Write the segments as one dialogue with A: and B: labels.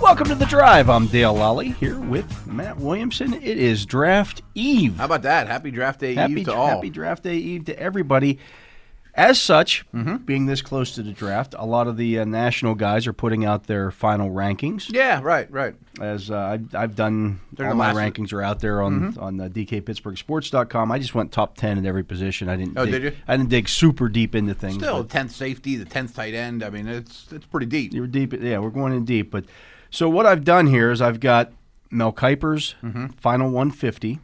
A: Welcome to the drive. I'm Dale Lally here with Matt Williamson. It is draft eve.
B: How about that? Happy draft day
A: happy,
B: eve to
A: dra-
B: all.
A: Happy draft day eve to everybody. As such, mm-hmm. being this close to the draft, a lot of the uh, national guys are putting out their final rankings.
B: Yeah, right, right.
A: As uh, I've, I've, done, They're all my rankings are out there on mm-hmm. on uh, DKPittsburghSports.com. I just went top ten at every position. I didn't.
B: Oh,
A: dig,
B: did you?
A: I didn't dig super deep into things.
B: Still, tenth safety, the tenth tight end. I mean, it's it's pretty deep.
A: You're deep. Yeah, we're going in deep, but. So what I've done here is I've got Mel Kiper's mm-hmm. final 150.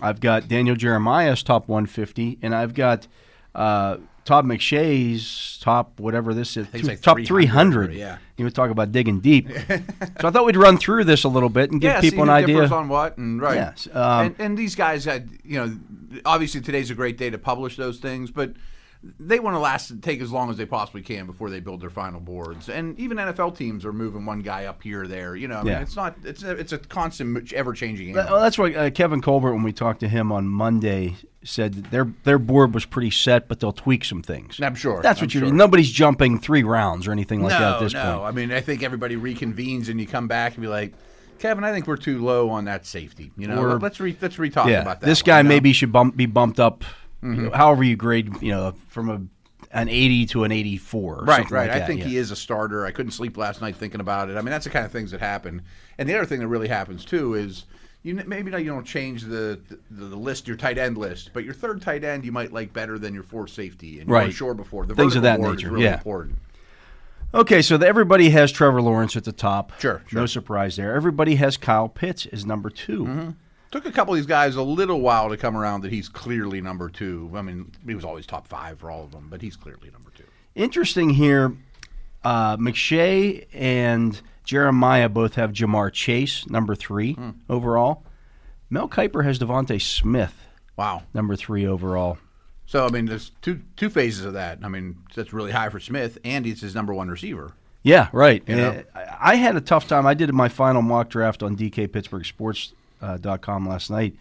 A: I've got Daniel Jeremiah's top 150, and I've got uh, Todd McShay's top whatever this is, two,
B: like
A: top
B: 300.
A: 300.
B: Yeah,
A: you would talk about digging deep. so I thought we'd run through this a little bit and give
B: yeah,
A: people
B: see
A: an idea
B: on what and right.
A: Yes, um,
B: and, and these guys, had, you know, obviously today's a great day to publish those things, but they want to last and take as long as they possibly can before they build their final boards. And even NFL teams are moving one guy up here or there. You know, I mean,
A: yeah.
B: it's not it's a, it's a constant ever changing.
A: Well, that's why uh, Kevin Colbert, when we talked to him on Monday, said their their board was pretty set, but they'll tweak some things.
B: I'm sure
A: that's
B: I'm
A: what you.
B: Sure.
A: Nobody's jumping three rounds or anything like
B: uh, no,
A: that at this
B: no.
A: point.
B: I mean, I think everybody reconvenes and you come back and be like. Kevin, I think we're too low on that safety. You know,
A: We're-
B: let's re let's re talk
A: yeah,
B: about that.
A: this
B: one,
A: guy
B: you know? Mm-hmm.
A: maybe should bump, be bumped up. you know, however you grade, you know, from a an 80 to an 84. or
B: Right,
A: something
B: right.
A: like
B: I
A: that,
B: think
A: yeah.
B: he is a starter. I couldn't sleep last night thinking about it. I mean, that's the kind of things that happen. And the other thing that really happens too is you n- maybe not you don't change the, the the list, your tight end list, but your third tight end you might like better than your fourth safety, and you
A: Right.
B: weren't sure before. The
A: Things of
B: vertical
A: that
B: board is
A: nature,
B: really
A: yeah.
B: important.
A: Okay, so the, everybody has Trevor Lawrence at the top.
B: Sure, sure.
A: No surprise there. Everybody has Kyle Pitts as number 2
B: Mm-hmm. Took a couple of these guys a little while to come around that he's clearly number two. I mean, he was always top five for all of them, but he's clearly number two.
A: Interesting here, uh, McShay and Jeremiah both have Jamar Chase, number three
B: Mm.
A: overall. Mel Kiper has Devontae Smith,
B: Wow.
A: number three overall.
B: So I mean, there's two two phases of that. I mean, that's really high for Smith, and he's his number one receiver.
A: Yeah, right.
B: know?
A: And I- I had a tough time. I did my final mock draft on DKPittsburghSports.com uh, last night.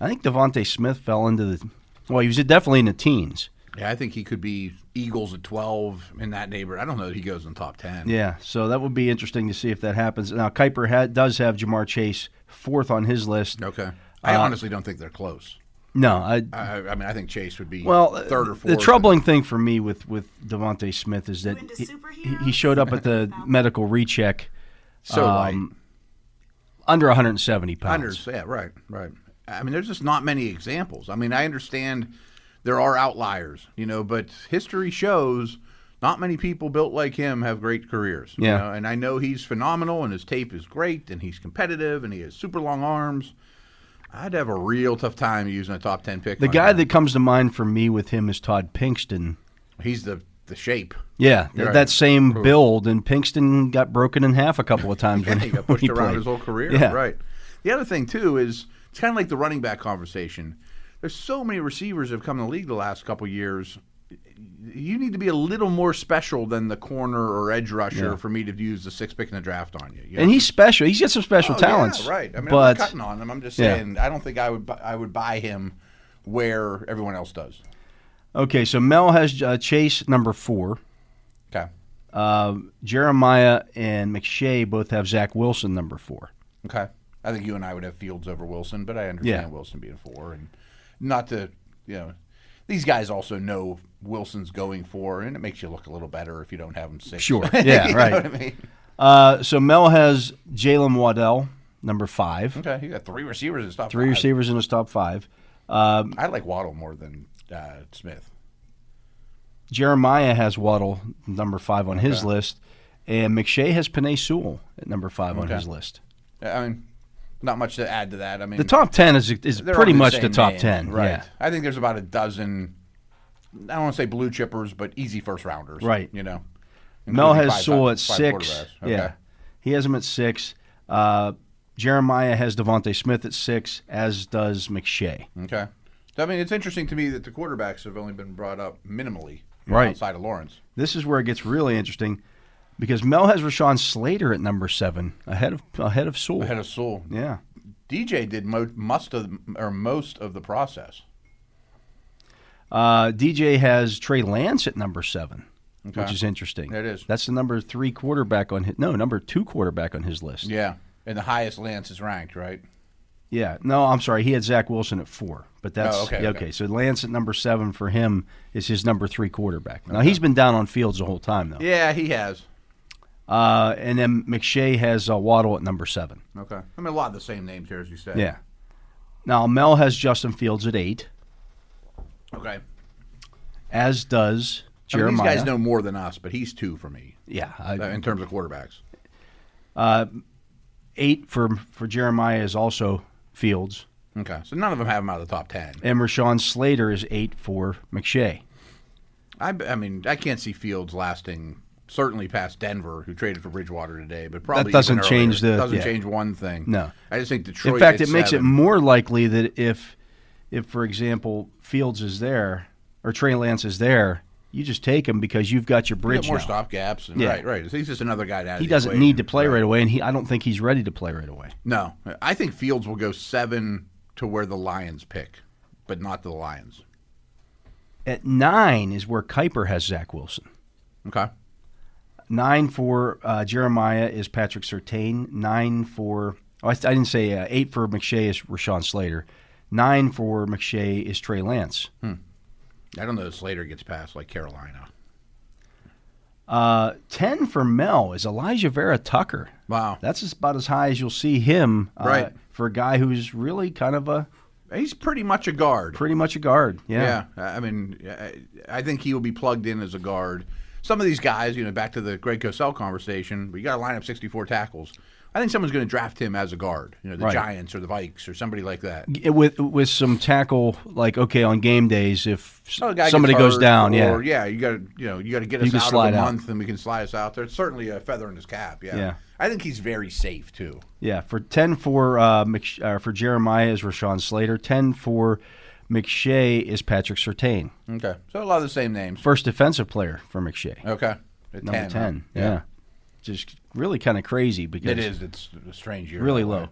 A: I think Devontae Smith fell into the well. He was definitely in the teens.
B: Yeah, I think he could be Eagles at 12 in that neighborhood. I don't know that he goes in the top 10.
A: Yeah, so that would be interesting to see if that happens. Now Kuiper ha- does have Jamar Chase fourth on his list.
B: Okay. I
A: Uh,
B: honestly don't think they're close.
A: No, I
B: I, I mean, I think Chase would be
A: well
B: third or fourth.
A: The troubling thing for me with with Devontae Smith is that he, he showed up at the medical recheck
B: so
A: um, under 170
B: light.
A: pounds.
B: Unders, yeah, right, right. I mean, there's just not many examples. I mean, I understand there are outliers, you know, but history shows not many people built like him have great careers. you
A: Yeah.
B: know, and I know he's phenomenal, and his tape is great, and he's competitive, and he has super long arms. I'd have a real tough time using a top 10 pick.
A: The
B: on
A: guy
B: him.
A: that comes to mind for me with him is Todd Pinkston.
B: he's the, the shape.
A: Yeah, th-
B: Right.
A: that same build, and Pinkston got broken in half a couple of times when
B: Yeah, he got
A: when
B: pushed around
A: played.
B: his whole career.
A: Yeah.
B: Right. The other thing too is it's kind of like the running back conversation. There's so many receivers that have come in the league the last couple years. You need to be a little more special than the corner or edge rusher for me to use the sixth pick in the draft on you. you know?
A: And he's special. He's got some special
B: Oh, yeah,
A: talents.
B: right. I mean, I'm not
A: but
B: cutting on him. I'm just
A: Yeah.
B: saying I don't think I would bu- I would buy him where everyone else does.
A: okay, so Mel has uh, Chase number four.
B: Okay.
A: Um, Jeremiah and McShay both have Zach Wilson number four.
B: Okay. I think you and I would have Fields over Wilson, but I understand
A: Yeah.
B: Wilson being four and not to you know these guys also know Wilson's going for and it makes you look a little better if you don't have him six.
A: Sure. Yeah,
B: You know
A: right.
B: what I mean?
A: Uh, so Mel has Jalen Waddell number five.
B: Okay. You got three receivers and stuff.
A: Three receivers in his top five.
B: I like Waddle more than uh, Smith.
A: Jeremiah has Waddle number five on his list, and McShay has Panay Sewell at number five on
B: Okay.
A: his list.
B: I mean not much to add to that. I mean
A: The top ten is is
B: They're
A: pretty
B: all
A: much the
B: same
A: top
B: name,
A: ten,
B: right?
A: Yeah.
B: I think there's about a dozen. I don't want to say blue chippers, but easy first rounders,
A: Right.
B: You know,
A: Mel
B: Including
A: has
B: five-
A: Sewell at
B: five
A: six.
B: quarterbacks. Okay.
A: Yeah, he has him at six. Uh, Jeremiah has Devonte Smith at six, as does McShay.
B: Okay. So, I mean, it's interesting to me that the quarterbacks have only been brought up minimally,
A: Right.
B: outside of Lawrence.
A: This is where it gets really interesting because Mel has Rashawn Slater at number seven, ahead of ahead of Sewell.
B: Ahead of Sewell,
A: yeah,
B: DJ did mo- most of or most of the process.
A: uh, DJ has Trey Lance at number seven, which is interesting.
B: It is.
A: That's the number three quarterback on his no number two quarterback on his list.
B: Yeah, and the highest Lance is ranked, right?
A: Yeah. No, I'm sorry. He had Zach Wilson at four, but that's
B: Oh, okay,
A: yeah,
B: okay.
A: So Lance at number seven for him is his number three quarterback. Now he's been down on Fields the whole time though.
B: Yeah, he has.
A: Uh, and then McShay has uh, Waddle at number seven.
B: Okay. I mean, a lot of the same names here, as you said.
A: Yeah. Now Mel has Justin Fields at eight,
B: Okay.
A: as does
B: I mean,
A: Jeremiah.
B: these guys know more than us, but he's two for me
A: Yeah.
B: uh,
A: Uh,
B: in terms of quarterbacks.
A: eight for for Jeremiah is also Fields,
B: Okay, so none of them have him out of the top ten.
A: and Rashawn Slater is eight for McShay.
B: I, I mean, I can't see Fields lasting certainly past Denver, who traded for Bridgewater today, but probably even
A: doesn't
B: earlier.
A: change the-
B: doesn't
A: yeah.
B: change one thing.
A: No.
B: I just think Detroit.
A: In fact,
B: at
A: it makes it
B: seven-
A: more likely that if, if for example Fields is there or Trey Lance is there, you just take him because you've got your
B: you
A: bridge.
B: get more
A: now.
B: stop gaps. And,
A: Yeah.
B: Right, right. He's just another guy to add. to
A: He
B: the
A: doesn't
B: equation.
A: need to play right away, and he I don't think he's ready to play right away.
B: No, I think Fields will go seven to where the Lions pick, but not the Lions.
A: At nine is where Kuiper has Zach Wilson.
B: Okay.
A: Nine for uh, Jeremiah is Patrick Sertain. Nine for oh, I, I didn't say uh, eight for McShay is Rashawn Slater. Nine for McShay is Trey Lance.
B: I don't know if Slater gets past like Carolina.
A: Uh, Ten for Mel is Elijah Vera Tucker.
B: Wow.
A: That's as- about as high as you'll see him uh,
B: Right.
A: for a guy who's really kind of a
B: He's pretty much a guard.
A: pretty much a guard. Yeah.
B: Yeah. I I mean, I, I think he will be plugged in as a guard. Some of these guys, you know, back to the Greg Cosell conversation, we got to line up 64 tackles. I think someone's going to draft him as a guard, you know, the
A: Right.
B: Giants or the Vikes or somebody like that.
A: It- With with some tackle like okay on game days if s-
B: Oh, a guy gets
A: somebody goes
B: hurt,
A: down
B: or, yeah,
A: yeah
B: you got to, you know, you got to get
A: You
B: us
A: can
B: out
A: slide
B: of a
A: out.
B: month, and we can slide us out there. It's certainly a feather in his cap. Yeah,
A: Yeah.
B: I think he's very safe too.
A: yeah for ten for uh, Mc, uh, for Jeremiah is Rashawn Slater ten for McShay is Patrick Sertain
B: Okay, so a lot of the same names.
A: first defensive player for McShay
B: Okay, At
A: number
B: 10,
A: ten,
B: Oh, huh?
A: yeah. just really kind of crazy because
B: it is. It's a strange year.
A: really
B: that
A: low
B: way.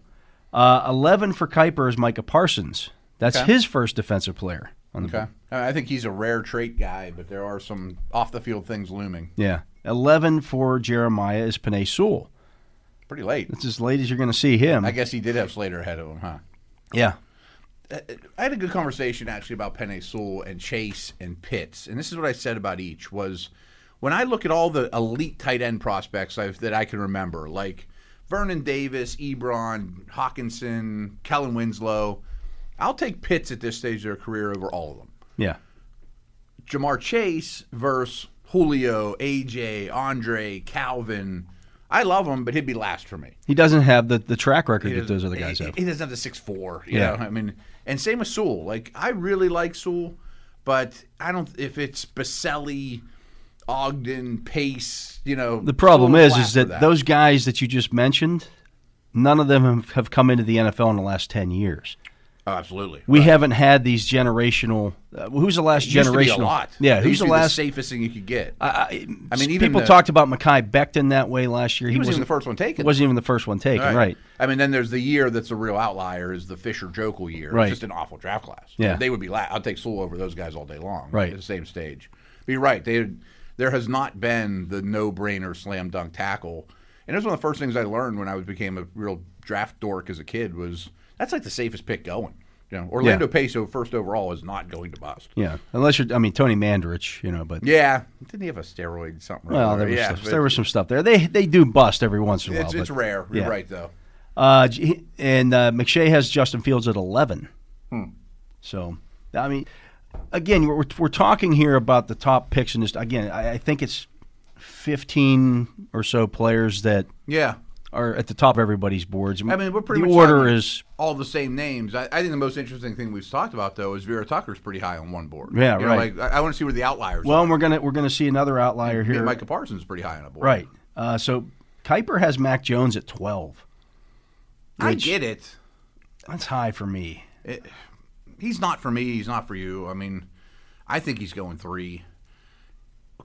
A: uh, eleven for Kuiper is Micah Parsons that's
B: Okay.
A: his first defensive player on the
B: Okay, I, mean, I think he's a rare trait guy, but there are some off the field things looming.
A: Yeah. 11 for Jeremiah is Panay Sewell.
B: Pretty late.
A: That's as late as you're going to see him.
B: I guess he did have Slater ahead of him, huh?
A: yeah.
B: I had a good conversation actually about Penny Sewell and Chase and Pitts, and this is what I said about each was when I look at all the elite tight end prospects I've, that I can remember, like Vernon Davis, Ebron, Hawkinson, Kellen Winslow, I'll take Pitts at this stage of their career over all of them.
A: Yeah.
B: Jamar Chase versus Julio, AJ, Andre, Calvin. I love him, but he'd be last for me.
A: He doesn't have the, the track record
B: He
A: that those
B: doesn't-
A: other guys
B: he,
A: have.
B: He doesn't have the six four. You
A: Yeah.
B: know, I mean, and same with Sewell. Like I really like Sewell, but I don't. If it's Baselli, Ogden, Pace, you know,
A: The problem
B: Sewell's
A: is
B: last
A: is
B: for
A: that, those guys that you just mentioned, none of them have- have come into the NFL in the last 10 years.
B: Oh, absolutely.
A: We haven't had these generational. Uh, who's the last
B: It used to be
A: generational?
B: a lot.
A: Yeah,
B: It
A: who's
B: used
A: the
B: to be
A: last?
B: safest thing you could get?
A: I,
B: I mean,
A: s-
B: even
A: people
B: the-
A: talked about Makai Becton that way last year.
B: he wasn't even
A: wasn't
B: the first one taken.
A: Wasn't even the first one taken. Right.
B: I mean, then there's the year that's a real outlier is the Fisher Jokel year.
A: Right.
B: It's just an awful draft class.
A: Yeah.
B: They would be la- I'll take Sewell over those guys all day long.
A: Right.
B: At the same stage. But you're right. They there has not been the no brainer slam dunk tackle. And it was one of the first things I learned when I was became a real draft dork as a kid was that's like the safest pick going. You know, Orlando Peso first overall is not going to bust.
A: Yeah. Unless you're, I mean, Tony Mandarich, you know, but
B: Yeah. Didn't he have a steroid something? or
A: well,
B: other?
A: there was,
B: yeah,
A: stuff,
B: but
A: there was some stuff there. They they do bust every once in a while.
B: it's, it's
A: but-
B: rare. You're
A: yeah.
B: right though.
A: Uh, G- and uh, McShay has Justin Fields at 11.
B: Hmm.
A: So, I mean, again, we're, we're talking here about the top picks in this. Again, I, I think it's 15 or so players that
B: Yeah.
A: are at the top of everybody's boards.
B: I mean, we're pretty
A: the
B: much
A: order
B: talking
A: is
B: all the same names. I, I think the most interesting thing we've talked about though is Vera Tucker's pretty high on one board.
A: Yeah,
B: You know,
A: right.
B: like I, want to see where the outliers.
A: well.
B: are.
A: And we're gonna we're gonna see another outlier
B: I mean,
A: here,
B: Micah Parsons pretty high on a board.
A: right? Uh, so Kuiper has Mac Jones at 12.
B: I get it.
A: That's high for me.
B: He's not for me. He's not for you. I mean, I think he's going three.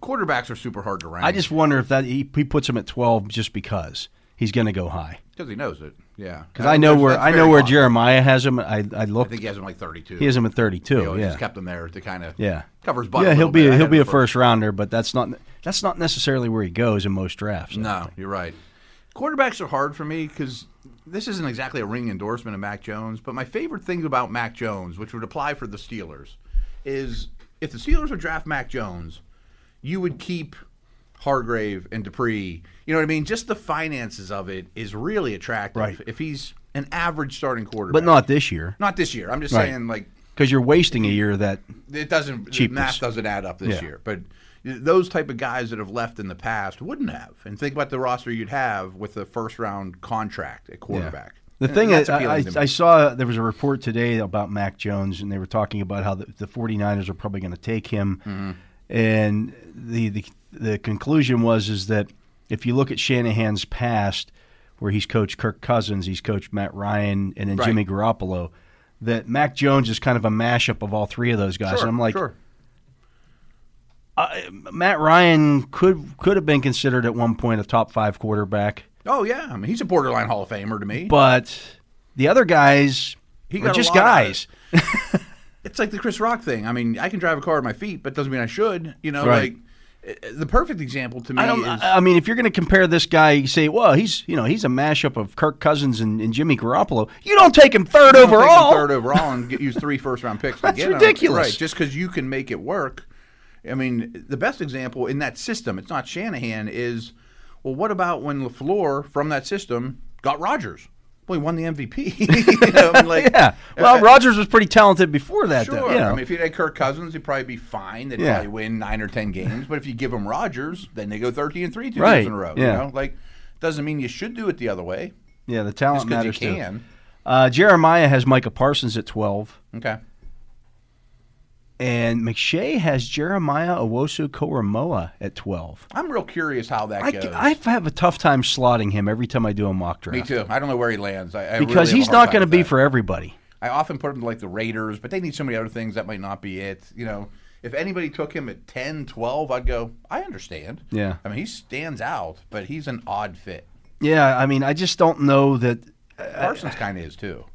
B: Quarterbacks are super hard to rank.
A: I just wonder if that he, he puts him at 12 just because he's gonna go high.
B: because he knows it. Yeah.
A: Because I know
B: that's-
A: where
B: that's
A: I know
B: very
A: where
B: possible.
A: Jeremiah has him. I I
B: I
A: looked.
B: think he has him like thirty-two.
A: he has him at thirty-two.
B: You know, he
A: yeah,
B: just kept him there to kind of
A: yeah.
B: cover his butt. a
A: Yeah, he'll
B: little
A: be
B: bit. I
A: he'll
B: had
A: be
B: him
A: a
B: at
A: first rounder, but that's not that's not necessarily where he goes in most drafts. I
B: No,
A: think.
B: you're right. Quarterbacks are hard for me because this isn't exactly a ring endorsement of Mac Jones, but my favorite thing about Mac Jones, which would apply for the Steelers, is if the Steelers would draft Mac Jones, you would keep Hargrave and Dupree. You know what I mean? Just the finances of it is really attractive.
A: Right.
B: If he's an average starting quarterback,
A: but not this year
B: not this year. I'm just
A: Right.
B: saying, like
A: because you're wasting a year that
B: it doesn't
A: Cheapness.
B: the math doesn't add up this
A: Yeah.
B: year. But those type of guys that have left in the past wouldn't have. And think about the roster you'd have with a first round contract at quarterback.
A: The
B: And
A: thing
B: that's
A: is, I,
B: appealing
A: I,
B: to me.
A: I saw there was a report today about Mac Jones, and they were talking about how the, the 49ers are probably going to take him.
B: Mm-hmm.
A: And the, the the conclusion was is that if you look at Shanahan's past, where he's coached Kirk Cousins, he's coached Matt Ryan, and then
B: Right.
A: Jimmy Garoppolo, that Mac Jones is kind of a mashup of all three of those
B: Sure,
A: guys. and I'm like,
B: sure.
A: Matt Ryan could could have been considered at one point a top five quarterback,
B: oh yeah, I mean he's a borderline Hall of Famer to me.
A: but the other guys
B: He
A: are
B: got a
A: just
B: lot out of
A: guys.
B: it. it's like the Chris Rock thing. I mean, I can drive a car with my feet, but doesn't mean I should. You know,
A: Right.
B: like eh, the perfect example to me
A: I don't.
B: is
A: I I mean, if you're going to compare this guy, you say, "Well, he's you know he's a mashup of Kirk Cousins and, and Jimmy Garoppolo." You don't take him third
B: don't take him
A: overall.
B: third overall, and get, use three first round picks. to
A: That's
B: get him.
A: ridiculous.
B: right? Just because you can make it work. I mean, the best example in that system, it's not Shanahan, is well, what about when Lafleur from that system got Rodgers? Well, he won the MVP. You know, I mean, like,
A: yeah. Well,
B: uh,
A: Rodgers was pretty talented before that,
B: Sure.
A: though. Yeah.
B: I mean, if you had Kirk Cousins, he'd probably be fine. They'd
A: Yeah.
B: probably win nine or ten games. But if you give them Rodgers, then they go thirteen and three two
A: Right.
B: years in a row.
A: Yeah.
B: You know, like doesn't mean you should do it the other way.
A: yeah, the talent
B: Just because you
A: matters too.
B: can.
A: Uh, Jeremiah has Micah Parsons at twelve,
B: Okay.
A: and McShay has Jeremiah Owosu Koromoa at twelve.
B: I'm real curious how that
A: I,
B: goes.
A: I have a tough time slotting him every time I do a mock draft.
B: Me too. I don't know where he lands. I, I really
A: Because
B: have a
A: he's
B: hard
A: not
B: time
A: going to
B: with
A: be
B: that.
A: for everybody.
B: I often put him to like the Raiders, but they need so many other things that might not be it. You know, if anybody took him at 10, 12, I'd go. I understand.
A: Yeah.
B: I mean, he stands out, but he's an odd fit.
A: Yeah, I mean, I just don't know that
B: Parsons kind of is too.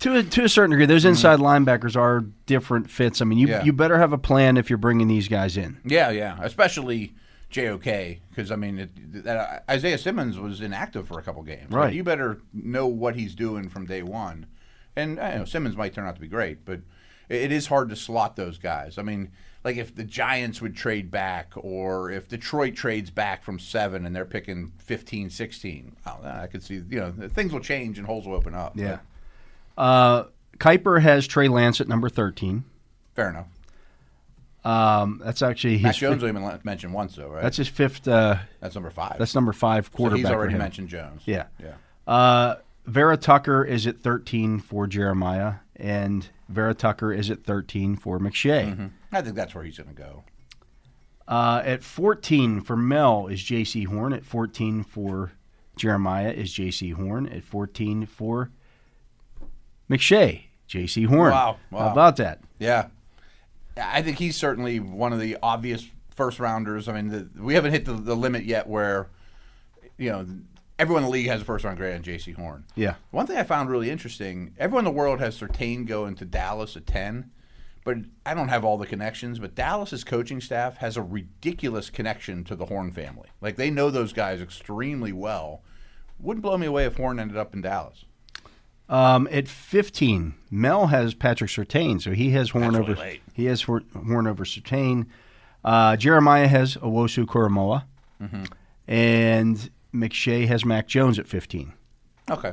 A: to a, to a certain degree, those inside linebackers are different fits. I mean, you
B: Mm-hmm. Yeah.
A: you better have a plan if you're bringing these guys in.
B: Yeah, yeah. Especially JOK because I mean, it, that, uh, Isaiah Simmons was inactive for a couple games. Like,
A: Right.
B: you better know what he's doing from day one. And I know Simmons might turn out to be great, but it, it is hard to slot those guys. I mean, like if the Giants would trade back or if Detroit trades back from seven and they're picking 15, 16, I, don't know, I could see, you know, things will change and holes will open up. But
A: Uh, Kuiper has Trey Lance at number thirteen.
B: fair enough.
A: Um, that's actually his.
B: Matt
A: fifth,
B: Jones only been mentioned once, though, right?
A: that's his fifth. Uh,
B: That's number five.
A: that's number five
B: so
A: quarterback.
B: he's
A: for
B: already
A: him.
B: mentioned Jones.
A: Yeah.
B: Yeah.
A: Uh, Vera Tucker is at thirteen for Jeremiah, and Vera Tucker is at thirteen for McShay.
B: I think that's where he's going to go.
A: Uh, at 14 for Mel is J.C. Horn. At 14 for Jeremiah is J.C. Horn. At 14 for McShay, J.C. Horn.
B: Wow,
A: How
B: wow.
A: about that?
B: Yeah. I think he's certainly one of the obvious first rounders. I mean, the, we haven't hit the, the limit yet where, you know, everyone in the league has a first round grade on J.C. Horn.
A: Yeah.
B: One thing I found really interesting everyone in the world has Sertain going to Dallas at 10, but I don't have all the connections. But Dallas's coaching staff has a ridiculous connection to the Horn family. Like, they know those guys extremely well. Wouldn't blow me away if Horn ended up in Dallas.
A: Um, at 15, Mel has Patrick Sertain, so he has Horn
B: really
A: over
B: late.
A: he has Hor- Horn over Sertain. Uh, Jeremiah has Owosu Koromoa,
B: Mm-hmm.
A: and McShay has Mac Jones at 15.
B: Okay.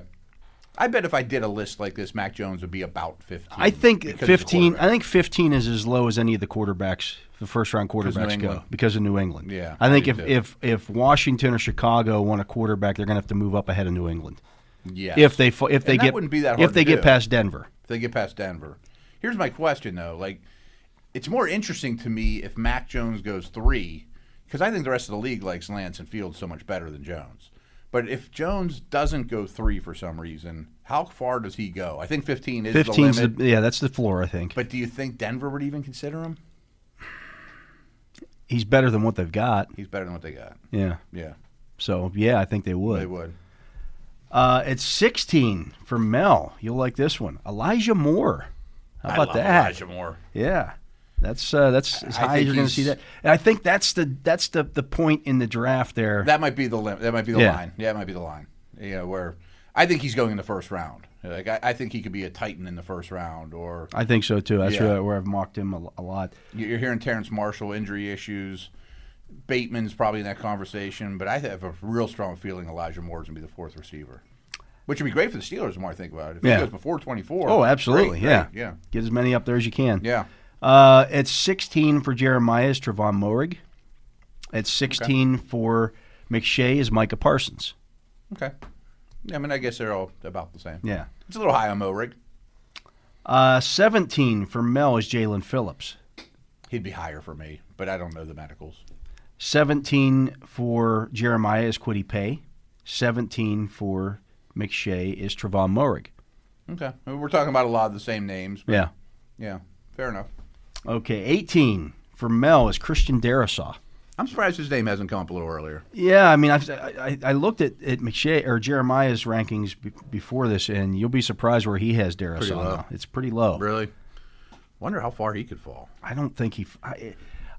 B: I bet if I did a list like this, Mac Jones would be about 15.
A: I think
B: because he's a
A: 15. I
B: quarterback.
A: think 15 is as low as any of the quarterbacks, the first round
B: New
A: quarterbacks
B: England.
A: go because of New England.
B: Yeah,
A: I think
B: I
A: if,
B: do too.
A: if if Washington or Chicago want a quarterback, they're going to have to move up ahead of New England.
B: Yes.
A: If they fo- if
B: And
A: they
B: that
A: get
B: wouldn't be that hard
A: if they
B: to
A: get
B: do.
A: past Denver.
B: If they get past Denver. Here's my question, though. Like, it's more interesting to me if Mac Jones goes three, because I think the rest of the league likes Lance and Fields so much better than Jones. But if Jones doesn't go three for some reason, how far does he go? I think 15 is
A: 15's
B: the limit.
A: the, yeah, that's the floor. I think
B: but do you think Denver would even consider him?
A: he's better than what they've got.
B: He's better than what they got.
A: Yeah.
B: Yeah,
A: So yeah, I think they would.
B: they would.
A: Uh, at 16 for Mel, you'll like this one. Elijah Moore. How
B: I
A: about
B: love
A: that?
B: Elijah Moore.
A: Yeah, that's uh, that's as
B: I
A: high as
B: think
A: you're going
B: he's-
A: to see that. And I think that's the that's the the point in the draft there.
B: That might be the limit. That might be the
A: Yeah.
B: line. Yeah, it might be the line. You know, where I think he's going in the first round. Like I, I think he could be a Titan in the first round. Or
A: I think so too. That's
B: Yeah.
A: where, where I've mocked him a, a lot.
B: you- you're hearing Terrence Marshall injury issues. Bateman's probably in that conversation, but I have a real strong feeling Elijah Moore's gonna be the fourth receiver, which would be great for the Steelers. The more I think about it, if
A: Yeah.
B: he goes before 24.
A: Oh, absolutely.
B: great,
A: yeah,
B: great, yeah,
A: Get as many up there as you can.
B: yeah.
A: Uh, at 16 for Jeremiah is Travon Morig. At 16 for McShay is Micah Parsons.
B: Okay. Yeah, I mean, I guess they're all about the same.
A: Yeah.
B: It's a little high on Morig.
A: Uh, 17 for Mel is Jalen Phillips.
B: He'd be higher for me, but I don't know the medicals.
A: 17 for Jeremiah is Quiddy Pay. 17 for McShay is Travon Morig.
B: Okay, I mean, we're talking about a lot of the same names. but-
A: Yeah.
B: Yeah, fair enough.
A: Okay, 18 for Mel is Christian Darasaw.
B: I'm surprised his name hasn't come up a little earlier.
A: Yeah, I mean, I've, I I- I looked at, at McShay or Jeremiah's rankings b- before this, and you'll be surprised where he has Darasaw.
B: low.
A: now. It's pretty low.
B: Really? Wonder how far he could fall.
A: I don't think he. f- I,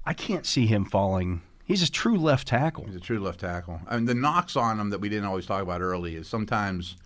A: I can't see him falling. He's a true left tackle.
B: He's a true left tackle. I mean, the knocks on him that we didn't always talk about early is sometimes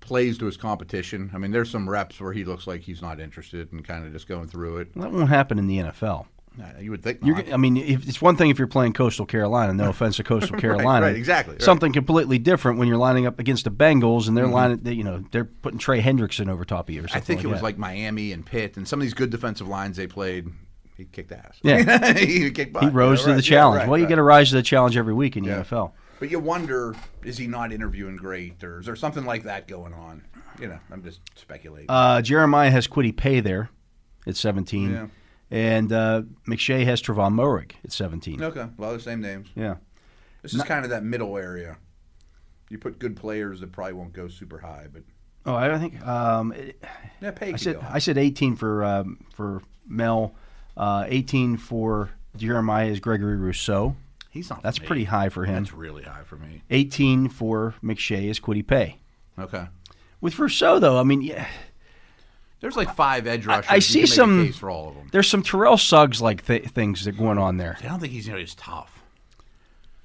B: plays to his competition. I mean, there's some reps where he looks like he's not interested and kind of just going through it.
A: That won't happen in the NFL.
B: Uh, You would think
A: You're,
B: not.
A: g- I mean, if, it's one thing if you're playing Coastal Carolina. No offense to Coastal Carolina.
B: right, exactly, right. Mm-hmm.
A: Something completely different when you're lining up against the Bengals and they're lining, they, you know, they're putting Trey Hendrickson over top of you or
B: I
A: something.
B: think it was
A: that.
B: like Miami and Pitt and some of these good defensive lines they played. He kicked ass.
A: Yeah.
B: he kicked butt.
A: he rose
B: Yeah,
A: to
B: right.
A: the
B: Yeah,
A: challenge.
B: right,
A: well, you
B: right.
A: got to rise to the challenge every week in the
B: Yeah.
A: NFL.
B: But you wonder, is he not interviewing great, or is there something like that going on? You know, I'm just speculating.
A: Uh, Jeremiah has Quiddy Pay there at 17,
B: Yeah.
A: and uh, McShay has Travon Morig at 17.
B: okay, a lot of the same names.
A: Yeah.
B: This is kind of that middle area. You put good players that probably won't go super high, but
A: Oh, I think um, it-
B: yeah, pay
A: I
B: could
A: said
B: go
A: I
B: high.
A: said 18 for um, for Mel, uh, 18 for Jeremiah is Gregory Rousseau.
B: He's not. for
A: That's
B: me.
A: pretty high for him.
B: That's really high for me.
A: 18 for McShay is Quiddy Pay.
B: Okay.
A: With Rousseau, though, I mean, yeah,
B: There's like five edge rushers.
A: I
B: You
A: see
B: can make a
A: some-
B: case for all of them.
A: there's some Terrell Suggs like th- things that going on there.
B: I don't think he's nearly as tough.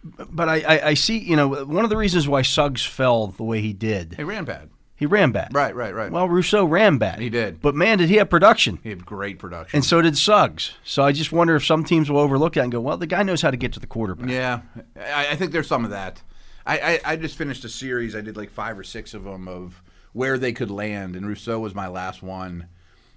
A: But I, I, I see, you know, one of the reasons why Suggs fell the way he did,
B: He ran bad.
A: he ran back.
B: Right, right, right.
A: Well, Rousseau ran back.
B: He did.
A: But man, did he have production.
B: He had great production.
A: And so did Suggs. So I just wonder if some teams will overlook that and go, well, the guy knows how to get to the quarterback.
B: Yeah, I, I think there's some of that. I, I, I just finished a series. I did like five or six of them of where they could land, and Rousseau was my last one.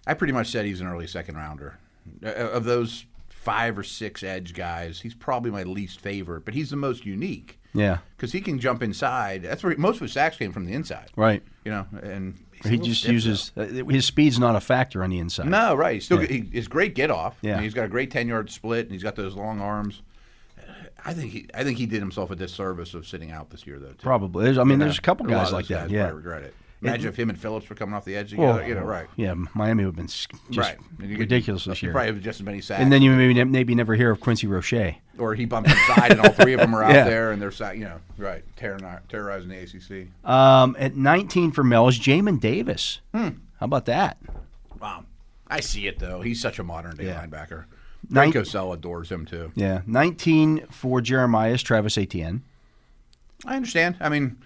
B: I pretty much said he's an early second rounder. Uh, Of those five or six edge guys, he's probably my least favorite, but he's the most unique.
A: Yeah.
B: Because he can jump inside. That's where most of his sacks came from the inside.
A: Right.
B: You know, and he's a
A: He
B: little
A: just
B: stiff,
A: uses uh, his speed's not a factor on the inside.
B: no, right. He's still he, he's great get off.
A: Yeah.
B: And he's got a great ten yard split, and he's got those long arms. I think he I think he did himself a disservice of sitting out this year, though. Too.
A: Probably. There's, I mean,
B: You know,
A: there's a couple
B: lot
A: guys
B: of
A: like
B: those
A: that.
B: guys
A: yeah.
B: probably regret it. Imagine if him and Phillips were coming off the edge
A: Well,
B: together. you know, right.
A: Yeah, Miami would have been s- just
B: right. And you could-
A: ridiculous this
B: you
A: year.
B: Probably have just as many sacks.
A: And then you maybe ne- maybe never hear of Quincy Roche.
B: or he bumps inside, and all three of them are out
A: Yeah.
B: there, and they're sa- you know right terror- terrorizing the ACC.
A: Um, at 19 for Mel is Jamin Davis.
B: Hmm.
A: How about that?
B: Wow, I see it though. He's such a modern day
A: Yeah.
B: linebacker.
A: Nine-
B: Nate Cosell adores him too.
A: Yeah, 19 for Jeremiah is Travis Etienne.
B: I understand. I mean,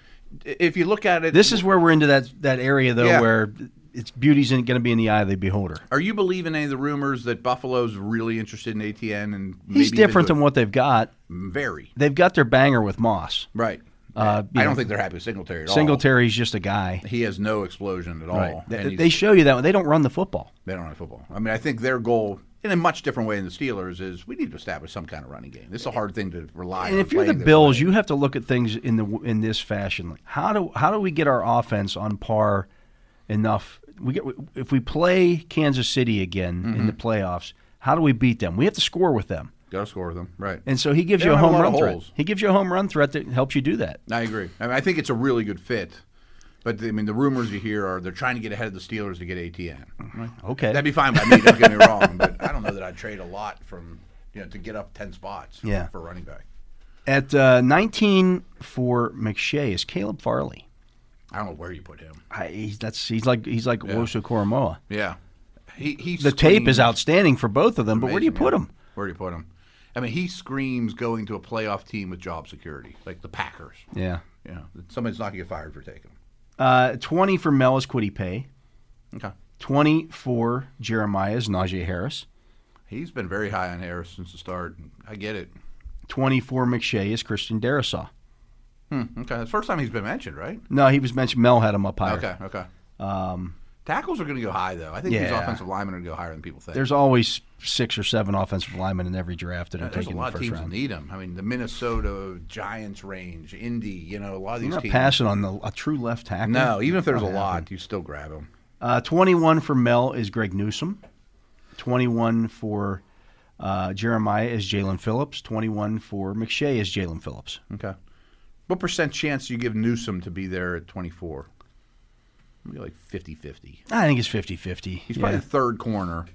B: i- if you look at it,
A: This is where we're into that that area though,
B: Yeah.
A: where its beauty's going to be in the eye of the beholder.
B: Are you believing any of the rumors that Buffalo's really interested in ATN and
A: He's
B: maybe even
A: different
B: do
A: than what they've got.
B: it? very
A: They've got their banger with Moss.
B: right?
A: Uh,
B: I
A: you know,
B: don't think they're happy with Singletary at all.
A: Singletary's just a guy.
B: he has no explosion at all.
A: Right.
B: and
A: They,
B: he's-
A: they show you that when they don't run the football.
B: They don't run football. I mean, I think their goal, in a much different way than the Steelers, is we need to establish some kind of running game. This is a hard thing to rely on.
A: And if you're the
B: playing this
A: Bills,
B: way.
A: you have to look at things in the in this fashion. Like how do how do we get our offense on par enough? We get if we play Kansas City again in
B: Mm-hmm.
A: the playoffs, how do we beat them? We have to score with them.
B: gotta score with them, right?
A: And so he gives
B: They
A: you a
B: don't have
A: home
B: a lot
A: run
B: of
A: threat.
B: holes.
A: He gives you a home run threat that helps you do that.
B: I agree. I mean, I think it's a really good fit. But I mean, the rumors you hear are they're trying to get ahead of the Steelers to get ATN.
A: Okay.
B: That'd be fine by me. Don't get me wrong, but I don't know that I'd trade a lot from you know to get up ten spots.
A: Yeah.
B: for running back.
A: At uh, 19 for McShay is Caleb Farley.
B: I don't know where you put him.
A: I, he's, that's he's like he's like Oso Koromoa.
B: Yeah, he he.
A: The tape is
B: screams-
A: outstanding for both of them, but where do you
B: Amazing,
A: put
B: yeah.
A: him?
B: Where do you put him? I mean, he screams going to a playoff team with job security, like the Packers.
A: Yeah.
B: You know, that somebody's not gonna get fired for taking him.
A: Uh, 20 for Mel is Quiddy Pay.
B: Okay.
A: 20 for Jeremiah is Najee Harris.
B: He's been very high on Harris since the start. I get it.
A: 24 McShay is Christian Darisaw.
B: Hmm, okay, that's the first time he's been mentioned, right?
A: No, he was mentioned. Mel had him up higher.
B: Okay, okay. Um, Tackles are going to go high, though. I think these
A: Yeah.
B: offensive linemen are going to go higher than people think.
A: There's always six or seven offensive linemen in every draft that are
B: Uh, There's a
A: taken in the
B: lot of
A: first
B: teams that
A: round.
B: need them. I mean, the Minnesota Giants range, Indy, you know, a lot of these
A: You're not
B: teams.
A: passing on the, a true left tackle.
B: No, even if there's a
A: Not happening.
B: lot, you still grab them.
A: Uh, 21 for Mel is Greg Newsom. 21 for uh, Jeremiah is Jalen Phillips. 21 for McShay is Jalen Phillips.
B: Okay. What percent chance do you give Newsom to be there at 24? Maybe like 50 50.
A: I think it's 50 50.
B: He's probably the third corner.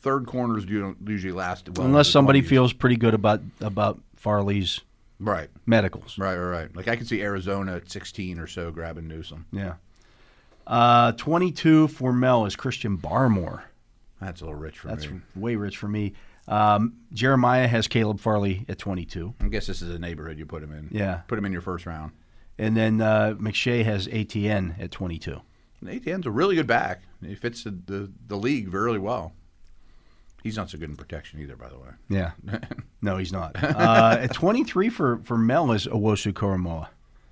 B: Third corners do usually last well into
A: Unless
B: the
A: somebody
B: 20s.
A: feels pretty good about, about Farley's
B: Right.
A: medicals.
B: Right, right, right. Like I could see Arizona at 16 or so grabbing Newsom.
A: Yeah. Uh, 22 for Mel is Christian Barmore.
B: That's a little rich for
A: That's
B: me.
A: way rich for me. Um, Jeremiah has Caleb Farley at 22.
B: I guess this is a neighborhood you put him in.
A: Yeah.
B: Put him in your first round.
A: And then uh, McShay has ATN at 22.
B: And ATN's a really good back. He fits the, the, the league really well. He's not so good in protection either, by the way.
A: Yeah. No, he's not. Uh, at 23 for, for Mel is Owosu Koromoa.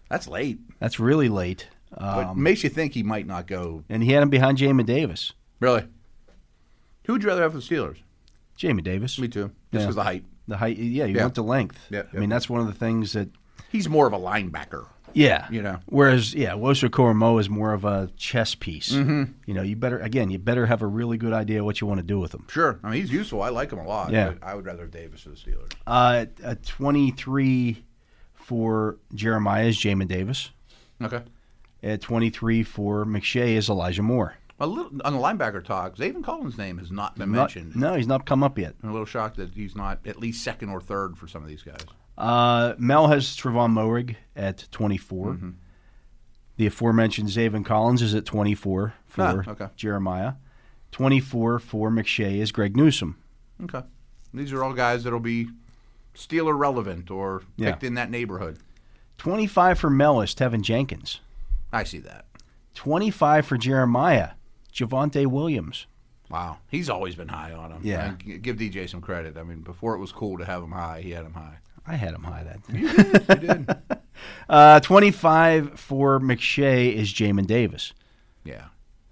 B: That's late.
A: That's really late. Uh,
B: But makes you think he might not go.
A: and he had him behind Jamin Davis.
B: Really? Who would you rather have for the Steelers?
A: Jamin Davis.
B: Me too. Just
A: Yeah.
B: because the height.
A: The height, yeah, you
B: Yeah.
A: want the length.
B: Yeah,
A: I
B: yeah.
A: mean, that's one of the things that,
B: He's more of a linebacker.
A: yeah.
B: You know.
A: Whereas, yeah, Owosu Koromoa is more of a chess piece.
B: Mm-hmm.
A: You know, you better, again, you better have a really good idea what you want to do with him.
B: Sure. I mean, he's useful. I like him a lot.
A: Yeah.
B: But I would rather have Davis for the Steelers.
A: Uh, at 23 for Jeremiah is Jamin Davis.
B: Okay.
A: At 23 for McShay is Elijah Moore.
B: A little on the linebacker talk. Zayvon Collins' name has not been
A: Not-
B: mentioned.
A: no, he's not come up yet.
B: I'm a little shocked that he's not at least second or third for some of these guys.
A: Uh, Mel has Trevon Morig at 24.
B: Mm-hmm.
A: The aforementioned Zayvon Collins is at 24 for
B: Ah, okay.
A: Jeremiah. 24 for McShay is Greg Newsom.
B: Okay. These are all guys that'll be Steeler relevant or
A: Yeah.
B: picked in that neighborhood.
A: 25 for Mel is Tevin Jenkins.
B: I see that.
A: 25 for Jeremiah, Javante Williams.
B: Wow. He's always been high on him.
A: Yeah.
B: And g- give DJ some credit. I mean, before it was cool to have him high, he had him high.
A: I had him high that day.
B: He did.
A: Uh, 25 for McShay is Jamin Davis.
B: yeah.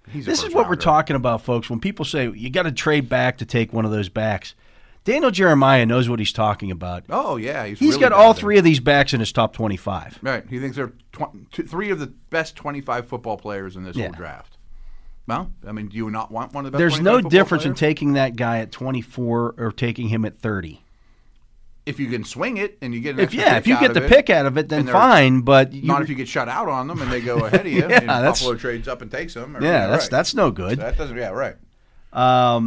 B: He's a
A: This is
B: first
A: what we're
B: rounder.
A: talking about, folks. When people say you got to trade back to take one of those backs, Daniel Jeremiah knows what he's talking about.
B: Oh, yeah. He's
A: He's
B: really
A: got
B: bad
A: all
B: there.
A: three of these backs in his top 25.
B: Right. He thinks they're tw- two, three of the best 25 football players in this
A: Yeah.
B: whole draft. Well, I mean, do you not want one of the best
A: There's
B: 25
A: no
B: football
A: difference in
B: players?
A: taking that guy at 24 or taking him at 30.
B: if you can swing it and you get an
A: If
B: extra
A: yeah,
B: pick
A: if you
B: out
A: get
B: of
A: the
B: it,
A: pick out of it, then
B: and they're-
A: fine. But you,
B: not if you get shut out on them and they go ahead of you.
A: Yeah,
B: and
A: that's-
B: Buffalo trades up and takes them. or-
A: yeah, that's
B: right.
A: that's no good.
B: that doesn't. Yeah, right. I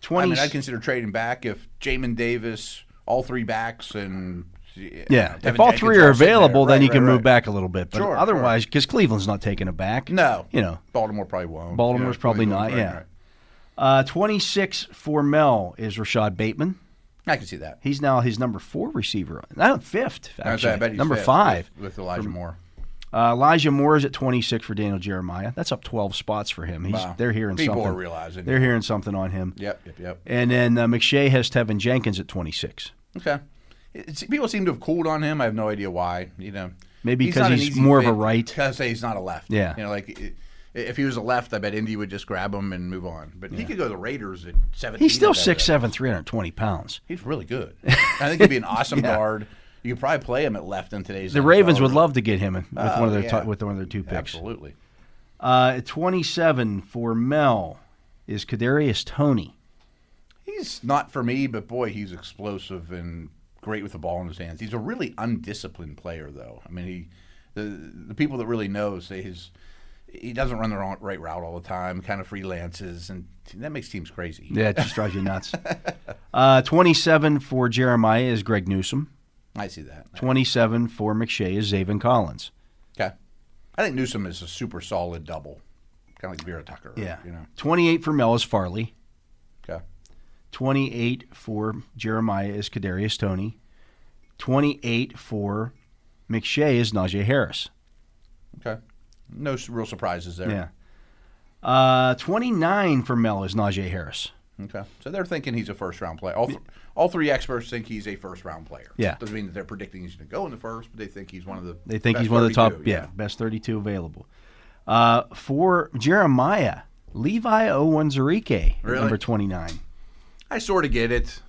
A: Twenty.
B: mean, I'd consider trading back if Jamin Davis, all three backs, and
A: yeah,
B: Tevin
A: if all
B: Jenkins
A: three
B: sitting
A: are
B: there.
A: available, then
B: Right,
A: you
B: right,
A: can move
B: right.
A: back a little bit. But
B: Sure, sure.
A: otherwise, because Cleveland's not taking it back.
B: No,
A: you know,
B: Baltimore probably won't.
A: Baltimore's
B: Yeah,
A: probably
B: won't.
A: not.
B: Right,
A: yeah.
B: right.
A: Uh, Twenty six for Mel is Rashad Bateman.
B: I can see that.
A: He's now his number four receiver. No, fifth
B: I
A: actually.
B: bet he's
A: number
B: fifth
A: five.
B: with, with Elijah Moore.
A: Uh, Elijah Moore is at 26 for Daniel Jeremiah. That's up 12 spots for him. He's
B: Wow.
A: they're hearing
B: People are
A: something.
B: realizing.
A: they're hearing something on him.
B: Yep, yep, yep.
A: And then uh, McShay has Tevin Jenkins at 26.
B: Okay. It's, people seem to have cooled on him. I have no idea why. You know,
A: Maybe 'cause
B: not an
A: he's
B: easy
A: more of a
B: fit.
A: right.
B: Because say he's not a left.
A: Yeah.
B: You know, like i- if he was a left, I bet Indy would just grab him and move on. But he could go to the Raiders at seventeen.
A: He's still
B: or whatever.
A: 6'7", 320 pounds.
B: He's really good. I think he'd be an awesome guard. You could probably play him at left in today's.
A: The
B: NFL,
A: Ravens would
B: really.
A: love to get him in, with one of their
B: Oh, yeah.
A: t- with one of their two picks.
B: Absolutely.
A: Uh, at 27 for Mel is Kadarius Tony.
B: He's not for me, but boy, he's explosive and great with the ball in his hands. He's a really undisciplined player, though. I mean, he the the people that really know say his he doesn't run the wrong, right route all the time. Kind of freelances, and that makes teams crazy.
A: Yeah, it just drives you nuts. Uh, 27 for Jeremiah is Greg Newsom.
B: I see that.
A: 27 for McShay is Zaven Collins.
B: Okay, I think Newsom is a super solid double, kind of like Vera Tucker.
A: Yeah.
B: you know.
A: 28 for Mel is Farley.
B: Okay,
A: 28 for Jeremiah is Kadarius Tony. 28 for McShay is Najee Harris.
B: okay. No s- real surprises there.
A: Yeah. Uh, 29 for Mel is Najee Harris.
B: Okay. So they're thinking he's a first round player. All, th- all three experts think he's a first round player.
A: Yeah.
B: Doesn't mean that they're predicting he's going to go in the first, but they think he's one of the.
A: They think
B: best
A: he's one of the top,
B: 32,
A: yeah, best 32 available. Uh, for Jeremiah, Levi Owenzarike,
B: Really?
A: number 29.
B: I sort of get it.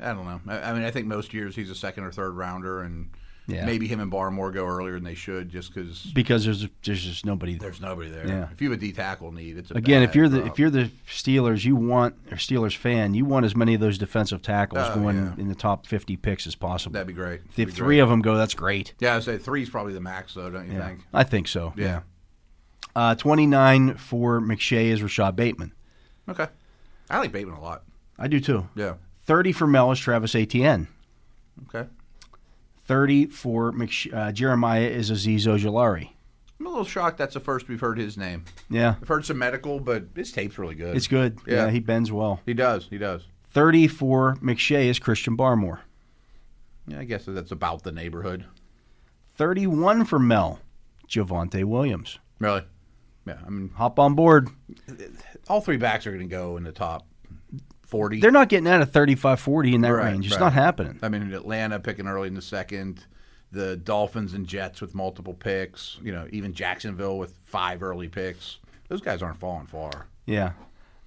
B: I don't know. I, I mean, I think most years he's a second or third rounder, and
A: Yeah.
B: maybe him and Barmore go earlier than they should just because
A: Because there's there's just nobody there.
B: there's nobody there.
A: Yeah.
B: If you have a D tackle need, it's a
A: Again,
B: bad
A: if you're the
B: drop.
A: if you're the Steelers, you want or Steelers fan, you want as many of those defensive tackles
B: Oh,
A: going
B: yeah.
A: in the top 50 picks as possible.
B: that'd be great.
A: If
B: That'd be
A: three
B: great.
A: of them go, that's great.
B: yeah, I'd say three's probably the max, though, don't you
A: Yeah.
B: think?
A: I think so.
B: Yeah.
A: Uh, 29 for McShay is Rashad Bateman.
B: Okay. I like Bateman a lot.
A: I do too.
B: Yeah.
A: 30 for Mel is Travis Etienne.
B: Okay.
A: 30 for McSh- uh, Jeremiah is Aziz Ojolari.
B: I'm a little shocked. That's the first we've heard his name.
A: Yeah.
B: I've heard some medical, but his tape's really good.
A: It's good.
B: Yeah.
A: he bends well.
B: He does. He does.
A: 30 for McShay is Christian Barmore.
B: Yeah, I guess that's about the neighborhood.
A: 31 for Mel, Javante Williams.
B: Really? Yeah. I mean,
A: Hop on board.
B: all three backs are going to go in the top 40.
A: They're not getting out of 35 40 in that
B: Right,
A: range. It's
B: right.
A: not happening.
B: I mean, Atlanta picking early in the second, the Dolphins and Jets with multiple picks, you know, even Jacksonville with five early picks. Those guys aren't falling far.
A: Yeah.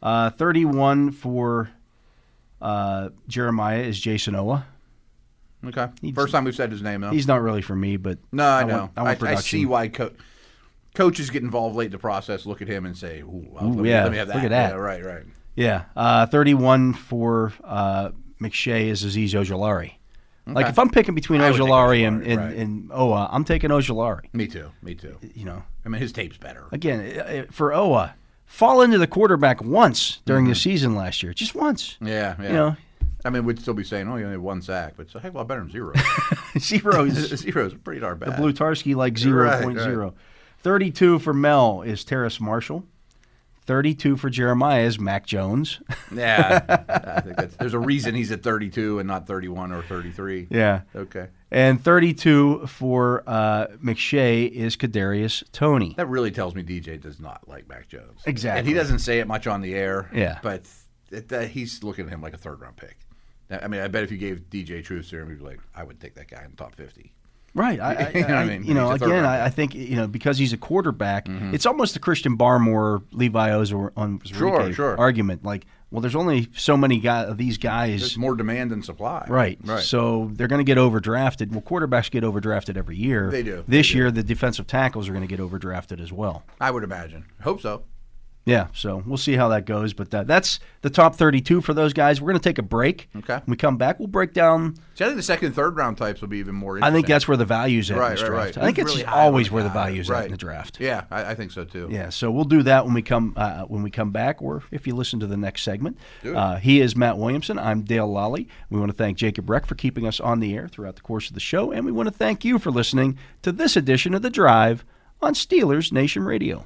A: Uh, 31 for uh, Jeremiah is Jason Owa.
B: Okay. First time we've said his name, though.
A: He's not really for me, but
B: Oh. no, I, know.
A: Want, I want
B: I,
A: production.
B: see why co- coaches get involved late in the process, look at him and say, ooh, well,
A: Ooh,
B: let, me,
A: yeah,
B: let me have that.
A: look at that.
B: Yeah, right, right.
A: Yeah, uh, thirty-one for uh, McShay is Aziz Ojolari. Like if I'm picking between
B: I would take
A: Ojolari and,
B: Ojulari,
A: and,
B: right.
A: and Owa, I'm taking Ojolari.
B: Me too. Me too.
A: You know,
B: I mean, his tape's better.
A: again i- i- for Owa, fall into the quarterback once during the season last year, just once.
B: Yeah, Mm-hmm. yeah.
A: You know,
B: I mean, we'd still be saying, oh, you only had one sack, but it's a heck of a lot better than zero.
A: zero is
B: zero is pretty darn
A: the
B: bad.
A: Blutarski like 0.0.
B: Right, right.
A: 32 for Mel is Terrace Marshall. 32 for Jeremiah is Mac Jones.
B: Yeah, I think that's, there's a reason he's at 32 and not 31 or 33.
A: yeah.
B: Okay.
A: And 32 for uh, McShay is Kadarius Tony.
B: That really tells me DJ does not like Mac Jones.
A: Exactly.
B: And he doesn't say it much on the air.
A: Yeah.
B: But it, uh, he's looking at him like a third round pick. I mean, I bet if you gave DJ Truth Serum, he'd be like, I would take that guy in the top 50.
A: Right. I, I,
B: You know what I
A: I-
B: mean?
A: you know
B: He's a third
A: again,
B: round
A: I, I think you know because he's a quarterback.
B: Mm-hmm.
A: It's almost the Christian Barmore, Levi Ozor on
B: Sure, sure.
A: argument. Like, well, there's only so many guy of these guys.
B: There's more demand than supply.
A: Right.
B: Right.
A: So they're going to get overdrafted. Well, quarterbacks get overdrafted every year.
B: They do.
A: This
B: They do.
A: year, the defensive tackles are going to get overdrafted as well.
B: I would imagine. Hope so.
A: Yeah, so we'll see how that goes. But that, that's the top 32 for those guys. We're going to take a break.
B: Okay.
A: When we come back, we'll break down.
B: See, I think the second and third round types will be even more
A: I
B: interesting.
A: think that's where the value's at in
B: Right,
A: this
B: right,
A: draft.
B: right.
A: I think
B: Who's
A: it's
B: really high
A: always
B: on
A: where the
B: the guy?
A: value's at in
B: Right.
A: the draft.
B: Yeah, I, I think so too.
A: Yeah, so we'll do that when we come uh, when we come back, or if you listen to the next segment. Uh, he is Matt Williamson. I'm Dale Lally. We want to thank Jacob Reck for keeping us on the air throughout the course of the show, and we want to thank you for listening to this edition of the Drive on Steelers Nation Radio.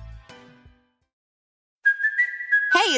C: Hey,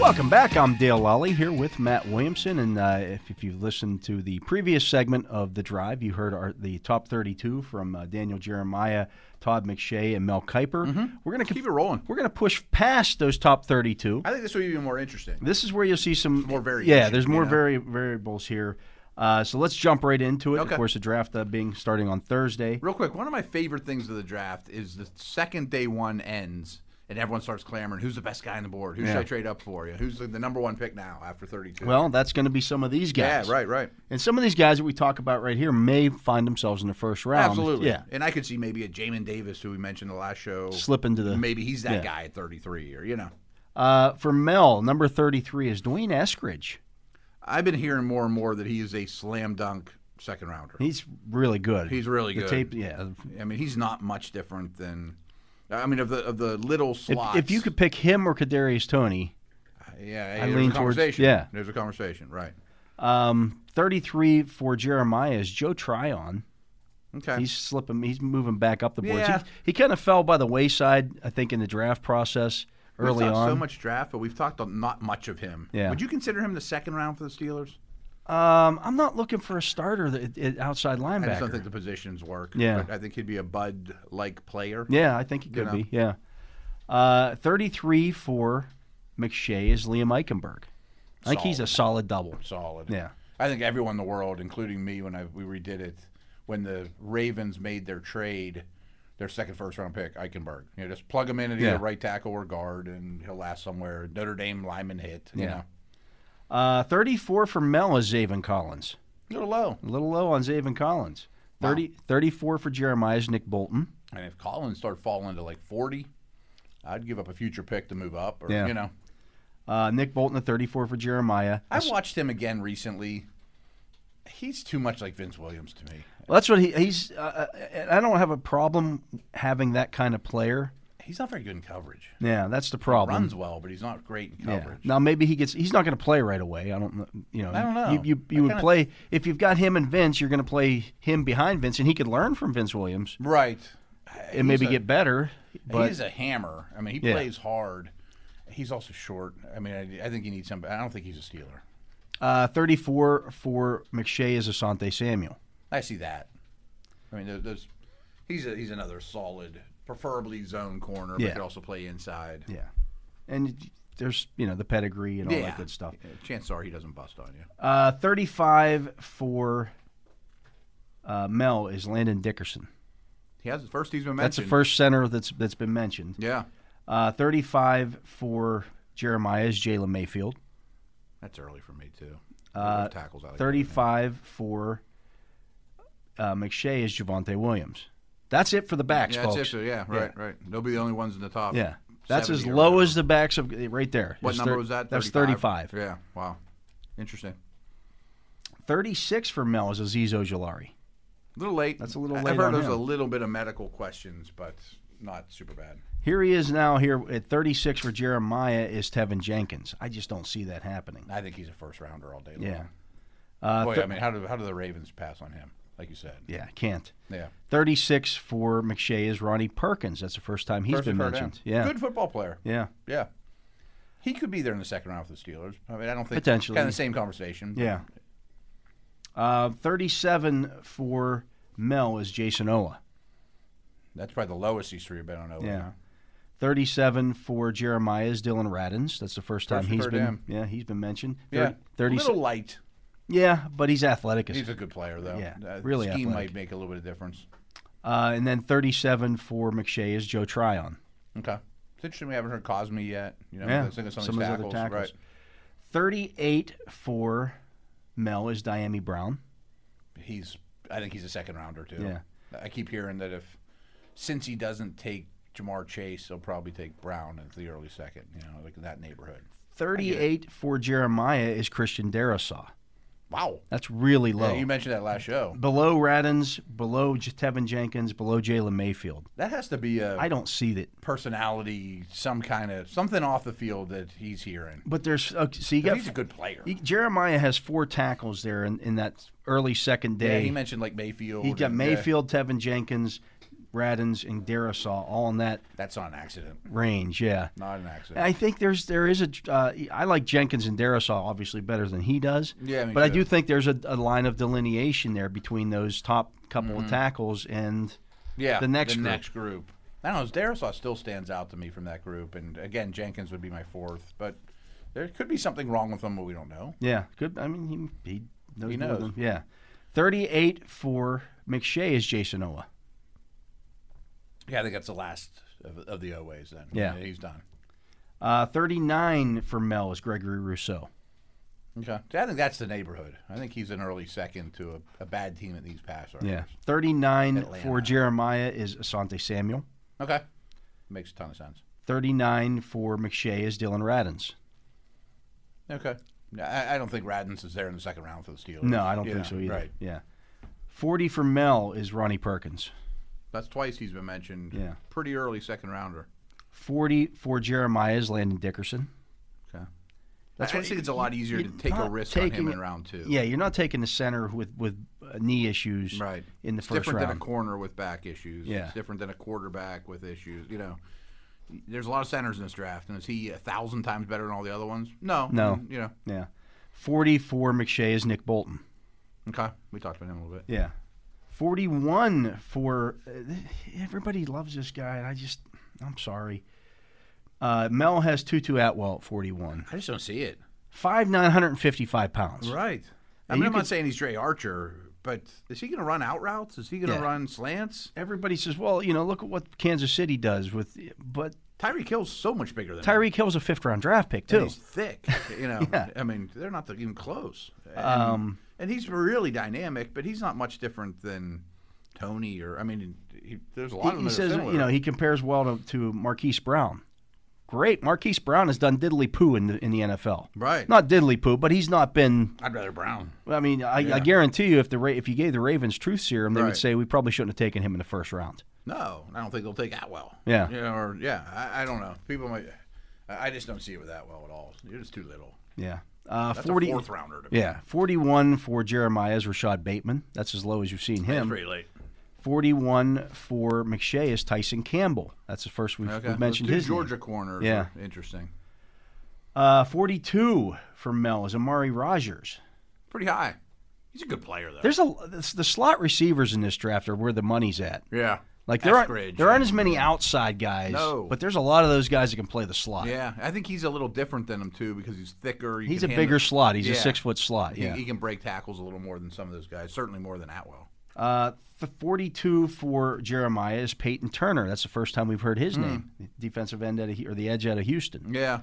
A: Welcome back. I'm Dale Lally here with Matt Williamson. And uh, if, if you listened to the previous segment of The Drive, you heard our, the top 32 from uh, Daniel Jeremiah, Todd McShay, and Mel Kiper.
B: Mm-hmm.
A: We're going to
B: Keep it rolling.
A: We're going to push past those top 32.
B: I think this will be even more interesting.
A: This is where you'll see some
B: more variation,
A: Yeah, there's more
B: you know?
A: vari- variables here. Uh, so let's jump right into it. Of
B: Okay.
A: course, the draft uh, being starting on Thursday.
B: Real quick, one of my favorite things of the draft is the second day one ends and everyone starts clamoring, who's the best guy on the board? Who should
A: Yeah.
B: I trade up for? Who's the, the number one pick now after 32?
A: Well, that's going to be some of these
B: yeah,
A: guys.
B: right, right.
A: And some of these guys that we talk about right here may find themselves in the first round.
B: Absolutely.
A: Yeah.
B: And I could see maybe a Jamin Davis, who we mentioned the last show.
A: Slip into the-
B: Maybe he's that
A: yeah.
B: guy at 33 or, you know.
A: Uh, for Mel, number 33 is Dwayne Eskridge.
B: I've been hearing more and more that he is a slam dunk second rounder.
A: He's really good.
B: He's really
A: The
B: good.
A: tape, yeah.
B: I mean, he's not much different than. I mean, of the of the little
A: If,
B: slots.
A: if you could pick him or Kadarius Tony,
B: yeah,
A: I
B: there's
A: lean
B: a
A: towards-
B: conversation.
A: yeah.
B: there's a conversation, right?
A: um, 33 for Jeremiah is Joe Tryon.
B: Okay,
A: He's slipping. He's moving back up the boards.
B: Yeah.
A: He, he kind of fell by the wayside, I think, in the draft process early
B: we've talked
A: on.
B: So much draft, but we've talked on not much of him.
A: Yeah.
B: Would you consider him the second round for the Steelers?
A: um, I'm not looking for a starter that, it, outside linebacker.
B: I just don't think the positions work.
A: Yeah.
B: But I think he'd be a Bud like player.
A: yeah, I think he could
B: know.
A: be. Yeah. Uh, 33 for McShay is Liam Eichenberg. I think he's a solid double.
B: Solid.
A: Yeah.
B: I think everyone in the world, including me, when I we redid it, when the Ravens made their trade, their second first round pick, Eichenberg. You know, just plug him in at
A: Yeah.
B: either right tackle or guard, and he'll last somewhere. Notre Dame lineman hit. You
A: Yeah.
B: know,
A: Uh, 34 for Mel is Zaven Collins.
B: a little low.
A: A little low on Zaven Collins. 30, 34 for Jeremiah is Nick Bolton.
B: And if Collins start falling to like forty, I'd give up a future pick to move up. Or
A: Yeah.
B: you know,
A: Uh, Nick Bolton at 34 for Jeremiah.
B: I watched him again recently. He's too much like Vince Williams to me.
A: Well, that's what he, he's. Uh, uh, and I don't have a problem having that kind of player.
B: He's not very good in coverage.
A: Yeah, that's the problem.
B: Runs well, but he's not great in
A: Mm. Yeah.
B: coverage.
A: Now maybe he gets. He's not going to play right away. I don't. kn- You know.
B: I don't know.
A: You you, you
B: I
A: would
B: kinda-
A: play if you've got him and Vince. You're going to play him behind Vince, and he could learn from Vince Williams
B: Right.
A: and maybe get better. But
B: he's a hammer. I mean, he
A: Yeah.
B: plays hard. He's also short. I mean, I, I think he needs some. I don't think he's a Steeler.
A: uh, 34 for McShay is Asante Samuel.
B: I see that. I mean, there- there's he's a, he's another solid, preferably zone corner, but
A: Yeah.
B: could also play inside.
A: Yeah, and there's you know the pedigree and all
B: Yeah.
A: that good stuff.
B: Chances are he doesn't bust on you.
A: Uh, 35 for uh, uh, Mel is Landon Dickerson.
B: He has the first he's been mentioned.
A: That's the first center that's that's been mentioned.
B: Yeah.
A: Uh, 35 for Jeremiah is Jalen Mayfield.
B: That's early for me too.
A: Uh,
B: Those tackles I like
A: 35 for uh, McShay is Javante Williams. That's it for the backs,
B: yeah,
A: folks.
B: That's it. So, yeah, right, right. They'll be the only ones in the top.
A: Yeah. That's as
B: 70 or
A: low
B: whatever.
A: as the backs of right there.
B: What
A: It's
B: number
A: thir-
B: was that?
A: That's 35.
B: Yeah. Wow. Interesting.
A: 36 for Mel is Aziz Ojolari.
B: A little late.
A: That's a little
B: I-
A: late
B: I've heard
A: on
B: there's a
A: him.
B: little bit of medical questions, but not super bad.
A: Here he is now here at 36 for Jeremiah is Tevin Jenkins. I just don't see that happening.
B: I think he's a first rounder all day long.
A: Yeah. Uh,
B: Boy,
A: thir-
B: I mean, how do how do the Ravens pass on him? Like you said.
A: Yeah, can't.
B: Yeah.
A: 36 for McShay is Ronnie Perkins. That's the first time he's
B: First
A: been
B: we've heard
A: mentioned.
B: him.
A: Yeah.
B: Good football player.
A: Yeah.
B: Yeah. He could be there in the second round with the Steelers. I mean, I don't think
A: Potentially.
B: kind of the same conversation. but-
A: Yeah. Uh, 37 for Mel is Jason Oa.
B: That's probably the lowest he's ever been on over.
A: Yeah. 37 for Jeremiah is Dylan Radins. That's the first time
B: First we've
A: he's
B: heard
A: been
B: him.
A: Yeah, he's been mentioned.
B: Yeah. a
A: 30,
B: little light.
A: yeah, but he's athletic as
B: He's a good player though.
A: Yeah,
B: Uh,
A: really
B: scheme
A: athletic.
B: might make a little bit of difference.
A: uh, and then 37 for McShay is Joe Tryon.
B: Okay. It's interesting we haven't heard Cosme yet. You know,
A: Yeah,
B: let's think of some,
A: some of
B: of
A: his
B: these
A: other
B: tackles.
A: tackles.
B: Right.
A: 38 for Mel is Diami Brown.
B: He's I think he's a second rounder too.
A: Yeah.
B: I keep hearing that if since he doesn't take Jamar Chase, he'll probably take Brown at the early second, you know, like in that neighborhood.
A: 38 for Jeremiah is Christian Darasaw.
B: Wow.
A: That's really
B: Yeah,
A: low.
B: you mentioned that last show.
A: below Radins, below J- Tevin Jenkins, below Jalen Mayfield.
B: That has to be a
A: I don't see that.
B: personality, some kind of something off the field that he's hearing.
A: But there's okay, so you
B: But
A: got
B: he's a good player.
A: he- Jeremiah has four tackles there in, in that early second
B: yeah,
A: day.
B: he mentioned like Mayfield.
A: he got
B: and- uh,
A: Mayfield, Tevin Jenkins, Radins, and Darasaw all in that
B: yeah. that's not an accident.
A: range. Yeah.
B: Not an
A: And
B: accident.
A: I think there's there is a uh, I like Jenkins and Darisaw obviously better than he does.
B: Yeah, me
A: but I
B: too.
A: do think there's a, a line of delineation there between those top couple
B: Mm-hmm.
A: of tackles and
B: yeah,
A: the next
B: the
A: group.
B: next group. I don't know. Darisaw still stands out to me from that group, and again, Jenkins would be my fourth. But there could be something wrong with him, but we don't know.
A: yeah, good. I mean, he he knows.
B: He
A: more
B: knows.
A: than- yeah, thirty-eight for McShay is Jason Owa.
B: Yeah, I think that's the last of, of the Oways. Then
A: Yeah.
B: he's done.
A: Uh, Thirty-nine for Mel is Gregory Rousseau.
B: Okay, See, I think that's the neighborhood. I think he's an early second to a, a bad team at these pass rushers.
A: Yeah, thirty-nine for
B: Atlanta.
A: Jeremiah is Asante Samuel.
B: Okay, makes a ton of sense.
A: Thirty-nine for McShay is Dylan Radins.
B: Okay. No, I, I don't think Radins is there in the second round for the Steelers.
A: No, I don't
B: You
A: think
B: know,
A: so either.
B: Right.
A: Yeah. 40 for Mel is Ronnie Perkins.
B: That's twice he's been mentioned.
A: Yeah.
B: Pretty early second rounder.
A: 40 for Jeremiah is Landon Dickerson.
B: Okay. That's
A: That's
B: I,
A: what-
B: I think it's a lot easier to
A: you're
B: take a
A: not
B: risk on
A: taking-
B: him in round two.
A: Yeah, you're not taking the center with, with uh, knee issues
B: Right.
A: in the
B: it's
A: first
B: different
A: round.
B: than a corner with back issues.
A: Yeah.
B: It's different than a quarterback with issues. You know, there's a lot of centers in this draft, and is he a thousand times better than all the other ones? No. Mm,
A: No.
B: You know.
A: yeah. 40 for McShay is Nick Bolton.
B: Okay. We talked about him a little bit.
A: Yeah. 41 for uh, everybody loves this guy. And I just, I'm sorry. Uh, Mel has Tutu Atwell at 41.
B: I just don't see it.
A: 5,955 pounds.
B: Right. I mean,
A: And you
B: I'm not
A: could-
B: saying he's Dre Archer, but is he going to run out routes? Is he going to
A: Yeah.
B: run slants?
A: Everybody says, well, you know, look at what Kansas City does with, but
B: Tyreek Hill's so much bigger than him.
A: Tyreek Hill's a fifth round draft pick too.
B: And he's thick. You know, I mean, they're not even close. And,
A: Um,
B: and he's really dynamic, but he's not much different than Tony or I mean, he, there's a lot
A: He,
B: of them
A: he
B: that are
A: says,
B: similar.
A: you know, he compares well to, to Marquise Brown. Great, Marquise Brown has done diddly poo in the in the NFL.
B: Right.
A: not diddly poo, but he's not been.
B: I'd rather Brown.
A: I mean, I, I guarantee you, if the Ra- if you gave the Ravens truth serum, they would
B: Right.
A: say we probably shouldn't have taken him in the first round.
B: No, I don't think they'll take Atwell.
A: Yeah.
B: You know, or yeah, I, I don't know. People might. I I just don't see it with Atwell at all. You're just too little.
A: Yeah, uh,
B: That's
A: forty.
B: a fourth rounder. To me.
A: yeah, forty-one for Jeremiah's Rashad Bateman. That's as low as you've seen
B: That's
A: him.
B: pretty late.
A: 41 for McShay is Tyson Campbell. That's the first we've,
B: Okay.
A: we've
B: those
A: mentioned
B: two
A: his name.
B: Georgia corners.
A: Yeah.
B: are Interesting.
A: Uh, 42 for Mel is Amari Rogers.
B: Pretty high. He's a good player though.
A: There's a this- the slot receivers in this draft are where the money's at.
B: yeah.
A: Like there aren't
B: Eskridge.
A: there aren't as many outside guys,
B: No.
A: but there's a lot of those guys that can play the slot.
B: Yeah, I think he's a little different than him too because he's thicker. you
A: he's a
B: can
A: bigger
B: handle-
A: slot. He's a
B: Yeah.
A: six foot slot.
B: He-
A: Yeah,
B: He, can break tackles a little more than some of those guys. Certainly more than Atwell.
A: Uh, f- 42 for Jeremiah is Peyton Turner. That's the first time we've heard his
B: Hmm.
A: name. The defensive end out of, Hu- or the edge out of Houston.
B: Yeah,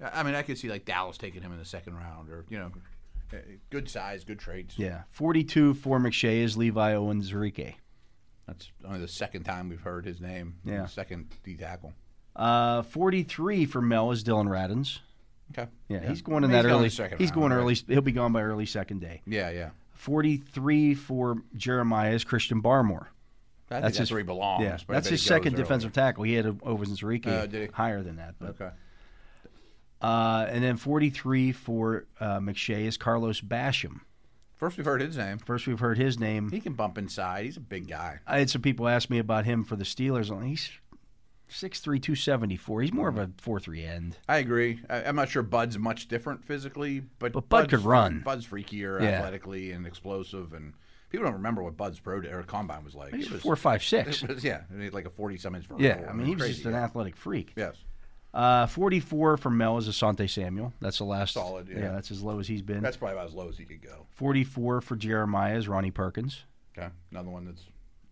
B: I I mean, I could see like Dallas taking him in the second round, or you know, uh, good size, good traits.
A: Yeah. 42 for McShay is Levi Owens Rike.
B: That's only the second time we've heard his name.
A: Yeah.
B: second D tackle.
A: Uh, 43 for Mel is Dylan Radins.
B: Okay.
A: Yeah, he's going in
B: He's
A: that
B: going
A: early.
B: second
A: he's
B: round,
A: going
B: right?
A: early. He'll be gone by early second day.
B: Yeah, yeah.
A: 43 for Jeremiah is Christian Barmore.
B: I think that's where he belongs,
A: Yeah,
B: but I
A: that's
B: bet
A: his
B: he goes
A: second
B: early.
A: defensive tackle. He had a over Zariki
B: Oh, did he?
A: higher than that. But,
B: Okay.
A: Uh, and then 43 for uh, McShay is Carlos Basham.
B: First we've heard his name.
A: First we've heard his name.
B: He can bump inside. He's a big guy.
A: I had some people ask me about him for the Steelers. and He's 6'3", 274. He's more of a 4'3 end.
B: I agree. I, I'm not sure Bud's much different physically, but,
A: But Bud
B: Bud's-
A: could run.
B: Bud's freakier
A: Yeah.
B: athletically and explosive, and people don't remember what Bud's pro or combine was like.
A: He's
B: It was-
A: 4'5",
B: it was- yeah, he had like a 40 some inch vertical.
A: Yeah, I mean, he was
B: crazy,
A: just an
B: yeah.
A: athletic freak.
B: Yes.
A: Uh, 44 for Mel is Asante Samuel. That's the last.
B: Solid, yeah.
A: that's as low as he's been.
B: That's probably about as low as he could go.
A: 44 for Jeremiah is Ronnie Perkins.
B: Okay. Another one that's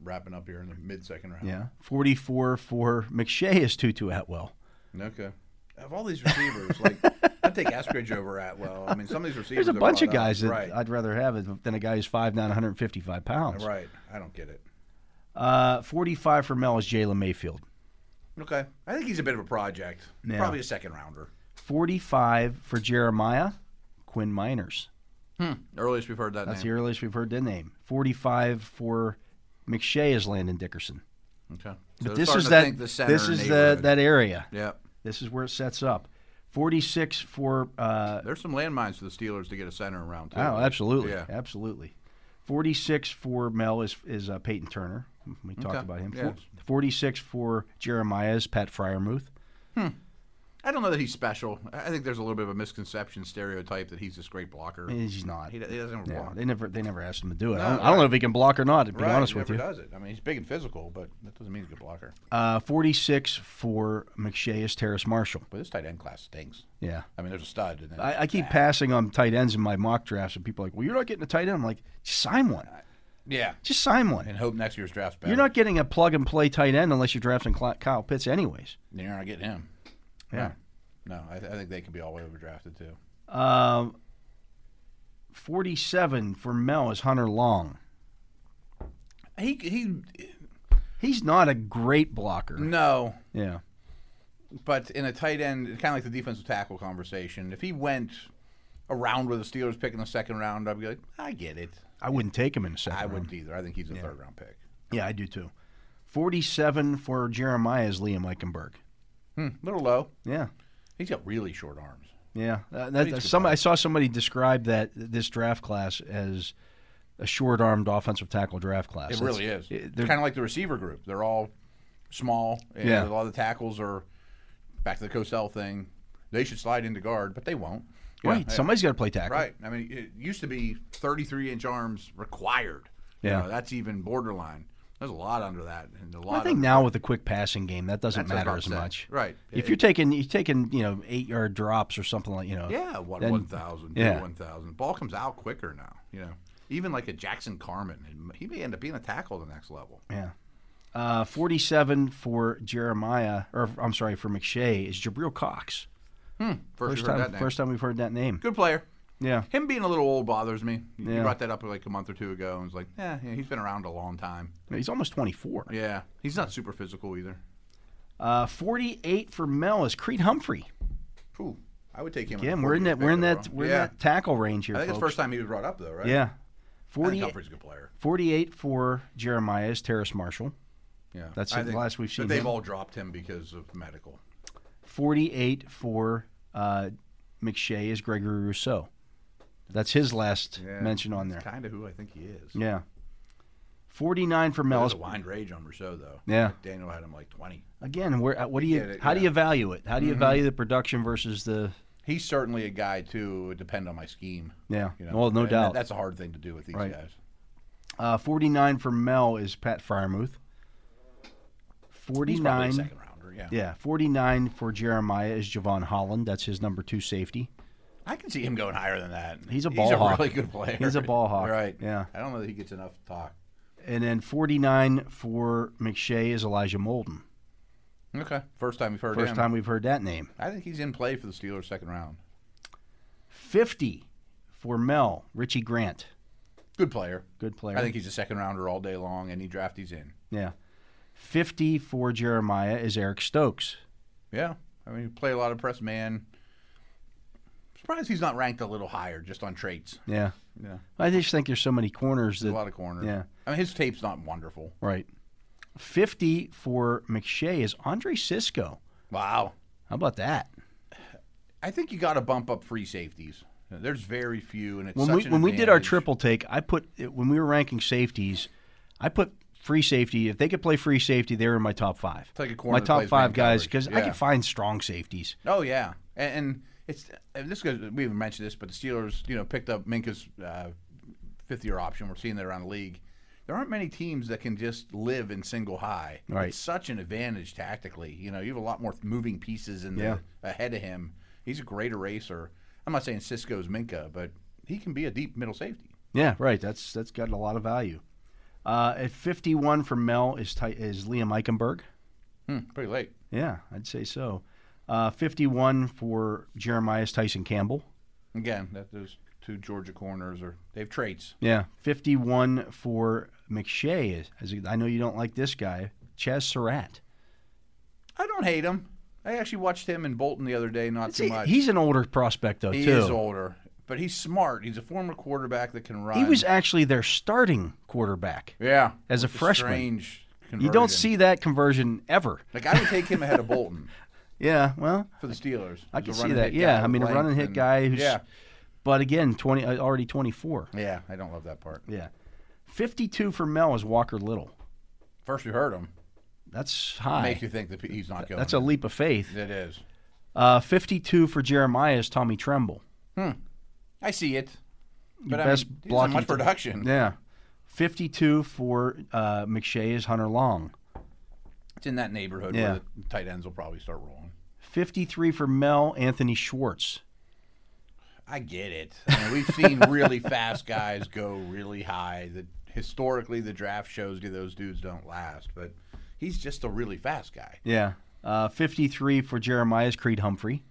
B: wrapping up here in the mid second round.
A: Yeah. 44 for McShay is Tutu Atwell.
B: Okay. Of all these receivers, like I'd take Eskridge over Atwell. I mean, some of these receivers.
A: There's a
B: are
A: bunch of
B: brought up.
A: guys that
B: right.
A: I'd rather have it than a guy who's 5'9", 155 pounds.
B: Right. I don't get it.
A: Uh, 45 for Mel is Jalen Mayfield.
B: Okay. I think he's a bit of a project.
A: Yeah.
B: Probably a second rounder.
A: 45 for Jeremiah, Quinn Miners.
B: Hmm. Earliest we've heard that
A: That's the
B: name.
A: earliest we've heard their name. 45 for McShay is Landon Dickerson.
B: okay.
A: But
B: So
A: this
B: starting
A: is
B: to
A: that
B: think the center
A: this is the,
B: neighborhood.
A: that area.
B: Yep.
A: This is where it sets up. 46 for uh,
B: There's some landmines for the Steelers to get a center in round two.
A: Oh, absolutely,
B: Yeah.
A: absolutely. Forty-six for Mel is is uh, Peyton Turner. We talked
B: Okay,
A: about him.
B: yeah.
A: Four- Forty-six for Jeremiah is Pat Fryermuth.
B: I don't know that he's special. I I think there's a little bit of a misconception stereotype that he's this great blocker.
A: He's not.
B: He, do- he doesn't
A: Yeah,
B: block.
A: they never they never asked him to do it. I,
B: No,
A: don't, I don't know
B: right.
A: if he can block or not. To be
B: Right,
A: honest
B: he
A: with
B: never
A: you.
B: does it. I mean, he's big and physical, but that doesn't mean he's a good blocker.
A: Uh, Forty-six for McShay is Terrace Marshall.
B: But this tight end class stinks.
A: Yeah.
B: I mean, there's a stud. And then
A: I, I keep passing on tight ends in my mock drafts, and people are like, "Well, you're not getting a tight end." I'm like, "Just sign one.
B: yeah,
A: Just sign
B: and
A: one.
B: hope next year's draft's better.
A: You're not getting a plug and play tight end unless you're drafting Cl- Kyle Pitts, anyways."
B: You're not getting him.
A: Yeah.
B: No, I, th- I think they could be all way overdrafted too.
A: Um, 47 for Mel is Hunter Long.
B: He he.
A: He's not a great blocker.
B: No,
A: Yeah.
B: but in a tight end, kind of like the defensive tackle conversation. If he went around with the Steelers pick in the second round, I'd be like, I get it.
A: I wouldn't take him in a second.
B: I
A: round.
B: wouldn't either. I think he's a third round pick.
A: Yeah, I do too. 47 for Jeremiah is Liam Eichenberg.
B: A little low.
A: Yeah.
B: He's got really short arms.
A: Yeah. Uh, that-
B: He's a good
A: some,
B: player.
A: I saw somebody describe that this draft class as a short armed offensive tackle draft class.
B: It
A: That's-
B: really is.
A: it-
B: they're
A: they're-
B: kind of like the receiver group. They're all small. And
A: Yeah.
B: A lot of the tackles are back to the Cosell thing. They should slide into guard, but they won't. Yeah,
A: Right.
B: I-
A: Somebody's got to play tackle.
B: Right. I mean, it used to be 33 inch arms required. You
A: Yeah.
B: know, that's even borderline. There's a lot under that, and a lot.
A: I think
B: under-
A: now with the quick passing game, that doesn't
B: That's what
A: matter
B: I'm
A: as
B: saying.
A: much.
B: Right.
A: If
B: It-
A: you're taking you taking you know eight yard drops or something like you know.
B: Yeah, one
A: then-
B: one thousand, two
A: yeah.
B: one thousand. Ball comes out quicker now. You know, even like a Jackson Carmen, and he may end up being a tackle at the next level.
A: Yeah. Uh, 47 for Jeremiah, or I'm sorry, for McShay is Jabril Cox.
B: First, you heard
A: time,
B: that name.
A: first time we've heard that name.
B: good player.
A: Yeah.
B: Him being a little old bothers me. You
A: Yeah.
B: brought that up like a month or two ago, and was like, eh, yeah, he's been around a long time.
A: He's almost 24.
B: Yeah, he's not super physical either.
A: Uh, 48 for Mel is Creed Humphrey.
B: Ooh, I would take him.
A: Again, we're in that we're in that we're in that tackle range here.
B: I think it's
A: folks.
B: first time he was brought up though, right?
A: Yeah.
B: I think
A: 40,
B: Humphrey's a good player.
A: 48 for Jeremiah is Terrace Marshall.
B: Yeah,
A: That's
B: I
A: the
B: think-
A: last we've seen
B: But they've
A: him.
B: all dropped him because of medical.
A: 48 for uh, McShay is Gregory Rousseau. That's his last mention on there.
B: Kind of who I think he is.
A: Yeah. 49 for Mel
B: There's
A: is
B: a wine rage on Rousseau though.
A: Yeah.
B: Daniel had him like twenty.
A: Again, where uh, what do you
B: it,
A: how do
B: yeah. Mm-hmm.
A: you value it? How do you value the production versus the
B: He's certainly a guy too. It would depend on my scheme.
A: yeah?
B: you know?
A: well, no
B: And that-
A: doubt.
B: that's a hard thing to do with these
A: Right.
B: guys.
A: uh, Forty nine for Mel is Pat Fryermuth. Forty
B: He's probably a
A: nine,
B: second rounder. Yeah.
A: yeah, forty nine for Jeremiah is Javon Holland. That's his number two safety.
B: I can see him going higher than that.
A: He's a ball hawk.
B: really good player.
A: He's a ball hawk.
B: Right.
A: Yeah.
B: I don't know that he gets enough talk.
A: And then 49 for McShay is Elijah Molden.
B: Okay. First time we've heard
A: First
B: him.
A: time we've heard that name.
B: I think he's in play for the Steelers second round.
A: 50 for Mel, Richie Grant.
B: Good player.
A: Good player.
B: I think he's a second rounder all day long. Any draft he's in.
A: Yeah. 50 for Jeremiah is Eric Stokes.
B: Yeah. I mean, he play a lot of press man. Surprised he's not ranked a little higher just on traits.
A: Yeah.
B: Yeah.
A: I just think there's so many corners that.
B: a lot of corners.
A: Yeah.
B: I mean, his tape's not wonderful.
A: Right. 50 for McShay is Andre Cisco.
B: Wow.
A: How about that?
B: I think you got to bump up free safeties. There's very few, and it's
A: When
B: such
A: we
B: an
A: when we did our
B: advantage.
A: triple take, I put when we were ranking safeties, I put free safety. If they could play free safety, they were in my top five.
B: It's like a corner
A: my
B: that
A: top
B: plays
A: five
B: man
A: guys
B: coverage.
A: because I
B: Yeah.
A: can find strong safeties.
B: Oh yeah, and, and it's and this goes. We haven't mentioned this, but the Steelers, you know, picked up Minka's uh, fifth-year option. We're seeing that around the league. There aren't many teams that can just live in single high.
A: Right.
B: It's such an advantage tactically. You know, you have a lot more moving pieces in
A: Yeah.
B: the ahead of him. He's a great eraser. I'm not saying Cisco's Minka, but he can be a deep middle safety.
A: Yeah, right. That's that's got a lot of value. Uh, at 51 for Mel is Ty- is Liam Eichenberg.
B: Hmm, pretty late.
A: Yeah, I'd say so. Uh, 51 for Jeremiah is Tyson Campbell.
B: Again, that those two Georgia corners are they have traits.
A: Yeah, 51 for McShay is. is I know you don't like this guy, Chaz Surratt.
B: I don't hate him. I actually watched him in Bolton the other day. Not too
A: See,
B: much.
A: he's an older prospect though
B: He
A: too.
B: is older, but he's smart. He's a former quarterback that can run.
A: He was actually their starting quarterback
B: yeah,
A: as a
B: It's
A: freshman.
B: Strange.
A: you
B: conversion.
A: don't see that conversion ever.
B: Like I would take him ahead of Bolton
A: Yeah, well,
B: for the Steelers.
A: I
B: He's
A: can
B: a
A: see
B: run and
A: that.
B: hit
A: Yeah,
B: guy
A: I
B: with
A: mean a
B: length
A: run and hit
B: and-
A: guy who's
B: yeah,
A: but again, 20 uh, already 24.
B: yeah. I don't love that part.
A: Yeah. 52 for Mel is Walker Little.
B: First we heard him.
A: That's high.
B: Makes you think that he's not going.
A: That's a leap of faith.
B: It is.
A: Uh, 52 for Jeremiah is Tommy Tremble.
B: I see it, but I mean, he
A: best
B: doesn't have
A: blocking
B: much
A: th-
B: production.
A: Yeah. 52 for uh, McShay is Hunter Long.
B: It's in that neighborhood
A: Yeah.
B: where the tight ends will probably start rolling.
A: 53 for Mel, Anthony Schwartz.
B: I get it. I mean, we've seen really fast guys go really high. That historically the draft shows you those dudes don't last, but he's just a really fast guy.
A: Yeah. Uh, 53 for Jeremiah is Creed Humphrey.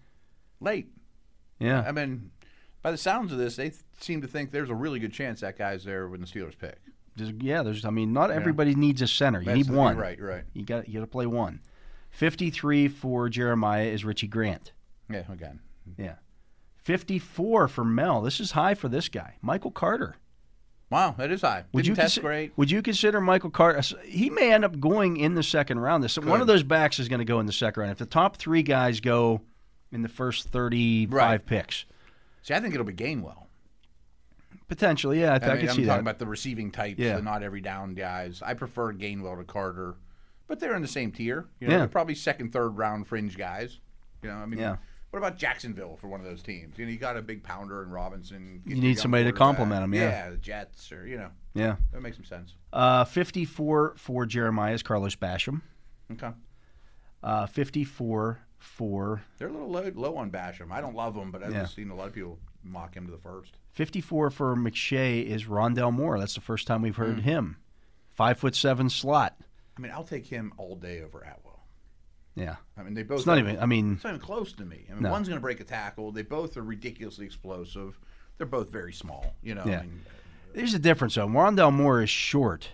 B: Late.
A: Yeah.
B: I mean, by the sounds of this, they th- seem to think there's a really good chance that guy's there when the Steelers pick.
A: There's- yeah, there's I mean not everybody needs a center. You
B: That's-
A: need
B: you're
A: one.
B: Right, right.
A: You got you got to play one. 53 for Jeremiah is Richie Grant.
B: Yeah, again.
A: Yeah. 54 for Mel. This is high for this guy. Michael Carter.
B: Wow, that is high. Didn't test
A: consi-
B: great?
A: Would you consider Michael Carter? He may end up going in the second round. This one of those backs is going to go in the second round. If the top three guys go in the first thirty-five
B: Right.
A: picks,
B: See, I think it'll be Gainwell.
A: potentially, yeah, I,
B: I,
A: th- I
B: mean,
A: could
B: I'm
A: see
B: talking
A: that.
B: about the receiving types,
A: Yeah.
B: the not every down guys. I prefer Gainwell to Carter, but they're in the same tier. You know,
A: Yeah.
B: they're probably second, third round fringe guys. You know, I mean,
A: Yeah.
B: what about Jacksonville for one of those teams? You know, you got a big pounder in Robinson. get
A: You need
B: the young
A: somebody to
B: quarterback.
A: complement him, yeah.
B: the Jets or you know,
A: yeah,
B: that makes some sense.
A: uh, fifty-four for Jeremiah's Carlos Basham.
B: Okay,
A: Uh, fifty-four for
B: they're a little low, low on Basham. I don't love him, but I've
A: Yeah.
B: seen a lot of people mock him to the first.
A: fifty-four for McShay is Rondell Moore. That's the first time we've heard
B: Hmm.
A: him. Five foot seven slot.
B: I mean, I'll take him all day over Atwell.
A: Yeah,
B: I mean, they both.
A: it's not
B: are-
A: even. I mean,
B: It's not even close to me. I mean,
A: No.
B: one's going to break a tackle. They both are ridiculously explosive. They're both very small. You know.
A: Yeah.
B: I mean,
A: there's a difference though. Rondell Moore is short.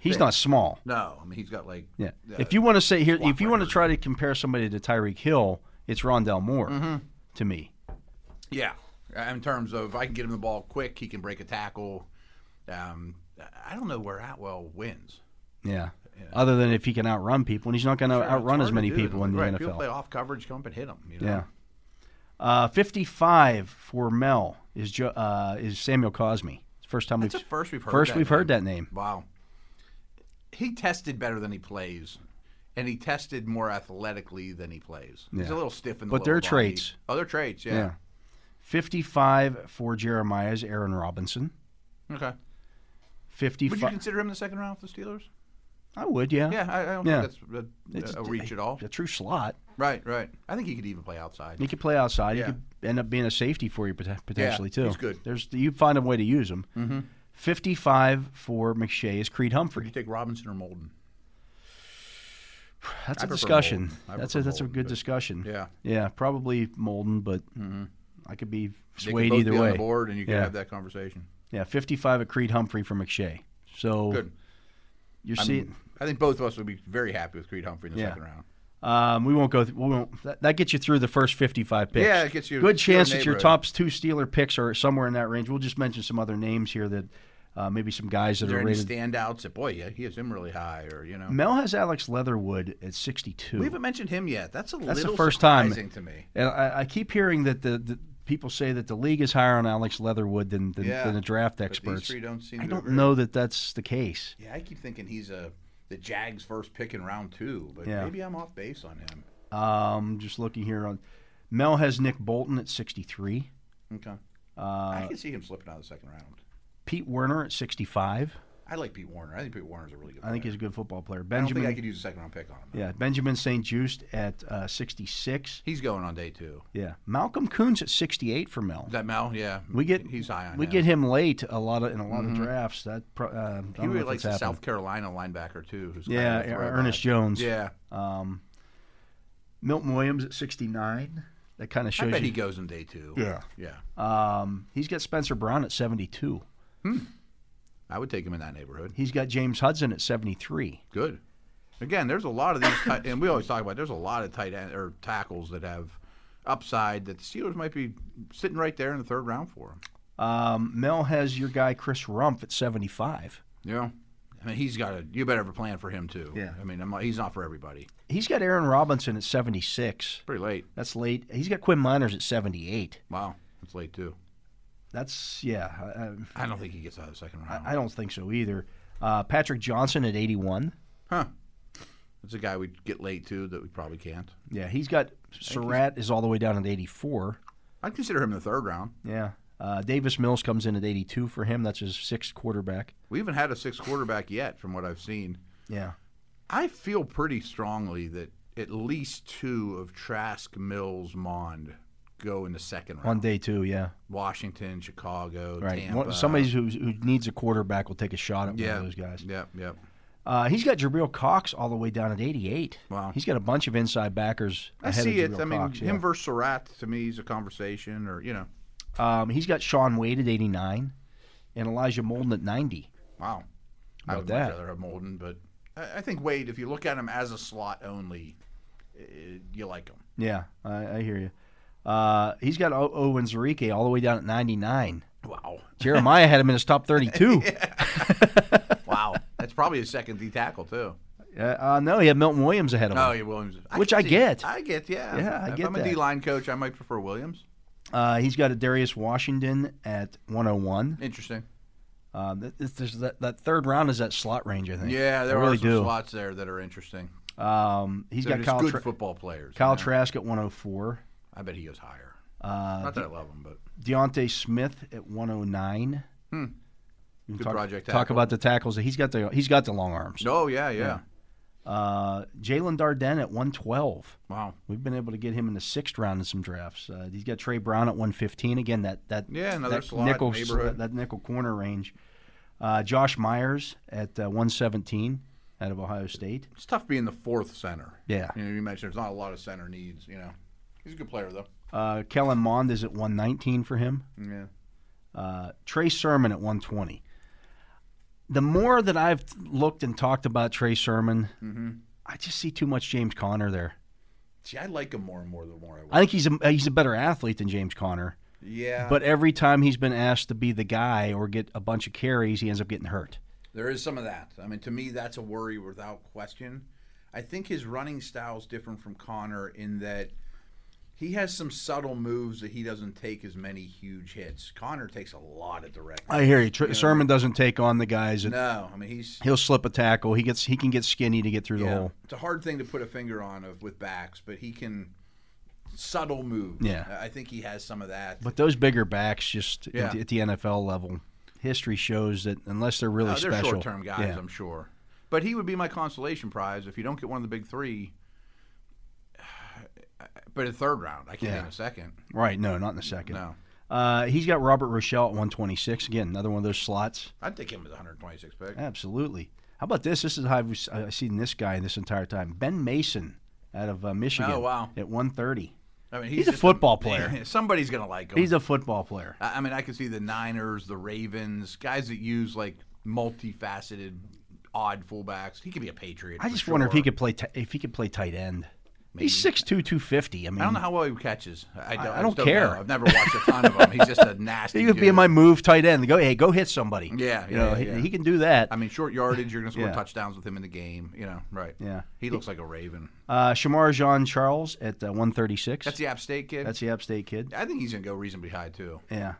A: He's not small.
B: no, I mean he's got like.
A: Yeah.
B: uh,
A: if you want to say here,
B: swap
A: if you want to
B: records.
A: try to compare somebody to Tyreek Hill, it's Rondell Moore
B: Mm-hmm.
A: to me.
B: Yeah. Uh, In terms of, I can get him the ball quick. He can break a tackle. Um, I don't know where Atwell wins.
A: Yeah. Other than if he can outrun people, and he's not going to
B: It's
A: Oh, outrun as
B: hard to
A: many
B: do.
A: people in the
B: Right, People play
A: NFL.
B: off coverage, come up and hit him. You know?
A: Yeah. Uh, Fifty-five for Mel is jo- uh, is Samuel Cosme. It's the first time
B: That's
A: we've
B: the first we've heard.
A: first
B: that
A: we've heard
B: name.
A: that name.
B: Wow. He tested better than he plays, and he tested more athletically than he plays. He's
A: Yeah.
B: a little stiff in the
A: But
B: lower
A: they're
B: body.
A: traits.
B: Oh, they're traits.
A: Yeah.
B: Yeah.
A: Fifty-five for Jeremiah's Aaron Robinson.
B: Okay. Would
A: Fifty-five.
B: you consider him the second round for the Steelers?
A: I would, yeah.
B: Yeah, I, I don't
A: Yeah.
B: think that's
A: It's-
B: a, a reach at all.
A: A true slot.
B: Right, right. I think he could even play outside.
A: He could play outside.
B: Yeah.
A: He could end up being a safety for you pot- potentially too.
B: he's good.
A: There's you find a way to use him. Mm-hmm. 55 for McShay is Creed Humphrey.
B: you take Robinson or Molden?
A: That's
B: I
A: a
B: prefer
A: discussion.
B: Molden. I
A: That's a
B: prefer
A: that's a
B: Molden,
A: good
B: but-
A: discussion.
B: Yeah. Mm-hmm.
A: yeah, probably Molden, but I could be
B: They could
A: swayed
B: both
A: either
B: be
A: way.
B: on the board, and you can
A: yeah.
B: have that conversation.
A: Yeah, fifty-five at Creed Humphrey for McShay. So
B: Good.
A: You're
B: I'm-
A: seeing.
B: I think both of us would be very happy with Creed Humphrey in the
A: Yeah.
B: second round.
A: Um, we won't go. Th- we won't. That, that gets you through the first fifty-five picks.
B: Yeah, it gets you
A: Good
B: to your
A: chance that your
B: neighborhood.
A: top two Steeler picks are somewhere in that range. We'll just mention some other names here that uh, maybe some guys
B: Is
A: that
B: there
A: are
B: any
A: rated.
B: standouts? That, boy, yeah, he has him really high, or you know,
A: Mel has Alex Leatherwood at sixty-two.
B: we haven't mentioned him yet. That's a
A: That's
B: little
A: the first time.
B: surprising to me.
A: And I, I keep hearing that the, the people say that the league is higher on Alex Leatherwood than than,
B: Yeah,
A: than the draft
B: but these
A: experts.
B: three don't seem
A: I
B: to
A: don't
B: agree.
A: know that that's the case.
B: Yeah, I keep thinking he's a the Jags' first pick in round two, but
A: Yeah.
B: maybe I'm off base on him.
A: Um, just looking here on Mel has Nick Bolton at sixty-three.
B: Okay, I
A: Uh,
B: can see him slipping out of the second round.
A: Pete Werner at sixty-five.
B: I like Pete Warner. I think Pete Warner's a really good.
A: I
B: Player.
A: think he's a good football
B: I
A: player.
B: don't
A: Benjamin,
B: think I could use a second round pick on him.
A: yeah, Benjamin St. Just at uh, 66.
B: He's going on day two.
A: Yeah, Malcolm Coons at 68 for Mel.
B: Is that Mel? Yeah,
A: We get
B: he's high on.
A: we
B: him.
A: get him late a lot of in a lot
B: Mhm.
A: of drafts. That pro, uh, I
B: He
A: don't know
B: really
A: if it's
B: likes the
A: happened.
B: South Carolina linebacker too. Who's kind
A: Yeah,
B: of a
A: Er-
B: throwback.
A: Ernest Jones.
B: Yeah,
A: Um, Milton Williams at 69. That kind of shows
B: I bet
A: you.
B: he goes in day two.
A: Yeah.
B: yeah.
A: Um, he's got Spencer Brown at 72.
B: I would take him in that neighborhood.
A: He's got James Hudson at 73.
B: Good. Again, there's a lot of these, tight, and we always talk about. There's a lot of tight end or tackles that have upside that the Steelers might be sitting right there in the third round for him.
A: Um, Mel has your guy Chris Rumpf at 75.
B: Yeah. I mean, he's got a. You better have a plan for him too.
A: Yeah.
B: I mean, I'm like, he's not for everybody.
A: He's got Aaron Robinson at 76.
B: Pretty late.
A: That's late. He's got Quinn Miners at 78.
B: Wow, it's late too.
A: That's yeah. I, I-
B: I don't think he gets out of the second round.
A: I, I don't think so either. Uh, Patrick Johnson at 81.
B: huh? That's a guy we'd get late to that we probably can't.
A: Yeah, he's got Surratt is all the way down at 84.
B: I'd consider him in the third round.
A: Yeah. Uh, Davis Mills comes in at 82 for him. That's his sixth quarterback.
B: We haven't had a sixth quarterback yet, from what I've seen.
A: Yeah.
B: I feel pretty strongly that at least two of Trask, Mills, Mond go in the second round.
A: On day two, yeah.
B: Washington, Chicago,
A: Right.
B: Tampa.
A: One- Somebody who, who needs a quarterback will take a shot at
B: yeah,
A: one of those guys.
B: Yep, yep.
A: Uh, he's got Jabril Cox all the way down at 88.
B: Wow.
A: He's got a bunch of inside backers.
B: I
A: ahead
B: see
A: of
B: it.
A: Jabril
B: I mean,
A: Cox, yeah.
B: him versus Surratt to me is a conversation, or you know,
A: Um, he's got Sean Wade at 89 and Elijah Molden at 90.
B: wow. I
A: About
B: would
A: that.
B: much rather have Molden, but I, I think Wade. If you look at him as a slot only, eh, you like him.
A: Yeah, I, I hear you. Uh, he's got o- Owen Zarike all the way down at 99.
B: Wow,
A: Jeremiah had him in his top 32. Oh.
B: wow. That's probably his second D tackle too.
A: uh, uh, no, he had Milton Williams ahead of him.
B: Oh, yeah, Williams.
A: Which
B: can
A: I
B: see-
A: get.
B: I get, yeah.
A: Yeah, I
B: if
A: get
B: I'm
A: that.
B: a D line coach, I might prefer Williams.
A: Uh, he's got a Darius Washington at 101.
B: Interesting.
A: Um, that, this- there's that, that third round is that slot range, I think.
B: Yeah, there
A: I really
B: are some
A: do.
B: slots there that are interesting.
A: Um, he's
B: They're
A: got
B: just
A: Kyle,
B: good
A: Tra-
B: football players.
A: Kyle
B: you know?
A: Trask at 104.
B: I bet he goes higher.
A: Uh,
B: Not that I love him, but
A: Deontay Smith at 109.
B: Hmm.
A: You can
B: Good
A: talk,
B: project
A: Talk
B: tackle.
A: about the tackles. He's got the he's got the long arms.
B: oh yeah, yeah.
A: Uh, Jalen Darden at 112.
B: Wow.
A: We've been able to get him in the sixth round in some drafts. Uh, he's got Trey Brown at 115. Again, that that
B: Yeah, another
A: that
B: slot
A: nickel
B: neighborhood.
A: that nickel corner range. Uh, Josh Myers at uh, 117 out of Ohio State.
B: It's tough being the fourth center.
A: Yeah.
B: You, know, you mentioned there's not a lot of center needs. You know, he's a good player though.
A: Uh, Kellen Mond is at 119 for him.
B: Yeah.
A: uh, Trey Sermon at 120. The more that I've looked and talked about Trey Sermon,
B: Mm-hmm.
A: I just see too much James Conner there.
B: See, I like him more and more the more I watch.
A: I think he's a he's a better athlete than James Conner,
B: yeah.
A: but every time he's been asked to be the guy or get a bunch of carries, he ends up getting hurt.
B: There is some of that. I mean, to me, that's a worry without question. I think his running style is different from Connor in that he has some subtle moves that he doesn't take as many huge hits. Connor takes a lot of direct.
A: I hear you. Trey Sermon doesn't take on the guys. That,
B: No, I mean he's
A: He'll slip a tackle. He gets he can get skinny to get through the
B: yeah,
A: hole.
B: it's a hard thing to put a finger on of with backs, but he can subtle moves.
A: Yeah.
B: I I think he has some of that.
A: But those bigger backs, just at
B: Yeah.
A: the- at, the NFL level, history shows that unless they're really
B: Uh, they're
A: special,
B: short-term guys,
A: Yeah.
B: I'm sure. But he would be my consolation prize if you don't get one of the big three. But a third round, I can't
A: Yeah.
B: in a second.
A: right? No, not in the second.
B: No.
A: Uh, Uh, he's got Robert Rochelle at 126. Again, another one of those slots.
B: I'd take him with 126 pick.
A: Uh, Absolutely. How about this? This is how I've, I've seen this guy this entire time. Ben Mason out of uh, Michigan.
B: Oh, wow.
A: At 130.
B: I mean,
A: he's, a
B: just
A: football player.
B: Somebody's gonna like him.
A: He's a football player.
B: I I mean, I could see the Niners, the Ravens, guys that use like multifaceted, odd fullbacks. He could be a Patriot.
A: I
B: for
A: just wonder if he
B: sure.
A: could play t- if he could play tight end. He's 6'2", 250. I mean,
B: I don't know how well he catches. I don't,
A: I
B: I
A: don't
B: just don't
A: care.
B: know. I've never watched a ton of him. He's just a nasty.
A: he could be
B: dude.
A: in my move tight end. Go, hey, go hit somebody.
B: Yeah,
A: you
B: yeah,
A: know,
B: yeah,
A: he,
B: yeah.
A: he can do that.
B: I mean, short yardage. You're gonna score
A: Yeah.
B: touchdowns with him in the game. You know, right?
A: Yeah.
B: He looks like a Raven.
A: Uh, Shamar Jean Charles at uh, one thirty six.
B: That's the App State kid.
A: That's the upstate kid.
B: I think he's gonna go reasonably high too.
A: Yeah,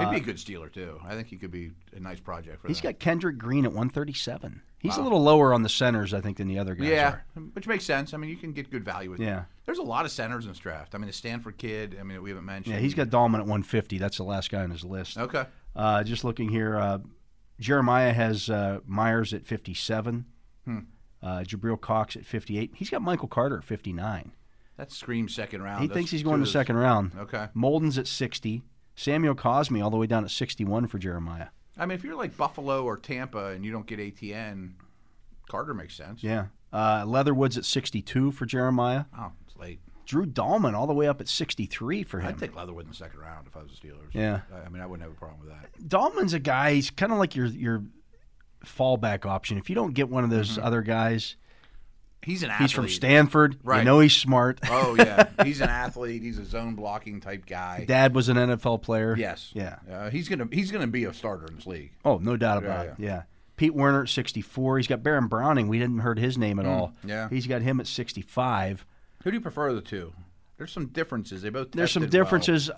B: He'd be a good stealer too. I think he could be a nice project for
A: Uh, he's
B: them.
A: got Kendrick Green at one thirty seven. He's a little lower on the centers, I think, than the other guys.
B: yeah,
A: are.
B: which makes sense. I mean, you can get good value with
A: Yeah.
B: There's a lot of centers in this draft. I mean, the Stanford kid. I mean, that we haven't mentioned.
A: yeah. He's got Dahlman at one fifty. That's the last guy on his list.
B: Okay.
A: Uh, just looking here, uh, Jeremiah has uh, Myers at fifty seven.
B: Hmm.
A: Uh, Jabril Cox at fifty eight. He's got Michael Carter at fifty nine.
B: That screams second round.
A: He
B: That's
A: thinks he's
B: two
A: going
B: of
A: to
B: those-
A: second round.
B: Okay.
A: Molden's at 60. Samuel Cosme all the way down at 61 for Jeremiah.
B: I mean, if you're like Buffalo or Tampa and you don't get ATN, Carter makes sense.
A: Yeah. Uh, Leatherwood's at 62 for Jeremiah.
B: Oh, it's late.
A: Drew Dahlman all the way up at 63 for him.
B: I'd take Leatherwood in the second round if I was the Steelers.
A: Yeah.
B: I, I mean, I wouldn't have a problem with that.
A: Dahlman's a guy, he's kind of like your your fallback option. If you don't get one of those other guys,
B: He's an Mm-hmm. athlete.
A: he's from Stanford. You
B: Right.
A: know he's smart.
B: oh yeah, he's an athlete. He's a zone blocking type guy.
A: Dad was an NFL player.
B: yes.
A: Yeah.
B: Uh, he's gonna he's gonna be a starter in this league.
A: Oh, no doubt
B: Yeah,
A: about it. Yeah. Pete Werner at 64. He's got Baron Browning. We didn't heard his name at all.
B: Mm, yeah.
A: He's got him at 65.
B: Who do you prefer of the two? There's some differences. They both
A: There's some
B: tested well.
A: differences.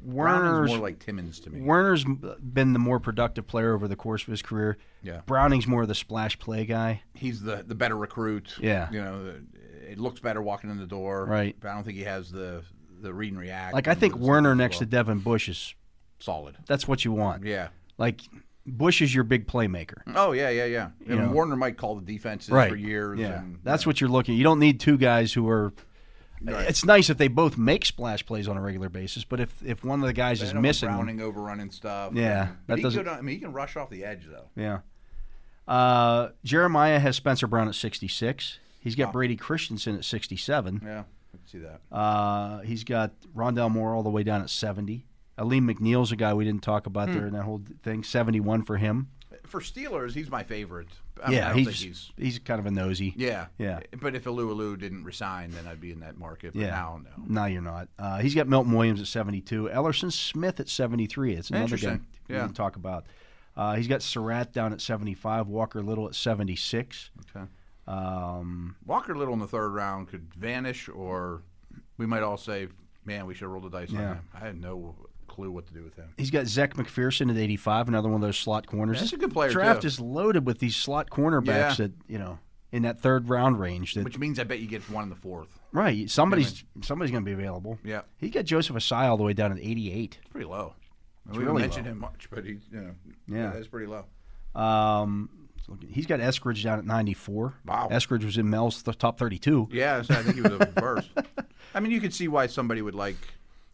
B: Browning's
A: Werner's
B: more like Timmons to me.
A: Werner's been the more productive player over the course of his career.
B: Yeah.
A: Browning's more of the splash play guy.
B: he's the the better recruit.
A: Yeah.
B: You know, the- it looks better walking in the door.
A: Right.
B: But I don't think he has the the read and react.
A: Like I
B: and
A: think
B: moves
A: Werner
B: as
A: next
B: well.
A: to Devin Bush is
B: solid.
A: that's what you want.
B: Yeah.
A: Like Bush is your big playmaker.
B: Oh yeah, yeah, yeah. I mean,
A: know.
B: Warner might call the defenses
A: Right.
B: for years.
A: Yeah.
B: and,
A: that's what you're looking. You don't need two guys who are It's nice if they both make splash plays on a regular basis, but if if one of the guys
B: They
A: is
B: don't want
A: missing, one-
B: Browning overrunning stuff.
A: Yeah,
B: But
A: that
B: he
A: doesn't-
B: Can go down, I mean, he can rush off the edge though.
A: yeah. Uh, Jeremiah has Spencer Brown at 66. He's got Brady Christensen at 67.
B: Yeah. I can see that.
A: Uh, he's got Rondell Moore all the way down at 70. Aleem McNeil's a guy we didn't talk
B: Hmm.
A: about there in that whole thing. 71 for him.
B: For Steelers, he's my favorite. I mean, I
A: yeah,
B: don't
A: he's,
B: think
A: he's kind of a nosy.
B: Yeah.
A: Yeah.
B: But if Alualu didn't resign, then I'd be in that market. But
A: Yeah.
B: now, no.
A: No, you're not. Uh, he's got Milton Williams at 72. Ellerson Smith at 73. It's another guy
B: Interesting.
A: we
B: Yeah.
A: didn't talk about. Uh, he's got Surratt down at 75. Walker Little at 76.
B: Okay.
A: Um,
B: Walker Little in the third round could vanish, or we might all say, "Man, we should have rolled the dice
A: Yeah.
B: on him." I had no clue what to do with him.
A: he's got Zach McPherson at 85. Another one of those slot corners.
B: That's
A: This
B: a good player,
A: Draft
B: too.
A: is loaded with these slot cornerbacks
B: Yeah.
A: that you know in that third round range that
B: Which means I bet you get one in the fourth.
A: Right. Somebody's somebody's going to be available.
B: Yeah.
A: He got Joseph Asai all the way down at 88.
B: It's pretty low. we
A: really
B: haven't mentioned
A: low.
B: him much, but he, you know,
A: Yeah.
B: that's pretty low.
A: Um, let's look at- he's got Eskridge down at 94.
B: Wow.
A: Eskridge was in Mel's th- top 32.
B: Yeah, so I think he was the first. I mean, you could see why somebody would like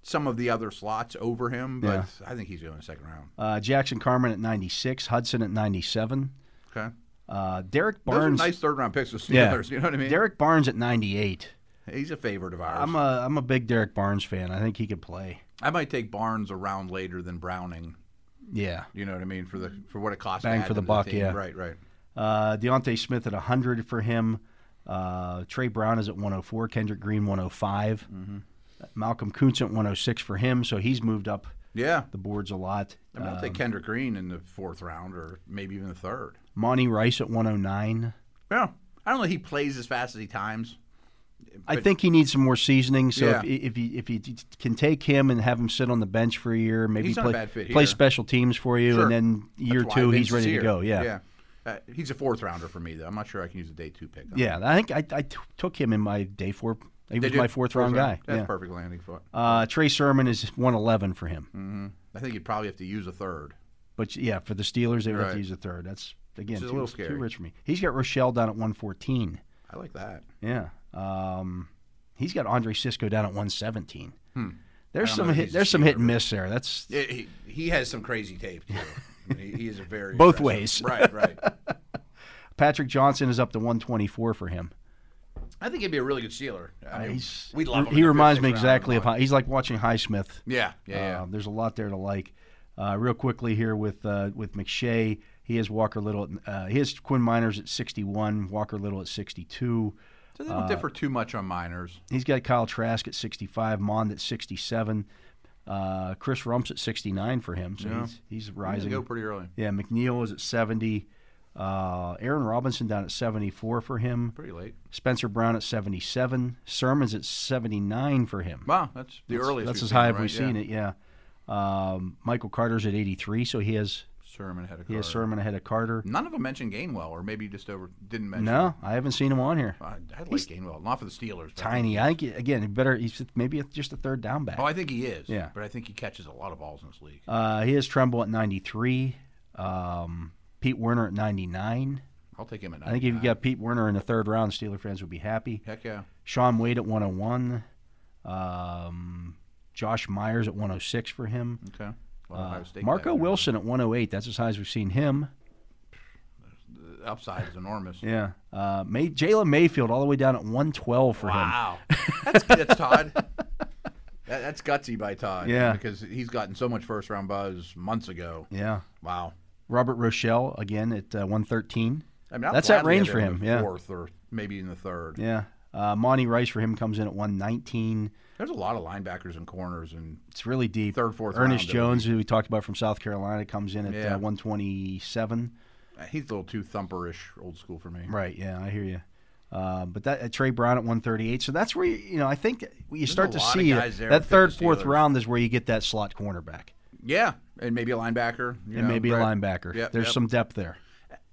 B: some of the other slots over him, but I think he's going in the second round.
A: Uh, Jackson Carmen at 96. Hudson at 97.
B: Okay,
A: Uh, Derek
B: those are
A: Barnes.
B: nice third round picks with
A: Yeah.
B: Steelers. You know what I mean?
A: Derek Barnes at 98.
B: he's a favorite of ours.
A: I'm a I'm a big Derek Barnes fan. I think he could play.
B: I might take Barnes a round later than Browning.
A: Yeah.
B: You know what I mean for the for what it costs. to
A: Bang
B: add
A: for the
B: them to
A: buck,
B: team.
A: yeah.
B: Right, right.
A: Uh, Deontay Smith at 100 for him. Uh, Trey Brown is at 104. Kendrick Green 105.
B: Mm-hmm.
A: Malcolm Kuntz at 106 for him. So he's moved up
B: Yeah.
A: the um, boards a lot. Uh,
B: I mean, I'll take Kendrick Green in the fourth round or maybe even the third.
A: Monty Rice at 109.
B: Yeah. I don't know. He plays as fast as he times.
A: I think he needs some more seasoning. So if,
B: Yeah.
A: if you if you t- can take him and have him sit on the bench for a year, maybe
B: He's not a
A: play
B: bad fit
A: play
B: here.
A: special teams for you,
B: Sure.
A: and then year
B: That's why
A: two
B: I've been
A: he's ready to
B: sincere.
A: go. Yeah,
B: Yeah. Uh, he's a fourth rounder for me though. I'm not sure I can use a day two pick. on him.
A: Yeah, I think I, I t- took him in my day four. He
B: They
A: was
B: do.
A: my fourth round guy.
B: That's
A: yeah.
B: perfect landing spot.
A: Uh, Trey Sermon is 111 for him.
B: I think you'd probably have to use a third.
A: But yeah, for the Steelers, they would have
B: Right.
A: to use a third. That's again
B: Which
A: too,
B: is a little
A: too
B: scary.
A: rich for me. He's got Rochelle down at 114.
B: I like that.
A: Yeah, um, he's got Andre Cisco down at 117. There's
B: Hmm. I don't
A: some
B: know if
A: hit,
B: he's a
A: there's some hit
B: shooter,
A: and
B: but-
A: miss there. That's
B: Yeah, he, he has some crazy tape. Too. I mean, he, he is a very
A: Both
B: aggressive-
A: ways.
B: Right, right.
A: Patrick Johnson is up to 124 for him.
B: I think he'd be a really good Steeler. I mean, we love him. in
A: He
B: the
A: reminds
B: 15th
A: me
B: round.
A: exactly of how he's like watching Highsmith.
B: Yeah, yeah,
A: Uh,
B: yeah.
A: There's a lot there to like. Uh, real quickly here with uh, with McShay, he has Walker Little. At, uh, he has Quinn Miners at 61, Walker Little at 62.
B: So they don't
A: Uh,
B: differ too much on minors.
A: He's got Kyle Trask at 65, Mond at 67, uh, Chris Rump's at 69 for him. So
B: Yeah.
A: he's, he's
B: He's gonna
A: rising.
B: go pretty early.
A: Yeah, McNeil is at 70. Uh, Aaron Robinson down at 74 for him.
B: Pretty late.
A: Spencer Brown at 77. Sermon's at 79 for him.
B: Wow, that's the
A: That's-
B: earliest
A: That's
B: we've
A: as
B: seen
A: high as
B: him,
A: we've
B: right?
A: seen it. Yeah. Um, Michael Carter's at 83, so he has
B: Sermon ahead of
A: he
B: Carter.
A: has Sermon ahead of Carter.
B: None of them mentioned Gainwell, or maybe you just over didn't mention. him.
A: No, I haven't seen him on here.
B: I, I like Gainwell, not for the Steelers. but I
A: Tiny.
B: think-
A: I think again, better. He's maybe just a third down back.
B: Oh, I think he is.
A: Yeah.
B: but I think he catches a lot of balls in this league.
A: Uh, he has Tremble at 93. Um, Pete Werner at 99.
B: I'll take him at
A: I think if you got Pete Werner in the third round, Steeler fans would be happy.
B: Heck yeah.
A: Sean Wade at 101. Um, Josh Myers at 106 for him.
B: Okay. Well, Ohio State guy
A: Uh, Marco
B: there.
A: Wilson at 108. That's as high as we've seen him.
B: The upside is enormous.
A: Yeah. Uh, May- Jalen Mayfield all the way down at 112 for him.
B: Wow, that's, that's Todd. That, that's gutsy by Todd.
A: Yeah.
B: because he's gotten so much first round buzz months ago.
A: Yeah.
B: Wow.
A: Robert Rochelle again at uh, 113.
B: I mean, I'll
A: That's that
B: gladly
A: range
B: have
A: for him.
B: in
A: Yeah.
B: fourth or maybe in the third.
A: Yeah. Uh, Monty Rice for him comes in at 119.
B: There's a lot of linebackers and corners and
A: It's really deep.
B: Third, fourth round,
A: Ernest
B: though.
A: Jones, who we talked about from South Carolina, comes in at
B: Yeah.
A: uh, 127.
B: uh, he's a little too thumperish, old school for me.
A: Right. Yeah, I hear you. Um, but that uh, Trey Brown at 138. So that's where you, you know I think that you
B: There's
A: start
B: a
A: to
B: lot of
A: see
B: guys there
A: that
B: for
A: third,
B: the
A: fourth
B: Steelers.
A: round is where you get that slot cornerback
B: Yeah, and maybe a linebacker. you
A: and
B: know,
A: maybe a
B: right.
A: linebacker.
B: Yep,
A: There's
B: yep.
A: some depth there.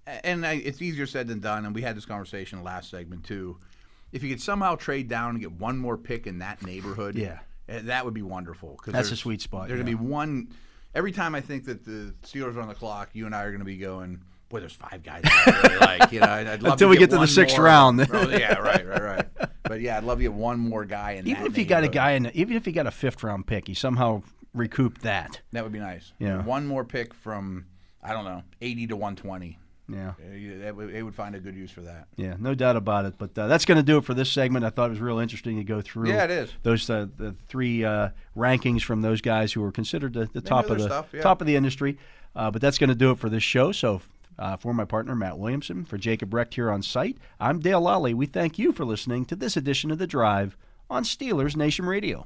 B: and I, it's easier said than done. And we had this conversation last segment too. If you could somehow trade down and get one more pick in that neighborhood,
A: Yeah.
B: eh, that would be wonderful. 'cause
A: That's a
B: there's-
A: sweet spot,
B: There's
A: yeah.
B: gonna be one. Every time I think that the Steelers are on the clock, you and I are gonna be going. Boy, there's five guys. I really like you know, I'd I'd love
A: Until
B: to
A: we get to the
B: one
A: sixth
B: more.
A: round.
B: Oh, yeah, right, right, right. But yeah, I'd love to get one more guy in.
A: Even
B: that
A: if you got a
B: neighborhood.
A: guy in, even if you got a fifth round pick, you somehow recouped that.
B: that would be nice.
A: Yeah.
B: one more pick from I don't know, eighty to one twenty.
A: Yeah.
B: They would they would find a good use for that.
A: Yeah, no doubt about it. But uh, that's going to do it for this segment. I thought it was real interesting to go through.
B: Yeah, it is.
A: Those uh, the three uh, rankings from those guys who were considered the, the top
B: know
A: of the
B: their stuff, yeah.
A: top of the industry. Uh, but that's going to do it for this show. So. Uh, for my partner Matt Williamson, for Jacob Recht here on site, I'm Dale Lally. We thank you for listening to this edition of The Drive on Steelers Nation Radio.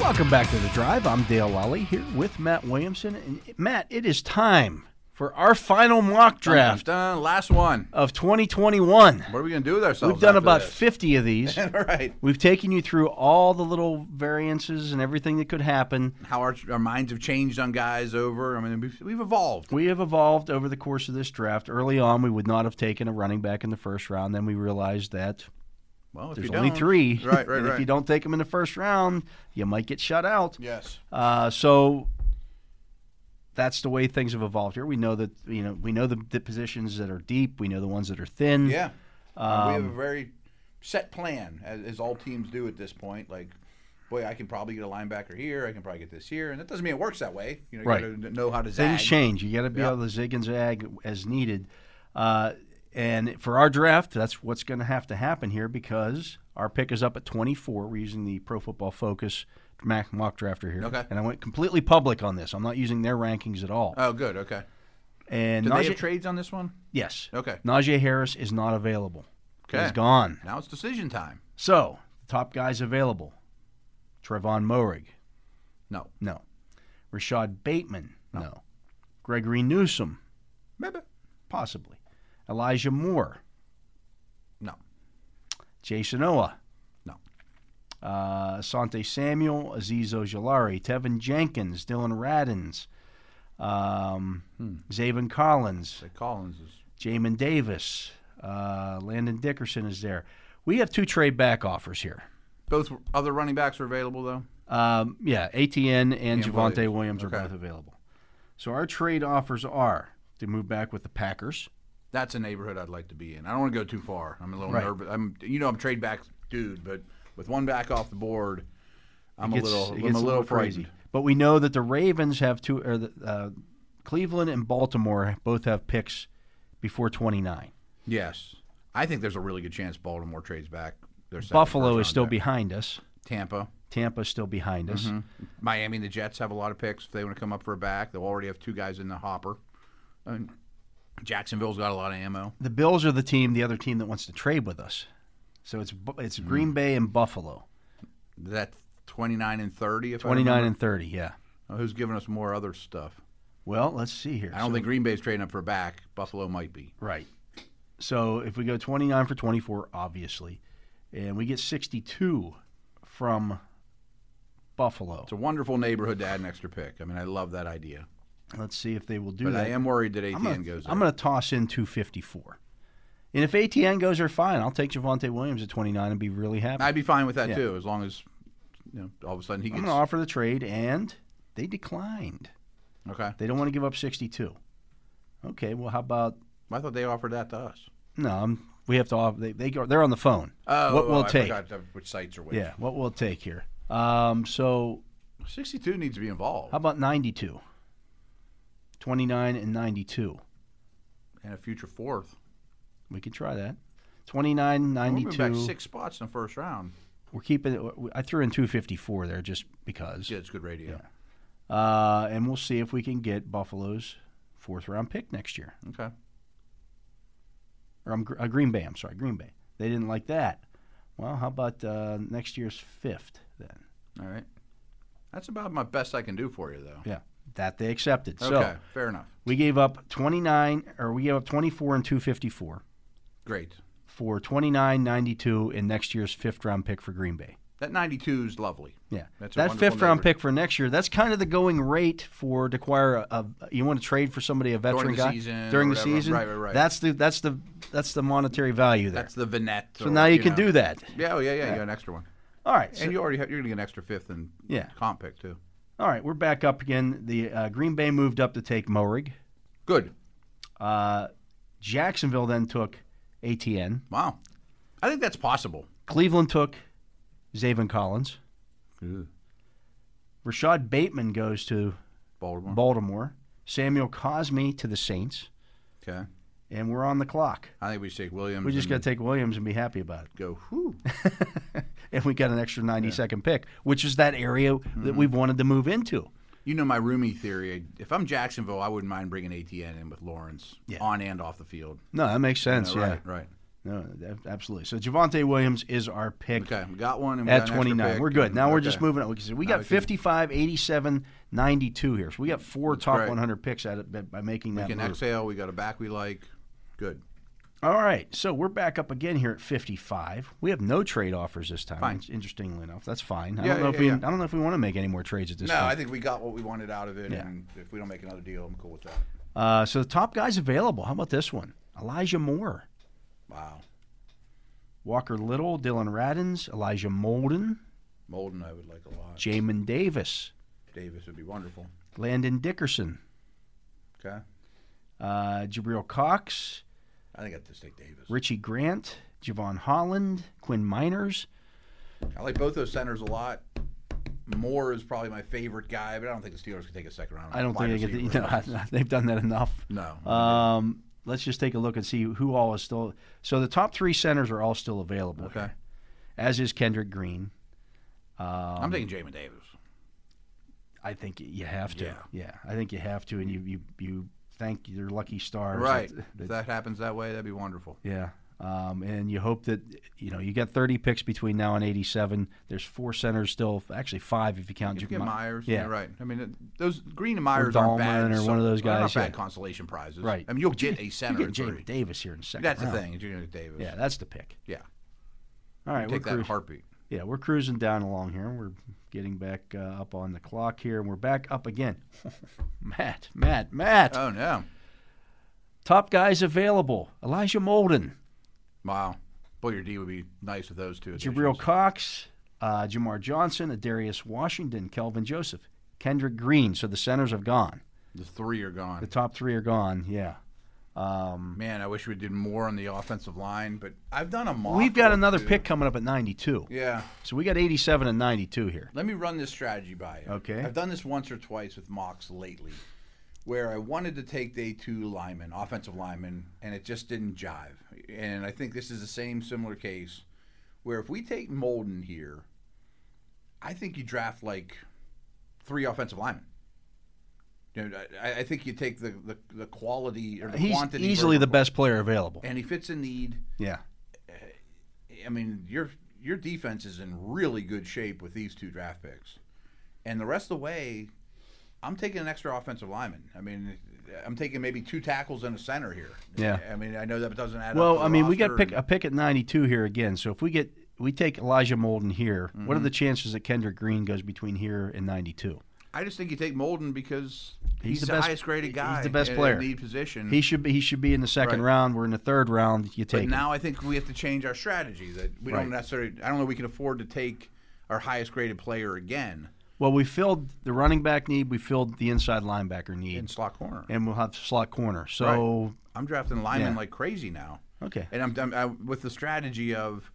A: Welcome back to The Drive. I'm Dale Lally here with Matt Williamson. And Matt, it is time for our final mock draft
B: Dun, dun, dun. last one.
A: of 2021.
B: What are we going to do with ourselves?
A: We've done
B: after
A: about
B: this?
A: 50 of these.
B: Oh, All right.
A: We've taken you through all the little variances and everything that could happen.
B: How our, our minds have changed on guys over. I mean, we've, we've evolved.
A: We have evolved over the course of this draft. Early on, we would not have taken a running back in the first round. Then we realized that
B: Well, if
A: there's
B: you
A: only
B: don't-
A: three.
B: Right, right,
A: and
B: right.
A: If you don't take them in the first round, you might get shut out.
B: Yes.
A: Uh, so that's the way things have evolved here. We know that you know we know the, the positions that are deep. We know the ones that are thin.
B: Yeah. Uh, we
A: um,
B: have a very set plan, as, as all teams do at this point. Like, boy, I can probably get a linebacker here. I can probably get this here. And that doesn't mean it works that way. You know, you
A: Right.
B: got to know how to zag.
A: Things change. You got to be
B: Yeah.
A: able to zig and zag as needed. Uh, And for our draft, that's what's going to have to happen here because our pick is up at 24. We're using the Pro Football Focus Mac mock drafter here.
B: Okay.
A: And I went completely public on this. I'm not using their rankings at all.
B: Oh, good. Okay.
A: and
B: Did they have
A: Najee-
B: trades on this one?
A: Yes.
B: Okay.
A: Najee Harris is not available.
B: Okay.
A: He's gone.
B: Now it's decision time.
A: So, top guys available Trevon Morig.
B: No.
A: No. Rashad Bateman. No. Gregory Newsom.
B: Maybe.
A: Possibly. Elijah Moore.
B: No.
A: Jason Oa.
B: No.
A: Uh, Asante Samuel, Aziz Ojolari, Tevin Jenkins, Dylan Radins, um, Zaven Collins,
B: Collins is
A: Jamin Davis, uh, Landon Dickerson is there. We have two trade back offers here.
B: both other running backs are available though.
A: Um, yeah, ATN and
B: And
A: Javante Williams,
B: Williams.
A: are
B: Okay.
A: both available. So our trade offers are to move back with the Packers.
B: That's a neighborhood I'd like to be in. I don't want to go too far. I'm a little
A: Right.
B: nervous. I'm you know I'm trade back dude, but with one back off the board, I'm
A: It
B: a
A: gets-
B: little
A: it
B: I'm
A: gets
B: a little crazy.
A: But we know that the Ravens have two, or the, uh, Cleveland and Baltimore both have picks before 29.
B: Yes, I think there's a really good chance Baltimore trades back. Their second
A: Buffalo
B: first-round
A: is still
B: pick.
A: behind us.
B: Tampa.
A: Tampa's still behind us.
B: Mhm. Miami and the Jets have a lot of picks. If they want to come up for a back, they'll already have two guys in the hopper. I mean, Jacksonville's got a lot of ammo.
A: The Bills are the team, the other team that wants to trade with us. So it's Bu- it's
B: Mm.
A: Green Bay and Buffalo,
B: That's 29 and 30. If
A: 29
B: I
A: and 30. Yeah.
B: and who's giving us more other stuff?
A: Well, let's see here.
B: I don't
A: So-
B: think Green Bay's trading up for a back. Buffalo might be.
A: Right. So if we go 29 for 24, obviously, and we get 62 from Buffalo.
B: It's a wonderful neighborhood to add an extra pick. I mean, I love that idea.
A: Let's see if they will do
B: But
A: that.
B: I am worried that ATN
A: I'm gonna,
B: goes.
A: I'm
B: there.
A: gonna toss in 254. And if ATN goes there, fine. I'll take Javante Williams at 29 and be really happy.
B: I'd be fine with that
A: Yeah.
B: too, as long as you know, all of a sudden he
A: I'm
B: gets.
A: going to offer the trade, and they declined.
B: Okay.
A: They don't want to give up 62. Okay, well, how about
B: I thought they offered that to us.
A: no? I'm, we have to offer. They, they go. They're on the phone.
B: Oh,
A: what
B: oh,
A: we'll
B: I
A: take?
B: forgot to- which sites are which.
A: Yeah, what we'll take here. Um, so
B: 62 needs to be involved
A: how about 92? 29 and 92.
B: and a future fourth.
A: We could try that. 29,
B: We're
A: 92.
B: moving back six spots in the first round.
A: We're keeping it. I threw in 254 there just because.
B: Yeah, it's good radio.
A: Uh, and we'll see if we can get Buffalo's fourth round pick next year.
B: Okay.
A: Or I'm, uh, Green Bay, I'm sorry, Green Bay. They didn't like that. Well, how about uh, next year's fifth then?
B: All right. That's about my best I can do for you, though.
A: Yeah, that they accepted.
B: Okay.
A: So
B: Fair enough.
A: we gave up 29, or we gave up 24 and 254
B: Great.
A: for 29.92 in next year's fifth round pick for Green Bay.
B: That 92 is lovely.
A: Yeah,
B: That's a
A: that
B: wonderful
A: fifth round
B: neighbor.
A: pick for next year. That's kind of the going rate for to acquire a, a you want to trade for somebody a veteran
B: During the
A: guy
B: season
A: during
B: or
A: the
B: whatever.
A: season.
B: Right, right, right.
A: That's the that's the that's the monetary value there.
B: That's the vignette.
A: so now you, can do that.
B: Yeah, oh, yeah, yeah, You got an extra one.
A: All right, so-
B: And you already have, you're going to get an extra fifth and
A: Yeah.
B: comp pick, too.
A: all right. We're back up again. The uh, Green Bay moved up to take Morig.
B: Good.
A: Uh, Jacksonville then took ATN.
B: Wow. I think that's possible.
A: Cleveland took Zaven Collins. Rashad Bateman goes to
B: Baltimore.
A: Baltimore. Samuel Cosme to the Saints,
B: okay.
A: and we're on the clock.
B: I think we should take Williams.
A: We just got
B: and
A: to take Williams and be happy about it.
B: go, whew.
A: And we got an extra ninety second pick, which is that area
B: Mm-hmm.
A: that we've wanted to move into.
B: You know my roomie theory. If I'm Jacksonville, I wouldn't mind bringing ATN in with Lawrence
A: Yeah.
B: on and off the field.
A: No, that makes sense.
B: Yeah,
A: yeah.
B: Right, right.
A: No, that- absolutely. So Javante Williams is our pick
B: Okay, we got one. And we
A: at
B: got an extra
A: 29.
B: pick,
A: We're good.
B: and-
A: Now we're
B: okay.
A: just moving on. We, can see- we got
B: we can-
A: 55, 87, 92 here. So we got four top
B: great.
A: 100 picks at it by- by making
B: We
A: that
B: can
A: move.
B: exhale. We got a back we like. Good.
A: All right. So we're back up again here at 55. We have no trade offers this time.
B: Fine.
A: which, Interestingly enough, that's fine. I
B: Yeah,
A: don't know
B: yeah,
A: if we
B: yeah.
A: I don't know if we want to make any more trades at this
B: No,
A: point.
B: I think we got what we wanted out of it.
A: Yeah.
B: And if we don't make another deal, I'm cool with that.
A: Uh, so the top guys available. How about this one? Elijah Moore,
B: Wow.
A: Walker Little, Dylan Radins, Elijah Molden,
B: Molden, I would like a lot.
A: Jamin Davis,
B: Davis would be wonderful.
A: Landon Dickerson,
B: Okay.
A: uh, Jabril Cox,
B: I think I'd just take Davis.
A: Richie Grant, Javon Holland, Quinn Miners.
B: I like both those centers a lot. Moore is probably my favorite guy, but I don't think the Steelers can take a second round.
A: I don't
B: wide
A: think they get the,
B: receiver.
A: no, they've done that enough.
B: No.
A: Um, let's just take a look and see who all is still. So the top three centers are all still available. Okay. As is Kendrick Green. Um,
B: I'm thinking Jamin Davis.
A: I think you have to. Yeah. I think you have to, and you you, you thank your lucky stars.
B: Right.
A: that-
B: if that happens that way, that'd be wonderful.
A: Yeah. Um, and you hope that you know you got 30 picks between now and 87. There's four centers still, actually five if you count.
B: If you
A: Jacob
B: get
A: Mi-
B: Myers,
A: yeah,
B: yeah, right. I mean, it- those Green and Myers aren't bad.
A: Dahlman or one of those
B: they're
A: guys,
B: not
A: yeah.
B: bad consolation prizes.
A: Right.
B: I mean, you'll get a center.
A: You get
B: at
A: Jamin
B: three.
A: Davis here in the second.
B: That's the
A: round.
B: thing. You're gonna get Davis.
A: Yeah, that's the pick.
B: Yeah.
A: All right,
B: You
A: we're
B: take that in
A: cruising.
B: heartbeat.
A: Yeah, we're cruising down along here. We're getting back uh, up on the clock here, and we're back up again. Matt, Matt, Matt.
B: Oh no.
A: Top guys available: Elijah Molden,
B: Wow. Boyer D would be nice with those two. additions.
A: Jabril Cox, uh, Jamar Johnson, Adarius Washington, Kelvin Joseph, Kendrick Green. So the centers have gone.
B: The three are
A: The
B: gone.
A: top three are gone. Yeah. Um,
B: Man, I wish we did more on the offensive line, but I've done a mock.
A: we've got
B: or
A: another
B: two.
A: pick coming up at 92.
B: Yeah.
A: So we got 87 and 92 here.
B: Let me run this strategy by you.
A: Okay.
B: I've done this once or twice with mocks lately, where I wanted to take day two linemen, offensive linemen, and it just didn't jive. And I think this is the same similar case, where if we take Molden here, I think you draft like three offensive linemen. You know, I, I think you take the, the, the quality or the
A: He's
B: quantity.
A: easily the
B: vertical.
A: best player available.
B: And he fits a need.
A: Yeah.
B: I mean, your your defense is in really good shape with these two draft picks, and the rest of the way, I'm taking an extra offensive lineman. I mean, I'm taking maybe two tackles and a center here.
A: Yeah.
B: I mean, I know that doesn't add up.
A: Well,
B: to the
A: I mean, we got
B: roster
A: pick a pick at 92 here again. So if we get we take Elijah Molden here, what are
B: Mm-hmm.
A: the chances that Kendrick Green goes between here and 92?
B: I just think you take Molden because
A: He's
B: he's,
A: the
B: the,
A: best-
B: highest graded
A: he's
B: guy.
A: the best
B: in
A: player.
B: the position.
A: He should be he should be in the second
B: Right.
A: round. We're in the third round. You
B: But
A: take him.
B: now I think we have to change our strategy. That we
A: Right.
B: don't necessarily. I don't know. We can afford to take our highest graded player again
A: Well, we filled the running back need. We filled the inside linebacker need,
B: in slot corner.
A: and we'll have slot corner. So
B: I'm drafting linemen
A: Yeah.
B: like crazy now.
A: okay,
B: And I'm, I'm I, with the strategy of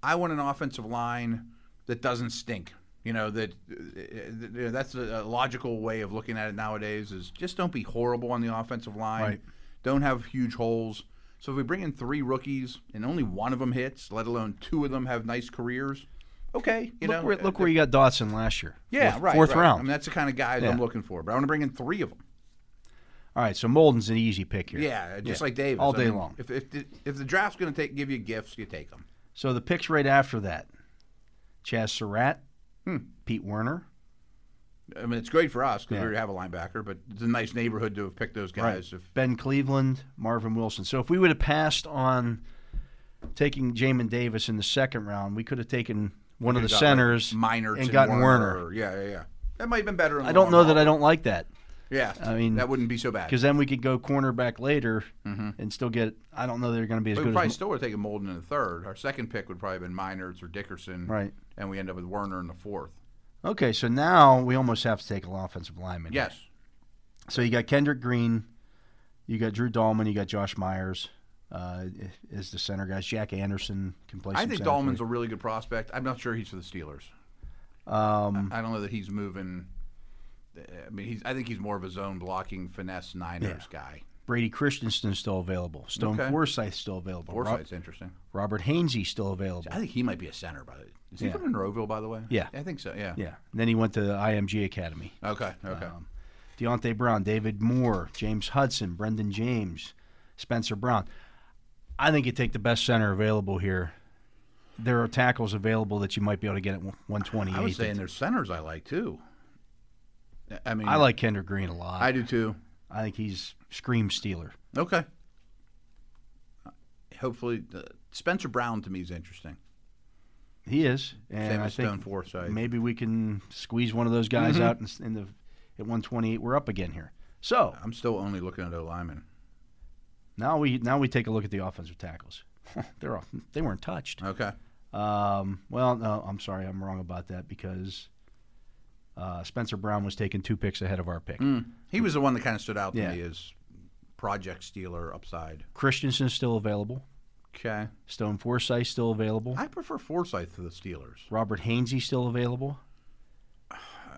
B: I want an offensive line that doesn't stink. You know that uh, uh, that's a a logical way of looking at it nowadays. Is just don't be horrible on the offensive line.
A: Right.
B: Don't have huge holes. So if we bring in three rookies and only one of them hits, let alone two of them have nice careers, okay. You
A: look
B: know,
A: where, look
B: uh,
A: where you got Dotson last year.
B: yeah,
A: fourth,
B: right,
A: fourth
B: right.
A: round.
B: I mean, that's the kind of guys I'm
A: Yeah.
B: looking for. But I want to bring in three of them.
A: All right, so Molden's an easy pick here.
B: Yeah, just like Davis
A: all
B: I
A: day
B: mean,
A: long.
B: If if the, if the draft's going to take give you gifts, you take them.
A: So the picks right after that: Chaz Surratt, Pete Werner,
B: I mean, it's great for us because
A: Yeah.
B: we already have a linebacker, but it's a nice neighborhood to have picked those guys. If
A: Ben Cleveland, Marvin Wilson. So if we would have passed on taking Jamin Davis in the second round, we could have taken one of the
B: Got, like,
A: centers
B: Miners
A: and gotten Werner.
B: or- Yeah, yeah, yeah. That might have been better. in the
A: I don't
B: long
A: know that
B: haul.
A: I don't like that
B: Yeah,
A: I mean,
B: that wouldn't be so bad.
A: because then we could go cornerback later and still get. I don't know they're going to be as
B: we
A: good
B: would probably
A: as
B: still would have taken Molden in the third. Our second pick would probably have been Miners or Dickerson,
A: Right.
B: And we end up with Werner in the fourth.
A: Okay, so now we almost have to take an offensive lineman.
B: Yes,
A: So you got Kendrick Green, you got Drew Dahlman, you got Josh Myers uh, is the center guys. Jack Anderson can play.
B: I
A: some
B: think
A: center for
B: Dahlman's
A: you.
B: a really good prospect. I'm not sure he's for the Steelers.
A: Um,
B: I don't know that he's moving. I mean, he's. I think he's more of a zone blocking finesse Niners guy.
A: Brady Christensen's still available. Stone
B: Okay.
A: Forsythe's still available. Rob-
B: Forsyth's interesting.
A: Robert Hainsey's still available.
B: I think he might be a center. By the way, is he
A: Yeah.
B: from Monroeville? By the way,
A: Yeah.
B: I think so. Yeah,
A: yeah. Um, And then he went to the IMG Academy.
B: Okay, okay.
A: Deontay Brown, David Moore, James Hudson, Brendan James, Spencer Brown. I think you take the best center available here. There are tackles available that you might be able to get at 128.
B: I was saying there's centers I like too. I mean,
A: I like Kendrick Green a lot.
B: I do too.
A: I think he's scream stealer.
B: Okay. Hopefully, uh, Spencer Brown to me is interesting.
A: He is, and
B: Same
A: I
B: as
A: think
B: Stone Mm-hmm. Forsythe.
A: maybe we can squeeze one of those guys out in, s- in the at 128. We're up again here. So
B: I'm still only looking at O lineman.
A: now we now we take a look at the offensive tackles. They're off. They weren't touched.
B: Okay.
A: Um, well, no, I'm sorry, I'm wrong about that because uh, Spencer Brown was taken two picks ahead of our pick.
B: He was the one that kind of stood out to
A: Yeah.
B: me as project stealer upside.
A: Christensen's still available.
B: Okay.
A: Stone Forsythe still available.
B: I prefer Forsyth to the Steelers.
A: Robert Hainsey still available.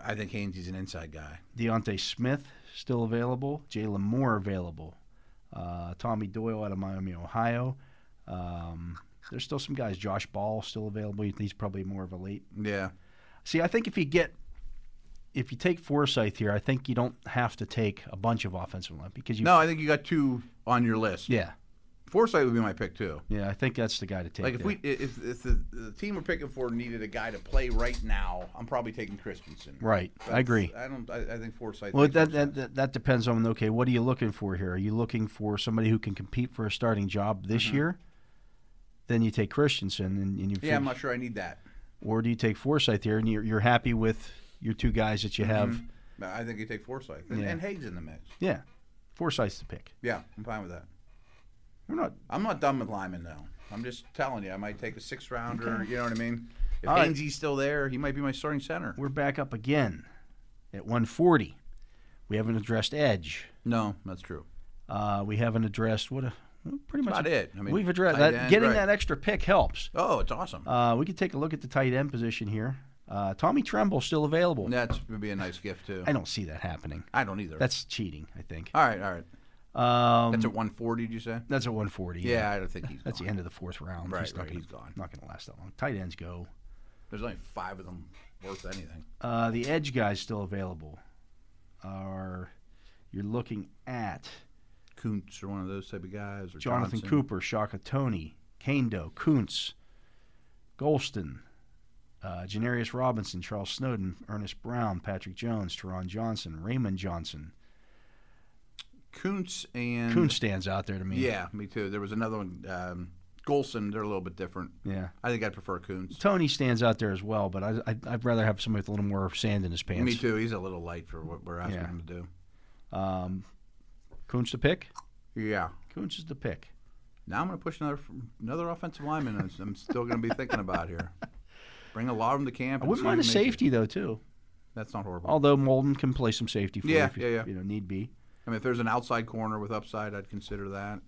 B: I think Haynes is an inside guy.
A: Deontay Smith still available. Jalen Moore available. uh, Tommy Doyle out of Miami, Ohio. Um, there's still some guys. Josh Ball still available. He's probably more of a late.
B: Yeah.
A: See, I think if you get if you take Forsyth here, I think you don't have to take a bunch of offensive line because you
B: No, I think you got two on your list.
A: Yeah.
B: Forsyth would be my pick too.
A: Yeah, I think that's the guy to take.
B: Like if
A: there.
B: we if, if the, the team we're picking for needed a guy to play right now, I'm probably taking Christensen.
A: Right. I
B: That's-
A: agree.
B: I don't. I, I think Forsyth.
A: Well,
B: makes
A: that,
B: more
A: that, that that depends on okay, what are you looking for here? Are you looking for somebody who can compete for a starting job this year? Then you take Christensen, and, and you
B: Mm-hmm. Yeah, I'm
A: fig-
B: not sure I need that.
A: or do you take Forsyth here, and you're, you're happy with your two guys that you have?
B: Mhm. I think you take Forsyth and,
A: Yeah.
B: and Hayes in the mix.
A: Yeah, Forsyth's the pick.
B: Yeah, I'm fine with that.
A: We're not.
B: I'm not done with Lyman though. I'm just telling you, I might take a six rounder.
A: Okay.
B: You know what I mean? If
A: All right.
B: Hainsey's still there, he might be my starting center.
A: We're back up again at 140. We haven't addressed edge.
B: No, that's true.
A: Uh, we haven't addressed what a
B: That's
A: pretty much
B: about it. I mean,
A: we've addressed
B: tight
A: that.
B: end,
A: getting
B: right.
A: that extra pick helps.
B: Oh, it's awesome.
A: Uh, we could take a look at the tight end position here. Uh, Tommy Tremble still available.
B: That's would be a nice gift too.
A: I don't see that happening.
B: I don't either.
A: That's cheating, I think.
B: all right. All right.
A: Um,
B: That's at 140. Did you say?
A: that's at 140.
B: Yeah, I don't think he's.
A: That's
B: gone.
A: the end of the fourth round.
B: Right,
A: he's not
B: right,
A: Gonna,
B: he's gone.
A: Not going to last that long. Tight ends go.
B: There's only five of them worth anything.
A: Uh, the edge guys still available. Are you're looking at
B: Kuntz or one of those type of guys. Or
A: Jonathan
B: Johnson.
A: Cooper, Shaka Tony, Kendo, Kuntz, Golston, uh, Janarius Robinson, Charles Snowden, Ernest Brown, Patrick Jones, Teron Johnson, Raymond Johnson.
B: Kuntz and
A: Kuntz stands out there to me.
B: Mm. Yeah, me too. There was another one. Um, Golson. They're a little bit different.
A: Yeah.
B: I think I'd prefer Kuntz.
A: Tony stands out there as well, but I, I, I'd rather have somebody with a little more sand in his pants.
B: Me too. He's a little light for what we're asking
A: Yeah.
B: him to do.
A: Um, Kuntz the pick.
B: Yeah.
A: Kuntz is the pick.
B: Now I'm going to push another another offensive lineman. I'm- I'm still going to be thinking about here. Bring a lot of them to camp.
A: I
B: and
A: wouldn't
B: see
A: mind
B: who
A: a
B: makes
A: safety though too.
B: it. That's not horrible.
A: Although Molden can play some safety for you
B: Yeah,
A: if you,
B: yeah, yeah.
A: you know need be.
B: I mean, if there's an outside corner with upside, I'd consider that.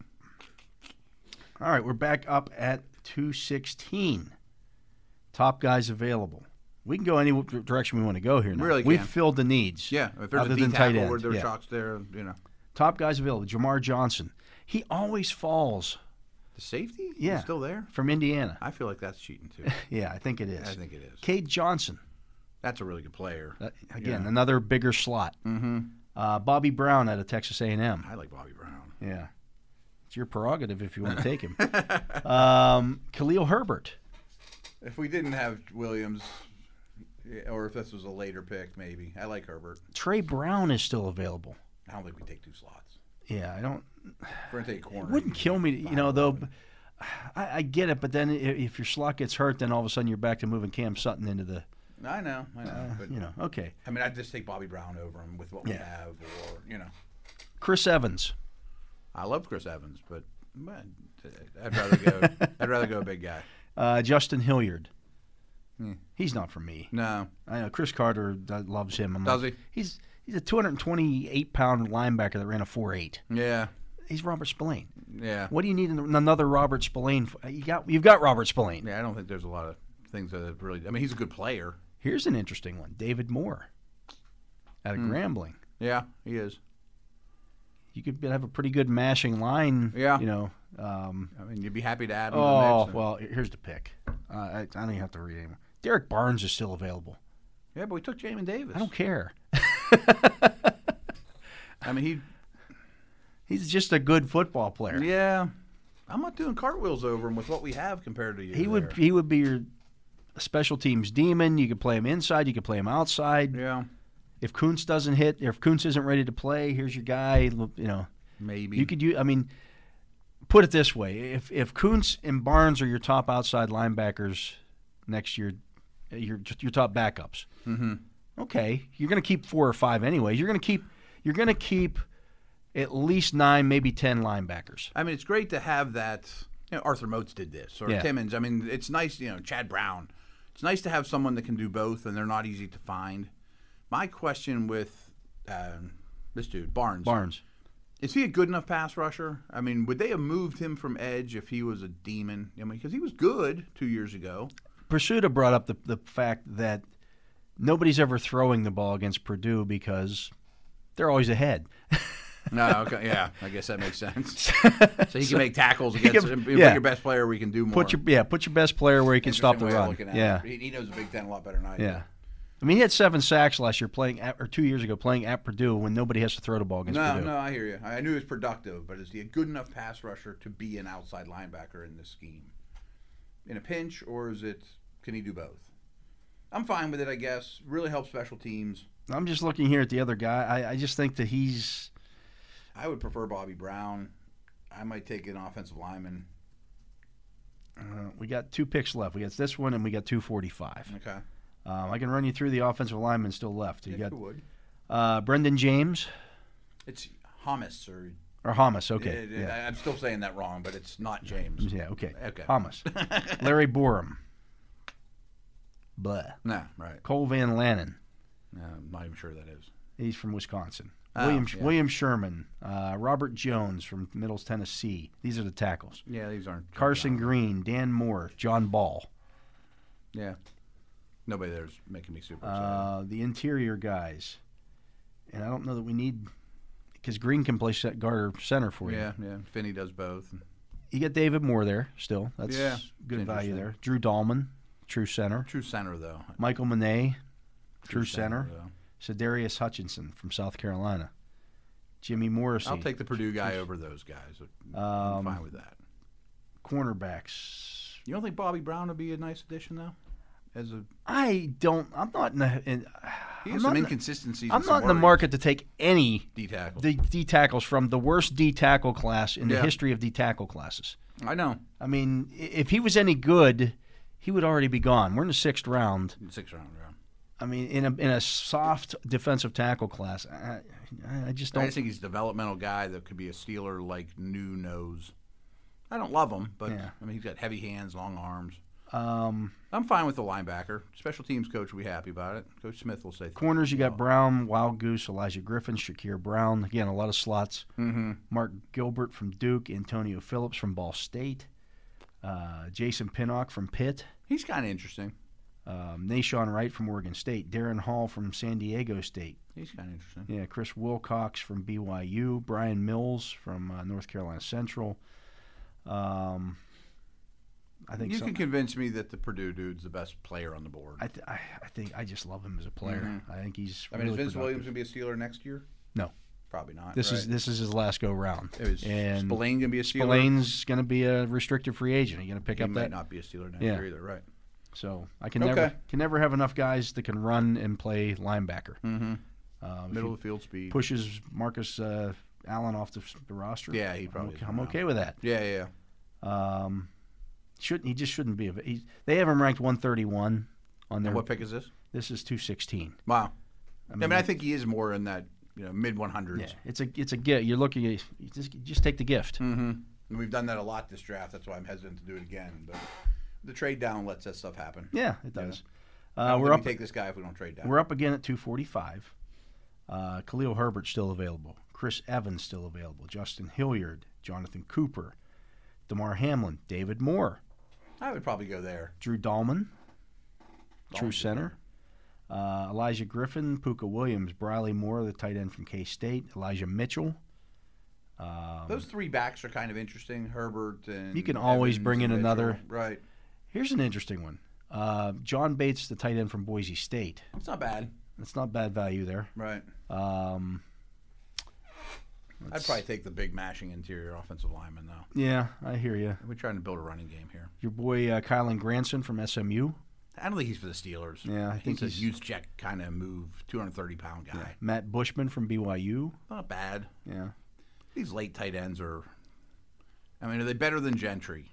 A: All right, we're back up at 216. Top guys available. We can go any w- direction we want to go here. Now.
B: Really
A: we've
B: can.
A: filled the needs.
B: Yeah. If there's
A: other
B: a D
A: than tight
B: tackle where
A: end.
B: there are
A: yeah.
B: shocks there, you know.
A: Top guys available. Jamar Johnson. He always falls
B: The safety? He's
A: Yeah.
B: still there?
A: from Indiana.
B: I feel like that's cheating too.
A: Yeah, I think it is.
B: I think it is.
A: Cade Johnson.
B: That's a really good player.
A: That- again, another bigger slot. Mm-hmm. Uh, Bobby Brown out of Texas A&M.
B: I like Bobby Brown.
A: Yeah, it's your prerogative if you want to take him. um, Khalil Herbert.
B: If we didn't have Williams, yeah, or if this was a later pick, maybe I like Herbert.
A: Trey Brown is still available.
B: I don't think we take two slots.
A: Yeah, I don't.
B: If We're gonna take a corner.
A: It wouldn't kill me, to- you know. Though, I, I get it. But then, i- if your slot gets hurt, then all of a sudden you're back to moving Cam Sutton into the,
B: I know, I know, but
A: Uh, you know. Okay,
B: I mean, I'd just take Bobby Brown over him with what we
A: Yeah.
B: have, or you know,
A: Chris Evans.
B: I love Chris Evans, but man, I'd rather go. I'd rather go a big guy.
A: Uh, Justin Hilliard.
B: Hmm.
A: He's not for me.
B: No,
A: I know Chris Carter do- loves him. I'm
B: Does
A: like-
B: he?
A: He's he's a 228 pound linebacker that ran a 4.8.
B: yeah,
A: He's Robert Spillane.
B: yeah,
A: What do you need an- another Robert Spillane? For? You got you've got Robert Spillane.
B: yeah. I don't think there's a lot of things that have really. I mean, he's a good player.
A: Here's an interesting one: David Moore, out
B: Hmm.
A: of Grambling.
B: Yeah, he is.
A: You could have a pretty good mashing line.
B: Yeah.
A: You know. Um,
B: I mean, you'd be happy to add him. to the mix
A: oh
B: and-
A: well, here's the pick. Uh, I, I don't even have to read anymore. Derek Barnes is still available.
B: yeah, but we took Jamin Davis.
A: I don't care.
B: I mean, he
A: He's just a good football player.
B: Yeah. I'm not doing cartwheels over him with what we have compared to you.
A: He would
B: there.
A: he would be your special teams demon. You could play him inside. You could play him outside.
B: Yeah.
A: If Kuntz doesn't hit, if Kuntz isn't ready to play, here's your guy. You know,
B: Maybe.
A: you could. u- I mean, put it this way: if if Kuntz and Barnes are your top outside linebackers next year, your your top backups. Mm-hmm. Okay, you're going to keep four or five anyways. You're going to keep you're going to keep at least nine, maybe ten linebackers.
B: I mean, it's great to have that. You know, Arthur Motes did this, or
A: Yeah.
B: Timmons. I mean, it's nice. You know, Chad Brown. It's nice to have someone that can do both, and they're not easy to find. My question with um, this dude Barnes.
A: Barnes.
B: Is he a good enough pass rusher? I mean, would they have moved him from edge if he was a demon? I mean, because he was good two years ago.
A: Pursuta brought up the, the fact that nobody's ever throwing the ball against Purdue because they're always ahead.
B: No, okay, yeah, I guess that makes sense. So he can make tackles against
A: can-
B: him. Put
A: yeah.
B: your best player, we can do more.
A: Put your yeah, put your best player where he can stop
B: Interesting
A: the
B: way of
A: run.
B: looking at
A: Yeah,
B: it. he, he knows the Big Ten a lot better than I do.
A: yeah. I mean, he had seven sacks last year playing at, or two years ago playing at Purdue when nobody has to throw the ball against
B: No,
A: Purdue.
B: no, I hear you. I I knew he was productive, but is he a good enough pass rusher to be an outside linebacker in this scheme? In a pinch, or is it can he do both? I'm fine with it, I guess. Really helps special teams.
A: I'm just looking here at the other guy. I, I just think that he's
B: I would prefer Bobby Brown. I might take an offensive lineman.
A: uh, we got two picks left. We got this one and we got 245.
B: Okay.
A: Um, I can run you through the offensive linemen still left. You
B: Yeah,
A: got
B: you would.
A: Uh, Brendan James
B: It's Hamas or
A: or Hamas. Okay,
B: Yeah,
A: yeah.
B: I- I'm still saying that wrong, but it's not James.
A: Yeah, okay.
B: Okay.
A: Hamas. Larry Borum. Blah.
B: No, right.
A: Cole Van Lannon.
B: No, I'm not even sure who that is.
A: He's from Wisconsin.
B: Oh,
A: William
B: yeah.
A: William Sherman. Uh, Robert Jones from Middle Tennessee. These are the tackles.
B: Yeah, these aren't
A: Carson Green, Dan Moore, John Ball.
B: Yeah. Nobody there's making me super excited.
A: Uh, the interior guys. And I don't know that we need because Green can play set guard or center for you.
B: yeah, yeah. Finney does both.
A: You got David Moore there still. That's
B: Yeah,
A: good
B: it's
A: value
B: interesting.
A: there. Drew Dahlman, true center.
B: True center though.
A: Michael Monet, true,
B: center,
A: center. Sedarius Hutchinson from South Carolina. Jimmy Morrissey.
B: I'll take the Purdue guy over those guys. I'm
A: Um,
B: fine with that.
A: cornerbacks.
B: You don't think Bobby Brown would be a nice addition though? As a
A: I don't. I'm not in the. In,
B: he
A: I'm
B: has some
A: not in the-
B: inconsistencies.
A: I'm
B: and
A: not
B: some
A: in the
B: worries.
A: market to take any
B: D tackle.
A: D, D tackles from the worst D tackle class in the
B: Yeah.
A: history of D tackle classes.
B: I know.
A: I mean, i- if he was any good, he would already be gone. We're in the sixth round.
B: Six round round.
A: I mean, in a in a soft defensive tackle class, I, I- I just
B: I
A: don't.
B: just think he's a developmental guy that could be a Steeler like new nose. I don't love him, but
A: Yeah.
B: I mean he's got heavy hands, long arms.
A: um,
B: I'm fine with the linebacker. Special teams coach will be happy about it. Coach Smith will say thank
A: corners, you got Brown, Wild Goose, Elijah Griffin, Shakir Brown. Again, a lot of slots.
B: Mhm.
A: Mark Gilbert from Duke, Antonio Phillips from Ball State, uh, Jason Pinnock from Pitt,
B: He's kind of interesting.
A: um, Nashawn Wright from Oregon State, Darren Hall from San Diego State,
B: He's kind of interesting.
A: yeah, Chris Wilcox from BYU, Brian Mills from uh, North Carolina Central. Um, I think
B: you
A: some-
B: can convince me that the Purdue dude's the best player on the board.
A: I, th- I, I think I just love him as a player.
B: Mhm.
A: I think he's.
B: I mean,
A: really
B: is Vince Williams
A: productive.
B: going to be a Steeler next year?
A: No.
B: Probably not.
A: This is this is his last go round.
B: Is Spillane going to be a Steeler?
A: Spillane's going to be a restricted free agent. He's going to pick
B: he
A: up
B: might
A: that.
B: not be a Steeler next
A: Yeah.
B: year either, right?
A: So I can
B: Okay.
A: never can never have enough guys that can run and play linebacker.
B: Mm-hmm.
A: Uh, if
B: Middle
A: he
B: of the field speed.
A: pushes Marcus uh, Allen off the, the roster.
B: Yeah, he
A: I'm
B: probably
A: okay-
B: isn't
A: I'm
B: around.
A: okay with that.
B: Yeah, yeah, yeah.
A: Um, shouldn't he just shouldn't be? av- He, they have him ranked 131 on their.
B: And what pick is this?
A: This is 216.
B: Wow. I mean, I,
A: mean,
B: think he is more in that you know mid 100s.
A: Yeah, it's a it's a gift. You're looking at you just just take the gift.
B: Mm-hmm. And we've done that a lot this draft. That's why I'm hesitant to do it again. But the trade down lets that stuff happen.
A: Yeah, it does.
B: I
A: Uh,
B: don't
A: we're
B: think
A: up.
B: We take this guy if we don't trade down.
A: We're up again at 245. Uh, Khalil Herbert still available. Chris Evans still available. Justin Hilliard, Jonathan Cooper, Damar Hamlin, David Moore,
B: I would probably go there.
A: Drew Dahlman, true
B: Dahlman's
A: center. Uh, Elijah Griffin, Puka Williams, Briley Moore, the tight end from K State, Elijah Mitchell. Um,
B: Those three backs are kind of interesting. Herbert and
A: You can always
B: Evans
A: bring in
B: and
A: another-
B: Mitchell. Right.
A: here's an interesting one. Uh, John Bates, the tight end from Boise State.
B: It's not bad.
A: That's not bad value there.
B: Right.
A: Um,
B: I'd probably take the big mashing interior offensive lineman though.
A: yeah, I hear you.
B: We're trying to build a running game here.
A: Your boy uh, Kylan Granson from SMU.
B: I don't think he's for the Steelers.
A: Yeah, I think
B: he's,
A: he's-
B: a youth check kind of move, 230 pound guy.
A: Matt Bushman from BYU.
B: Not bad.
A: Yeah.
B: These late tight ends are. I mean, are they better than Gentry?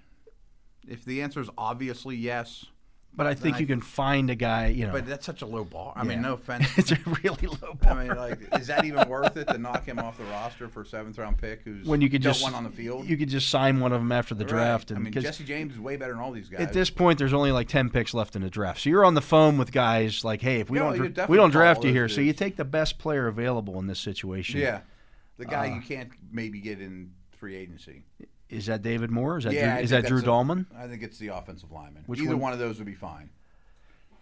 B: If the answer is obviously yes,
A: But I think
B: I-
A: you can find a guy, you know.
B: but that's such a low bar. I
A: Yeah.
B: mean, no offense.
A: it's a really low
B: I
A: bar.
B: mean, like, is that even worth it to knock him off the roster for a seventh round pick? Who's
A: when you could
B: got
A: just
B: one on the field?
A: you could just sign one of them after the
B: Right.
A: draft,
B: I
A: and
B: mean,
A: 'cause
B: Jesse James is way better than all these guys.
A: at this point, there's only like ten picks left in the draft. So you're on the phone with guys like, "Hey, if we
B: Yeah, you
A: don't dra-
B: definitely
A: we don't
B: call
A: draft you
B: those
A: here, so you
B: dudes.
A: take the best player available in this situation."
B: yeah, the guy you can't maybe get in free agency.
A: uh, Is that David Moore? Is that
B: yeah, I
A: Drew, is
B: think
A: that Drew
B: that's a-
A: Dahlman?
B: I think it's the offensive lineman.
A: Which
B: Either
A: one?
B: one? of those would be fine.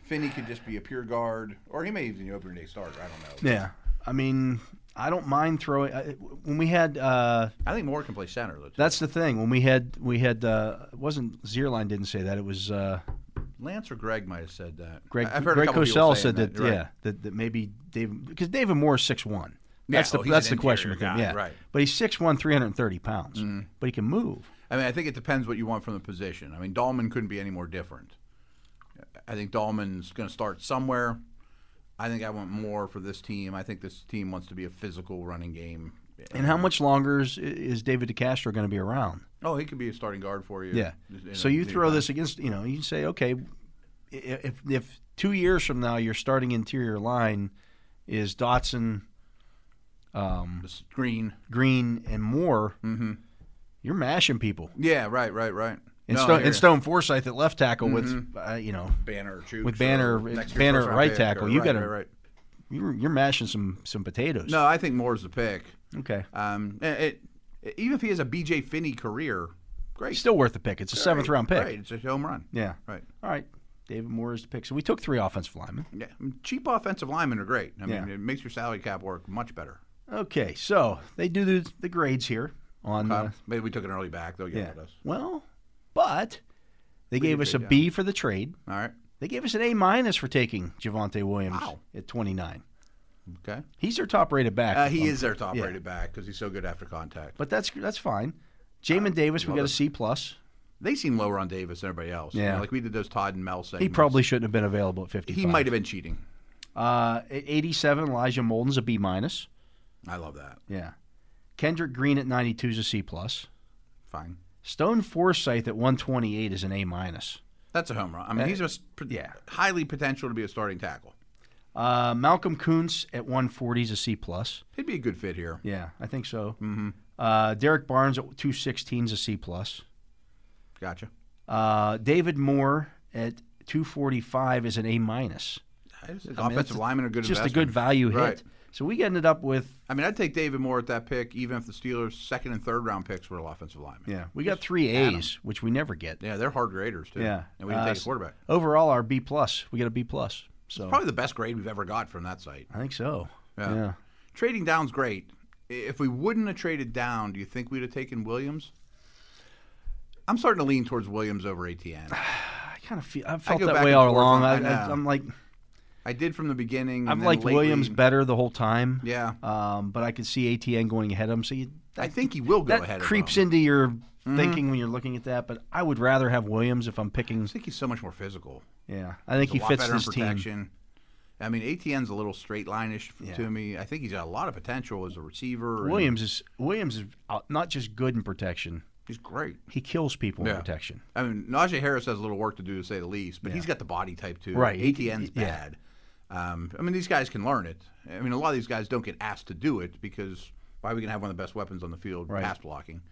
B: Finney could just be a pure guard, or he may even be an opener day starter. I don't know.
A: Yeah. I mean, I don't mind throwing. I, when we had, uh,
B: I think Moore can play center though. too.
A: that's the thing. When we had, we had. Uh, it wasn't Zierlein didn't say that. It was uh,
B: Lance or Greg might have said that.
A: Greg.
B: I- I've heard a
A: Greg
B: couple people
A: Cosell
B: saying
A: said that.
B: You're right.
A: Yeah, that, that maybe David because David Moore is six one.
B: Yeah,
A: That's
B: oh,
A: the
B: he's
A: that's the
B: an
A: question with
B: interior
A: him.
B: guy,
A: Yeah,
B: right. Mm.
A: But he's 6'1", 330 pounds. But he can move.
B: I mean, I think it depends what you want from the position. I mean, Dahlman couldn't be any more different. I think Dahlman's going to start somewhere. I think I want more for this team. I think this team wants to be a physical running game.
A: And how much longer is, is David DeCastro going to be around?
B: Oh, he could be a starting guard for you.
A: Yeah.
B: In a-
A: So you
B: in a-
A: throw this against, you know, you say, okay, i- if if two years from now your starting interior line is Dotson, um,
B: Green,
A: Green, and Moore,
B: Mm-hmm.
A: you're mashing people.
B: Yeah, right, right, right.
A: And,
B: No, I
A: Stone,
B: hear
A: and
B: you.
A: Stone Forsyth at left tackle with,
B: Mhm.
A: uh, you know,
B: Banner or Chooks
A: with
B: or
A: Banner,
B: next year's
A: Banner
B: first
A: at
B: round
A: right
B: pick
A: tackle.
B: or
A: you
B: right,
A: got to,
B: right, right.
A: you're you're mashing some some potatoes.
B: No, I think Moore's the pick.
A: Okay.
B: Um, it, it- even if he has a BJ Finney career, great.
A: Still worth the pick. It's a seventh
B: Right,
A: round pick.
B: Right, it's a home run.
A: Yeah.
B: Right.
A: All right. David Moore is the pick. So we took three offensive linemen.
B: Yeah, cheap offensive linemen are great. I mean,
A: Yeah.
B: it makes your salary cap work much better.
A: Okay, so they do the, the grades here on.
B: Uh,
A: Uh,
B: maybe we took an early back. They'll
A: yeah.
B: yell at us.
A: Well, but they gave us a B for the trade.
B: All right.
A: They gave us an A minus for taking Javante Williams at twenty nine.
B: Okay.
A: He's their top rated back.
B: Uh, he
A: Um,
B: is their top
A: yeah.
B: rated back because he's so good after contact.
A: but that's that's fine. Jamin Davis, we got a C plus.
B: They seem lower on Davis than everybody else. You
A: Yeah.
B: know, like we did those Todd and Mel segments.
A: He probably shouldn't have been available at fifty.
B: he might have been cheating.
A: Uh, at eighty seven, Elijah Molden's a B minus.
B: I love that.
A: Yeah. Kendrick Green at 92 is a C plus.
B: Fine.
A: Stone Forsythe at 128 is an A minus.
B: That's a home run. I mean,
A: Uh,
B: he's a s- pr- highly potential to be a starting tackle.
A: Uh, Malcolm Kuntz at 140 is a C plus.
B: He'd be a good fit here.
A: Yeah, I think so. Mm-hmm. Uh, Derek Barnes at 216 is a C plus.
B: Gotcha.
A: Uh, David Moore at 245 is an A minus.
B: I just think
A: I mean, that's
B: offensive linemen are good.
A: Just a
B: investment.
A: good value hit.
B: Right.
A: So we ended up with
B: I mean, I'd take David Moore at that pick, even if the Steelers' second and third round picks were offensive linemen.
A: yeah, we got three
B: add 'em.
A: A's, which we never get.
B: Yeah, they're hard graders too.
A: Yeah,
B: and we didn't
A: Uh,
B: take a quarterback.
A: Overall, our B plus. We got a B plus. So
B: Probably the best grade we've ever got from that site.
A: I think so.
B: Yeah.
A: yeah.
B: Trading down's great. I- If we wouldn't have traded down, do you think we'd have taken Williams? I'm starting to lean towards Williams over ATN.
A: I kind of feel I've
B: I
A: felt
B: go
A: that
B: back
A: way
B: and
A: all
B: forth
A: along. I,
B: on- I
A: I,
B: know.
A: I'm like
B: I did from the beginning. and
A: I've
B: then
A: liked
B: lately-
A: Williams better the whole time.
B: Yeah.
A: Um, but I could see ATN going ahead of him. So you,
B: I think he will go
A: that
B: ahead. Mm-hmm.
A: creeps
B: of him.
A: into your thinking when you're looking at that. But I would rather have Williams if I'm picking.
B: I think he's so much more physical.
A: Yeah, I think
B: He's a lot
A: he fits
B: better in
A: this team.
B: protection. I mean, ATN's a little straight line-ish f- to me. I think he's got a lot of potential as a receiver. and
A: Williams is Williams is out- not just good in protection.
B: he's great.
A: He kills people in
B: Yeah.
A: protection.
B: I mean, Najee Harris has a little work to do, to say the least, but he's got the body type too.
A: Right.
B: ATN's
A: Yeah.
B: bad. Um, I mean, these guys can learn it. I mean, a lot of these guys don't get asked to do it because why are we going to have one of the best weapons on the field,
A: Right.
B: pass blocking?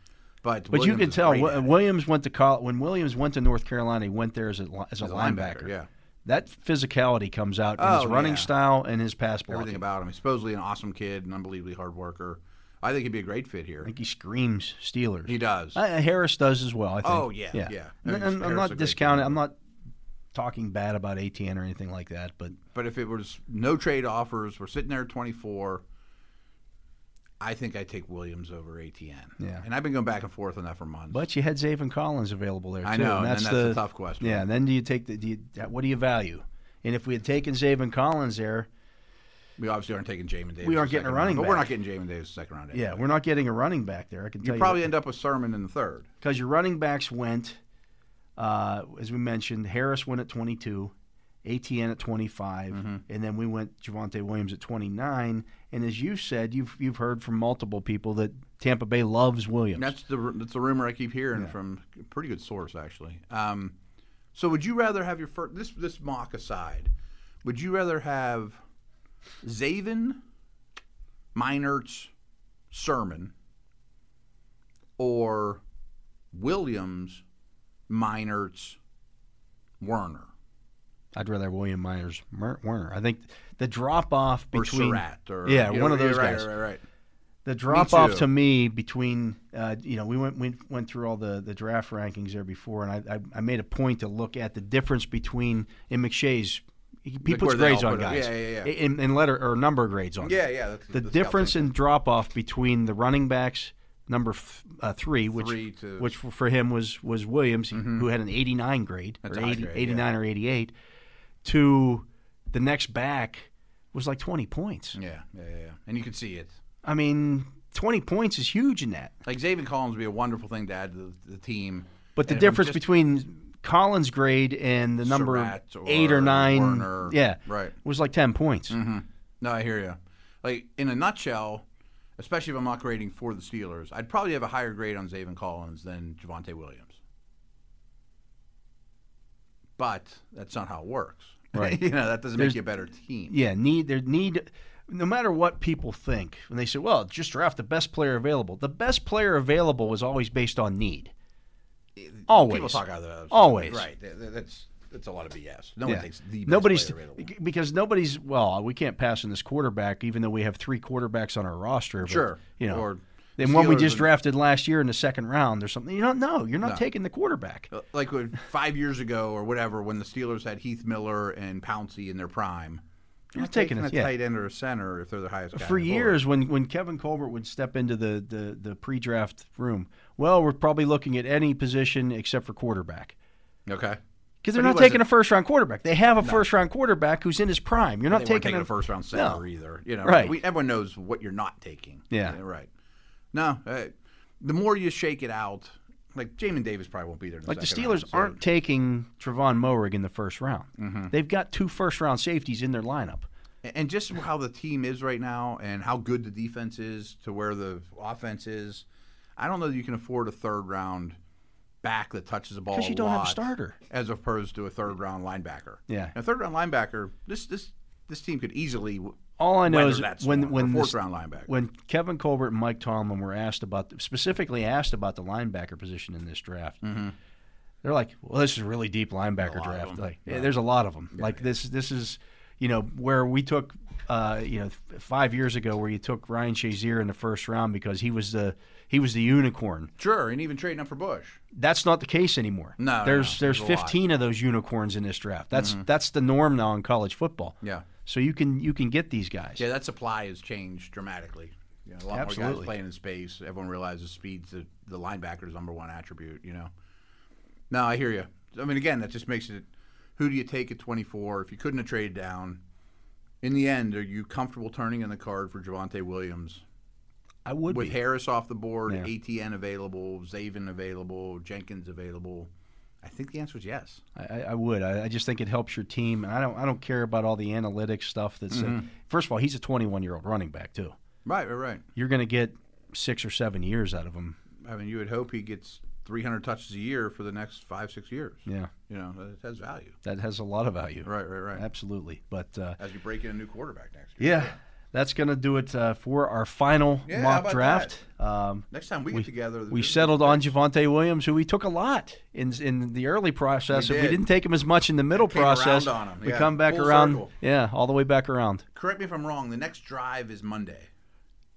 B: But
A: But
B: Williams
A: you can
B: is
A: tell
B: great
A: Wi-
B: at it.
A: Williams went to col- when Williams went to North Carolina. He went there as a, li- as a,
B: He's a
A: linebacker.
B: Yeah,
A: That physicality comes out in his
B: Oh,
A: running
B: yeah.
A: style and his pass blocking.
B: everything about him. He's supposedly an awesome kid, an unbelievably hard worker. I think he'd be a great fit
A: I
B: here.
A: think he screams Steelers.
B: He does.
A: Uh, Harris does as well. I think.
B: Oh, yeah, yeah. I mean,
A: And- and I'm
B: Harris is a
A: not
B: great
A: discounting.
B: player.
A: I'm not talking bad about ATN or anything like that. But
B: But if it was no trade offers, we're sitting there at 24. I think I take Williams over ATN.
A: Yeah.
B: And I've been going back and forth on that for months.
A: but you had Zayvon Collins available there. Too,
B: I know, and then that's the tough question.
A: Yeah. And then do you take the? Do you, what do you value? And if we had taken Zayvon Collins there,
B: we obviously aren't taking Jamin Davis.
A: We
B: in
A: aren't
B: the
A: getting a
B: second round,
A: running
B: But we're
A: back.
B: not getting Jamin Davis in the second round.
A: yeah,
B: anyway.
A: we're not getting a running back there. I can
B: You
A: tell you.
B: probably end up with Sermon in the third.
A: because your running backs went, uh, as we mentioned, Harris went at 22, ATN at 25,
B: Mm-hmm.
A: and then we went Javante Williams at 29. And as you said, you've you've heard from multiple people that Tampa Bay loves
B: And
A: Williams.
B: That's the ru- that's the rumor I keep hearing from a pretty good source actually. Um, so would you rather have your first this this mock aside? Would you rather have Zaven, Minerts, Sermon, or Williams, Minerts, Werner
A: I'd rather have William Myers Mer- Werner. I think the drop off
B: or
A: between
B: Surratt or
A: yeah,
B: you know,
A: one of
B: you're
A: those
B: right,
A: guys.
B: Right, right, right.
A: The drop off
B: too.
A: to me between, uh, you know, we went, went went through all the, the draft rankings there before, and I, I I made a point to look at the difference between in McShay's he, he
B: Like
A: puts
B: where they all
A: grades on
B: put it.
A: guys.
B: Yeah, yeah, yeah.
A: i- In, in letter or number grades on.
B: Yeah,
A: them.
B: yeah, that's-
A: the
B: that's
A: difference in drop off between the running backs, number f- uh, three, which
B: Three to- Mm-hmm.
A: which for- for him was was Williams, he- who had an 89 grade,
B: That's
A: or
B: a high
A: 80,
B: grade,
A: 89 or 88, to the next back was like 20 points.
B: Yeah, yeah, yeah, yeah. And you can see it.
A: I mean, 20 points is huge in that.
B: Like Zayvon Collins would be a wonderful thing to add to the, the team.
A: But the
B: And if I'm
A: difference
B: just-
A: between Collins' grade and the number
B: Surratt or
A: eight or nine,
B: Werner,
A: yeah,
B: right. Mm-hmm.
A: was like ten points.
B: No, I hear you. Like in a nutshell, especially if I'm not grading for the Steelers, I'd probably have a higher grade on Zayvon Collins than Javante Williams. But that's not how it works.
A: Right.
B: you know that doesn't
A: There's-
B: make you a better team.
A: Yeah, need there need, no matter what people think when they say, "Well, just draft the best player available." The best player available is always based on need. Always,
B: People talk out of their
A: Always,
B: Right. That- that- That's that's a lot of BS. No
A: Yeah.
B: one takes the best
A: nobody's
B: player available.
A: because nobody's. Well, we can't pass on this quarterback, even though we have three quarterbacks on our roster. but,
B: Sure.
A: you know.
B: Or
A: and one we
B: Steelers
A: just
B: and-
A: drafted last year in the second round or something. You don't know. You're not
B: No.
A: taking the quarterback.
B: Uh, like when- five years ago or whatever, when the Steelers had Heath Miller and Pouncey in their prime.
A: You're
B: not
A: taking
B: taking,
A: it,
B: a
A: yeah.
B: tight end or a center if they're the highest. guy
A: for
B: on the board.
A: years when, when Kevin Colbert would step into the, the, the pre-draft room, well, we're probably looking at any position except for quarterback.
B: Okay.
A: Because they're
B: But he
A: not taking
B: wasn't-
A: a first round quarterback. They have a first round quarterback who's in his prime. You're not
B: They weren't
A: taking,
B: taking a first round center
A: No.
B: either. You know,
A: Right.
B: We, everyone knows what you're not taking.
A: Yeah.
B: right. No, uh, the more you shake it out, like Jamin Davis probably won't be there. in
A: Like the
B: second
A: Steelers
B: round, so-
A: aren't taking Travon Moerig in the first round.
B: Mm-hmm.
A: They've got two first round safeties in their lineup.
B: and just how the team is right now and how good the defense is to where the offense is, I don't know that you can afford a third round back that touches the ball
A: 'Cause you
B: a
A: don't have a
B: lot
A: starter.
B: as opposed to a third round linebacker.
A: Yeah.
B: a third round linebacker, this this this team could easily. w-
A: All I know
B: weather
A: is
B: that
A: when
B: storm, or
A: when
B: fourth
A: this-
B: round linebacker.
A: when Kevin Colbert and Mike Tomlin were asked about the, specifically asked about the linebacker position in this draft,
B: Mm-hmm.
A: they're like, "Well, this is a really deep linebacker draft. Like, yeah, there's a lot of them. like this this is, you know, where we took, uh, you know, f- five years ago where you took Ryan Shazier in the first round because he was the he was the unicorn.
B: Sure, and even trading up for Bush.
A: That's not the case anymore.
B: No, no,
A: there's
B: no.
A: there's
B: There's a lot. Mm-hmm.
A: 15 of those unicorns in this draft. That's that's the norm now in college football.
B: Yeah.
A: So you can you can get these guys.
B: Yeah, that supply has changed dramatically. You know, a lot more
A: Absolutely.
B: guys playing in space. Everyone realizes speed's the, the linebacker's number one attribute. You know. No, I hear you. I mean, again, that just makes it. Who do you take at 24? If you couldn't have traded down, in the end, are you comfortable turning in the card for Javante Williams
A: I would
B: with
A: be.
B: Harris off the board,
A: Yeah.
B: ATN available, Zaven available, Jenkins available? I think the answer is yes.
A: I, I- I would. I, I just think it helps your team, and I don't. I don't care about all the analytics stuff. That's uh,
B: Mm-hmm.
A: first of all, he's a 21 year old running back too.
B: Right, right, right.
A: You're going to get six or seven years out of him.
B: I mean, you would hope he gets 300 touches a year for the next five, six years.
A: Yeah,
B: You know, it has value.
A: that has a lot of value.
B: Right, right, right.
A: Absolutely. But uh,
B: As you break in a new quarterback next year.
A: yeah, that's going to do it uh, for our final
B: Yeah, how
A: mock
B: about
A: draft. Um,
B: Next time we, get together,
A: we settled on Javante Williams, who we took a lot in in the early process.
B: We
A: and
B: did.
A: we didn't take him as much in the middle
B: Came around
A: process.
B: on him,
A: We
B: yeah.
A: come back
B: Full
A: around.
B: circle.
A: Yeah, all the way back around.
B: Correct me if I'm wrong. The next drive is Monday.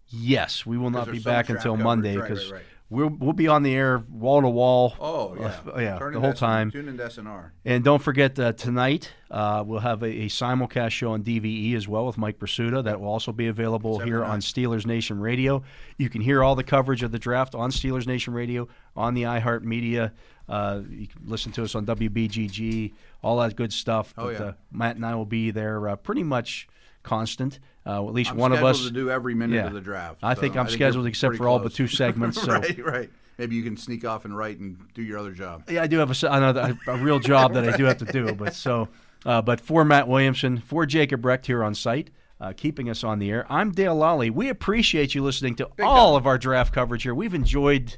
A: Yes, we will not be
B: there's so
A: back
B: much
A: until
B: draft coverage.
A: Monday
B: Right,
A: because
B: right, right.
A: we'll we'll be on the air wall to wall.
B: Oh yeah,
A: uh, yeah,
B: Turn
A: the
B: into
A: whole
B: SN
A: time.
B: Tune into SNR.
A: And don't forget uh, tonight uh, we'll have a, a simulcast show on DVE as well with Mike Pursuta that will also be available here on Steelers Nation Radio. You can hear all the coverage of the draft on Steelers Nation Radio on the iHeartMedia. Uh, you can listen to us on WBGG, all that good stuff.
B: Oh, yeah.
A: uh, Matt and I will be there uh, pretty much constant. Uh, at least
B: I'm
A: one of
B: scheduled
A: us
B: to do every minute
A: Yeah.
B: of the draft.
A: I think
B: so
A: I'm scheduled
B: you're
A: except
B: pretty
A: for all but
B: close.
A: two segments, so-
B: right, right. Maybe you can sneak off and write and do your other job.
A: Yeah, I do have a, s- another, a real job that I do have to do. But so, uh, but for Matt Williamson, for Jacob Recht here on site, uh, keeping us on the air. I'm Dale Lally. We appreciate you listening to all of our draft coverage here. We've enjoyed.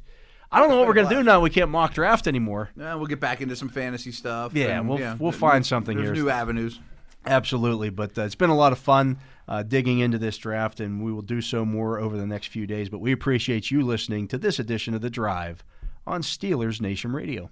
A: I don't know what we're going to do now. We can't mock draft anymore.
B: Yeah, we'll get back into some fantasy stuff.
A: Yeah,
B: and,
A: we'll-
B: yeah,
A: we'll
B: th-
A: find something
B: there's
A: here.
B: New avenues.
A: Absolutely, but uh, it's been a lot of fun uh, digging into this draft, and we will do so more over the next few days. But we appreciate you listening to this edition of the Drive on Steelers Nation Radio.